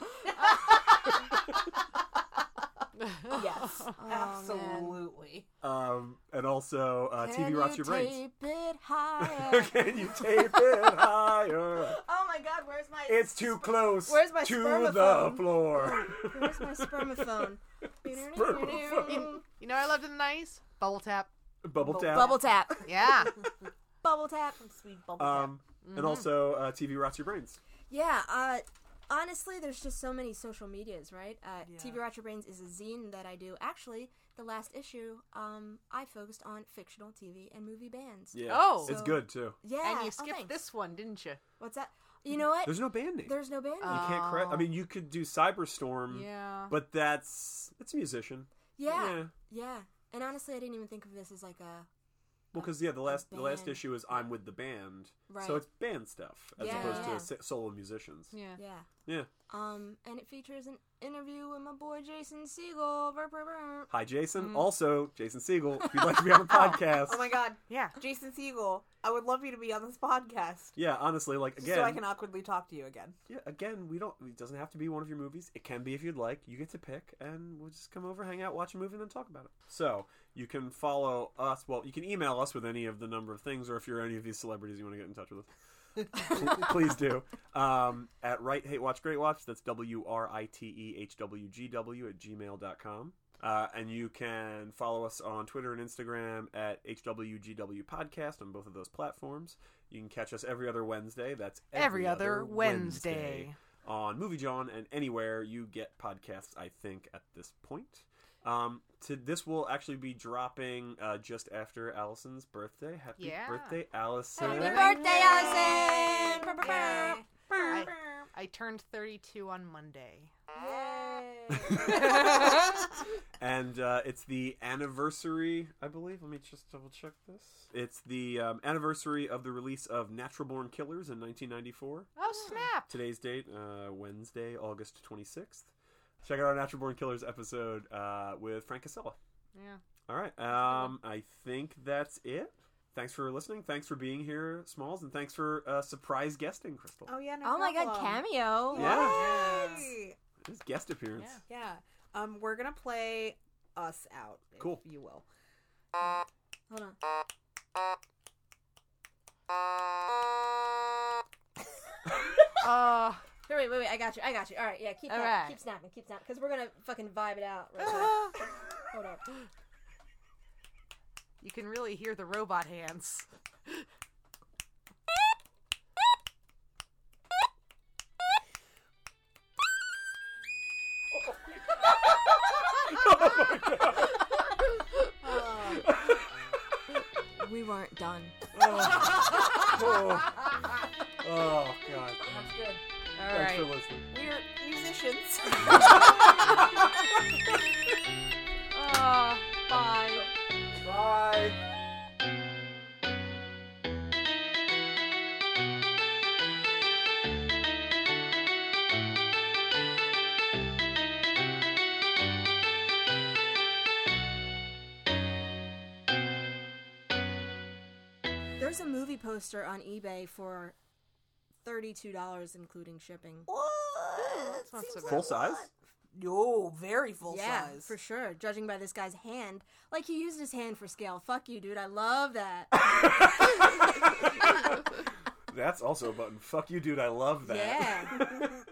S3: Yes, Oh,
S4: Absolutely.
S1: Um, and also uh,
S3: Can
S1: TV rots
S3: you
S1: your brains. *laughs*
S3: tape it higher.
S1: Can you tape it higher?
S3: Oh my God, where's my?
S1: It's too close
S3: Where's my
S1: to the
S3: spermophone?
S1: floor. *laughs*
S3: Where's my spermophone?
S1: Spermophone.
S2: You know what I loved in the nineties? Bubble tap.
S1: Bubble tap.
S3: *laughs* Bubble tap.
S2: Yeah.
S3: Bubble tap.
S4: Sweet bubble tap.
S1: Um,
S3: Mm-hmm.
S1: And also uh, TV rots your brains.
S3: Yeah. Uh, honestly, there's just so many social medias, right? Uh, TV Watcher Brains is a zine that I do. Actually, the last issue, um, I focused on fictional TV and movie
S1: *laughs*
S3: bands.
S1: Yeah.
S2: Oh.
S1: it's good too.
S3: Yeah.
S2: and
S3: oh,
S2: you skipped
S3: thanks.
S2: this one, didn't you?
S3: What's that? You know what?
S1: There's
S3: There's,
S1: no band name.
S3: no band. name.
S2: Uh,
S1: you can't correct. I mean, you could do Cyberstorm.
S2: Yeah.
S1: Mm. But that's it's a musician.
S3: yeah.
S1: yeah.
S3: yeah. And honestly, I didn't even think of this as like a
S1: Well, because yeah, the last the last
S3: band.
S1: issue is I'm with the band, so
S3: Right.
S1: it's band stuff as
S3: Yeah.
S1: opposed
S3: Yeah.
S1: to si- solo musicians. Yeah.
S2: yeah.
S3: yeah. Um, and it features an interview with my boy Jason Siegel. Brr, brr, brr.
S1: Hi, Jason. Also, Jason Siegel. If you'd like to be on the podcast,
S4: Mm-hmm. *laughs* oh my god.
S2: Yeah.
S4: Jason Siegel, I would love you to be on this podcast.
S1: yeah. Honestly, like
S4: Just
S1: again,
S4: so I can awkwardly talk to
S2: *laughs*
S4: you again.
S1: yeah, again, we don't. It doesn't have to be one of your movies. It can be if you'd like. You get to pick, and we'll just come over, hang out, watch a movie, and then talk about it. So you can follow us. Well, you can email us with any of the number of things, or if you're any of these celebrities, you want to get in touch with us. pl- *laughs* please do. Um, at right hate watch great watch. That's w r i t e h w g w at gmail dot com. Uh, and you can follow us on Twitter and Instagram at HWGW Podcast on both of those platforms. You can catch us every other Wednesday. That's
S2: Every other Wednesday.
S1: on Movie John and anywhere you get podcasts, I think, at this point. Um, to, this will actually be dropping uh, just after Allison's birthday. Happy
S2: Yeah.
S1: birthday, Allison.
S2: Happy
S3: Happy birthday, Allison!
S2: Yay. I, I turned 32 on Monday.
S1: and uh, it's the anniversary, I believe. Let me just double check this. It's the um, anniversary of the release of Natural Born Killers in 1994.
S2: Oh, snap.
S1: Today's date, uh, Wednesday, August 26th. Check out our Natural Born Killers episode uh, with Frank Casella.
S2: Yeah.
S1: All right. Um, I think that's it. Thanks for listening. Thanks for being here, Smalls, and thanks for uh, surprise guesting, Crystal.
S4: Oh yeah. No
S3: Oh my god,
S4: problem.
S3: cameo!
S1: Yeah.
S4: Yes.
S1: This guest appearance.
S2: Yeah.
S4: Yeah. Um, we're gonna play us out. if
S1: Cool.
S4: You will.
S3: Hold on.
S2: *laughs* Uh,
S3: No, wait, wait, wait. I got you. I got you. All right, yeah. Keep
S2: All
S3: that-
S2: right.
S3: keep snapping, keep snapping, because we're gonna fucking vibe it out. *gasps* Right now.
S2: ah.
S3: Hold up.
S2: you can really hear the robot hands.
S1: *laughs* Oh
S3: *laughs* We weren't done.
S1: Oh. *laughs* oh, God.
S2: All
S1: Thanks
S2: right.
S1: for listening.
S4: We're
S2: *laughs*
S4: musicians.
S2: Uh, bye.
S1: Bye.
S3: There's a movie poster on eBay for thirty-two dollars, including shipping.
S4: what?
S2: That's not so
S1: Full
S2: bad.
S3: *laughs*
S1: size?
S4: No, very full
S3: yeah,
S4: size.
S3: for sure. Judging by this guy's hand, like he used his hand for scale. Fuck you, dude. I love that.
S1: That's also a button. Fuck you, dude. I love that. *laughs*
S3: yeah.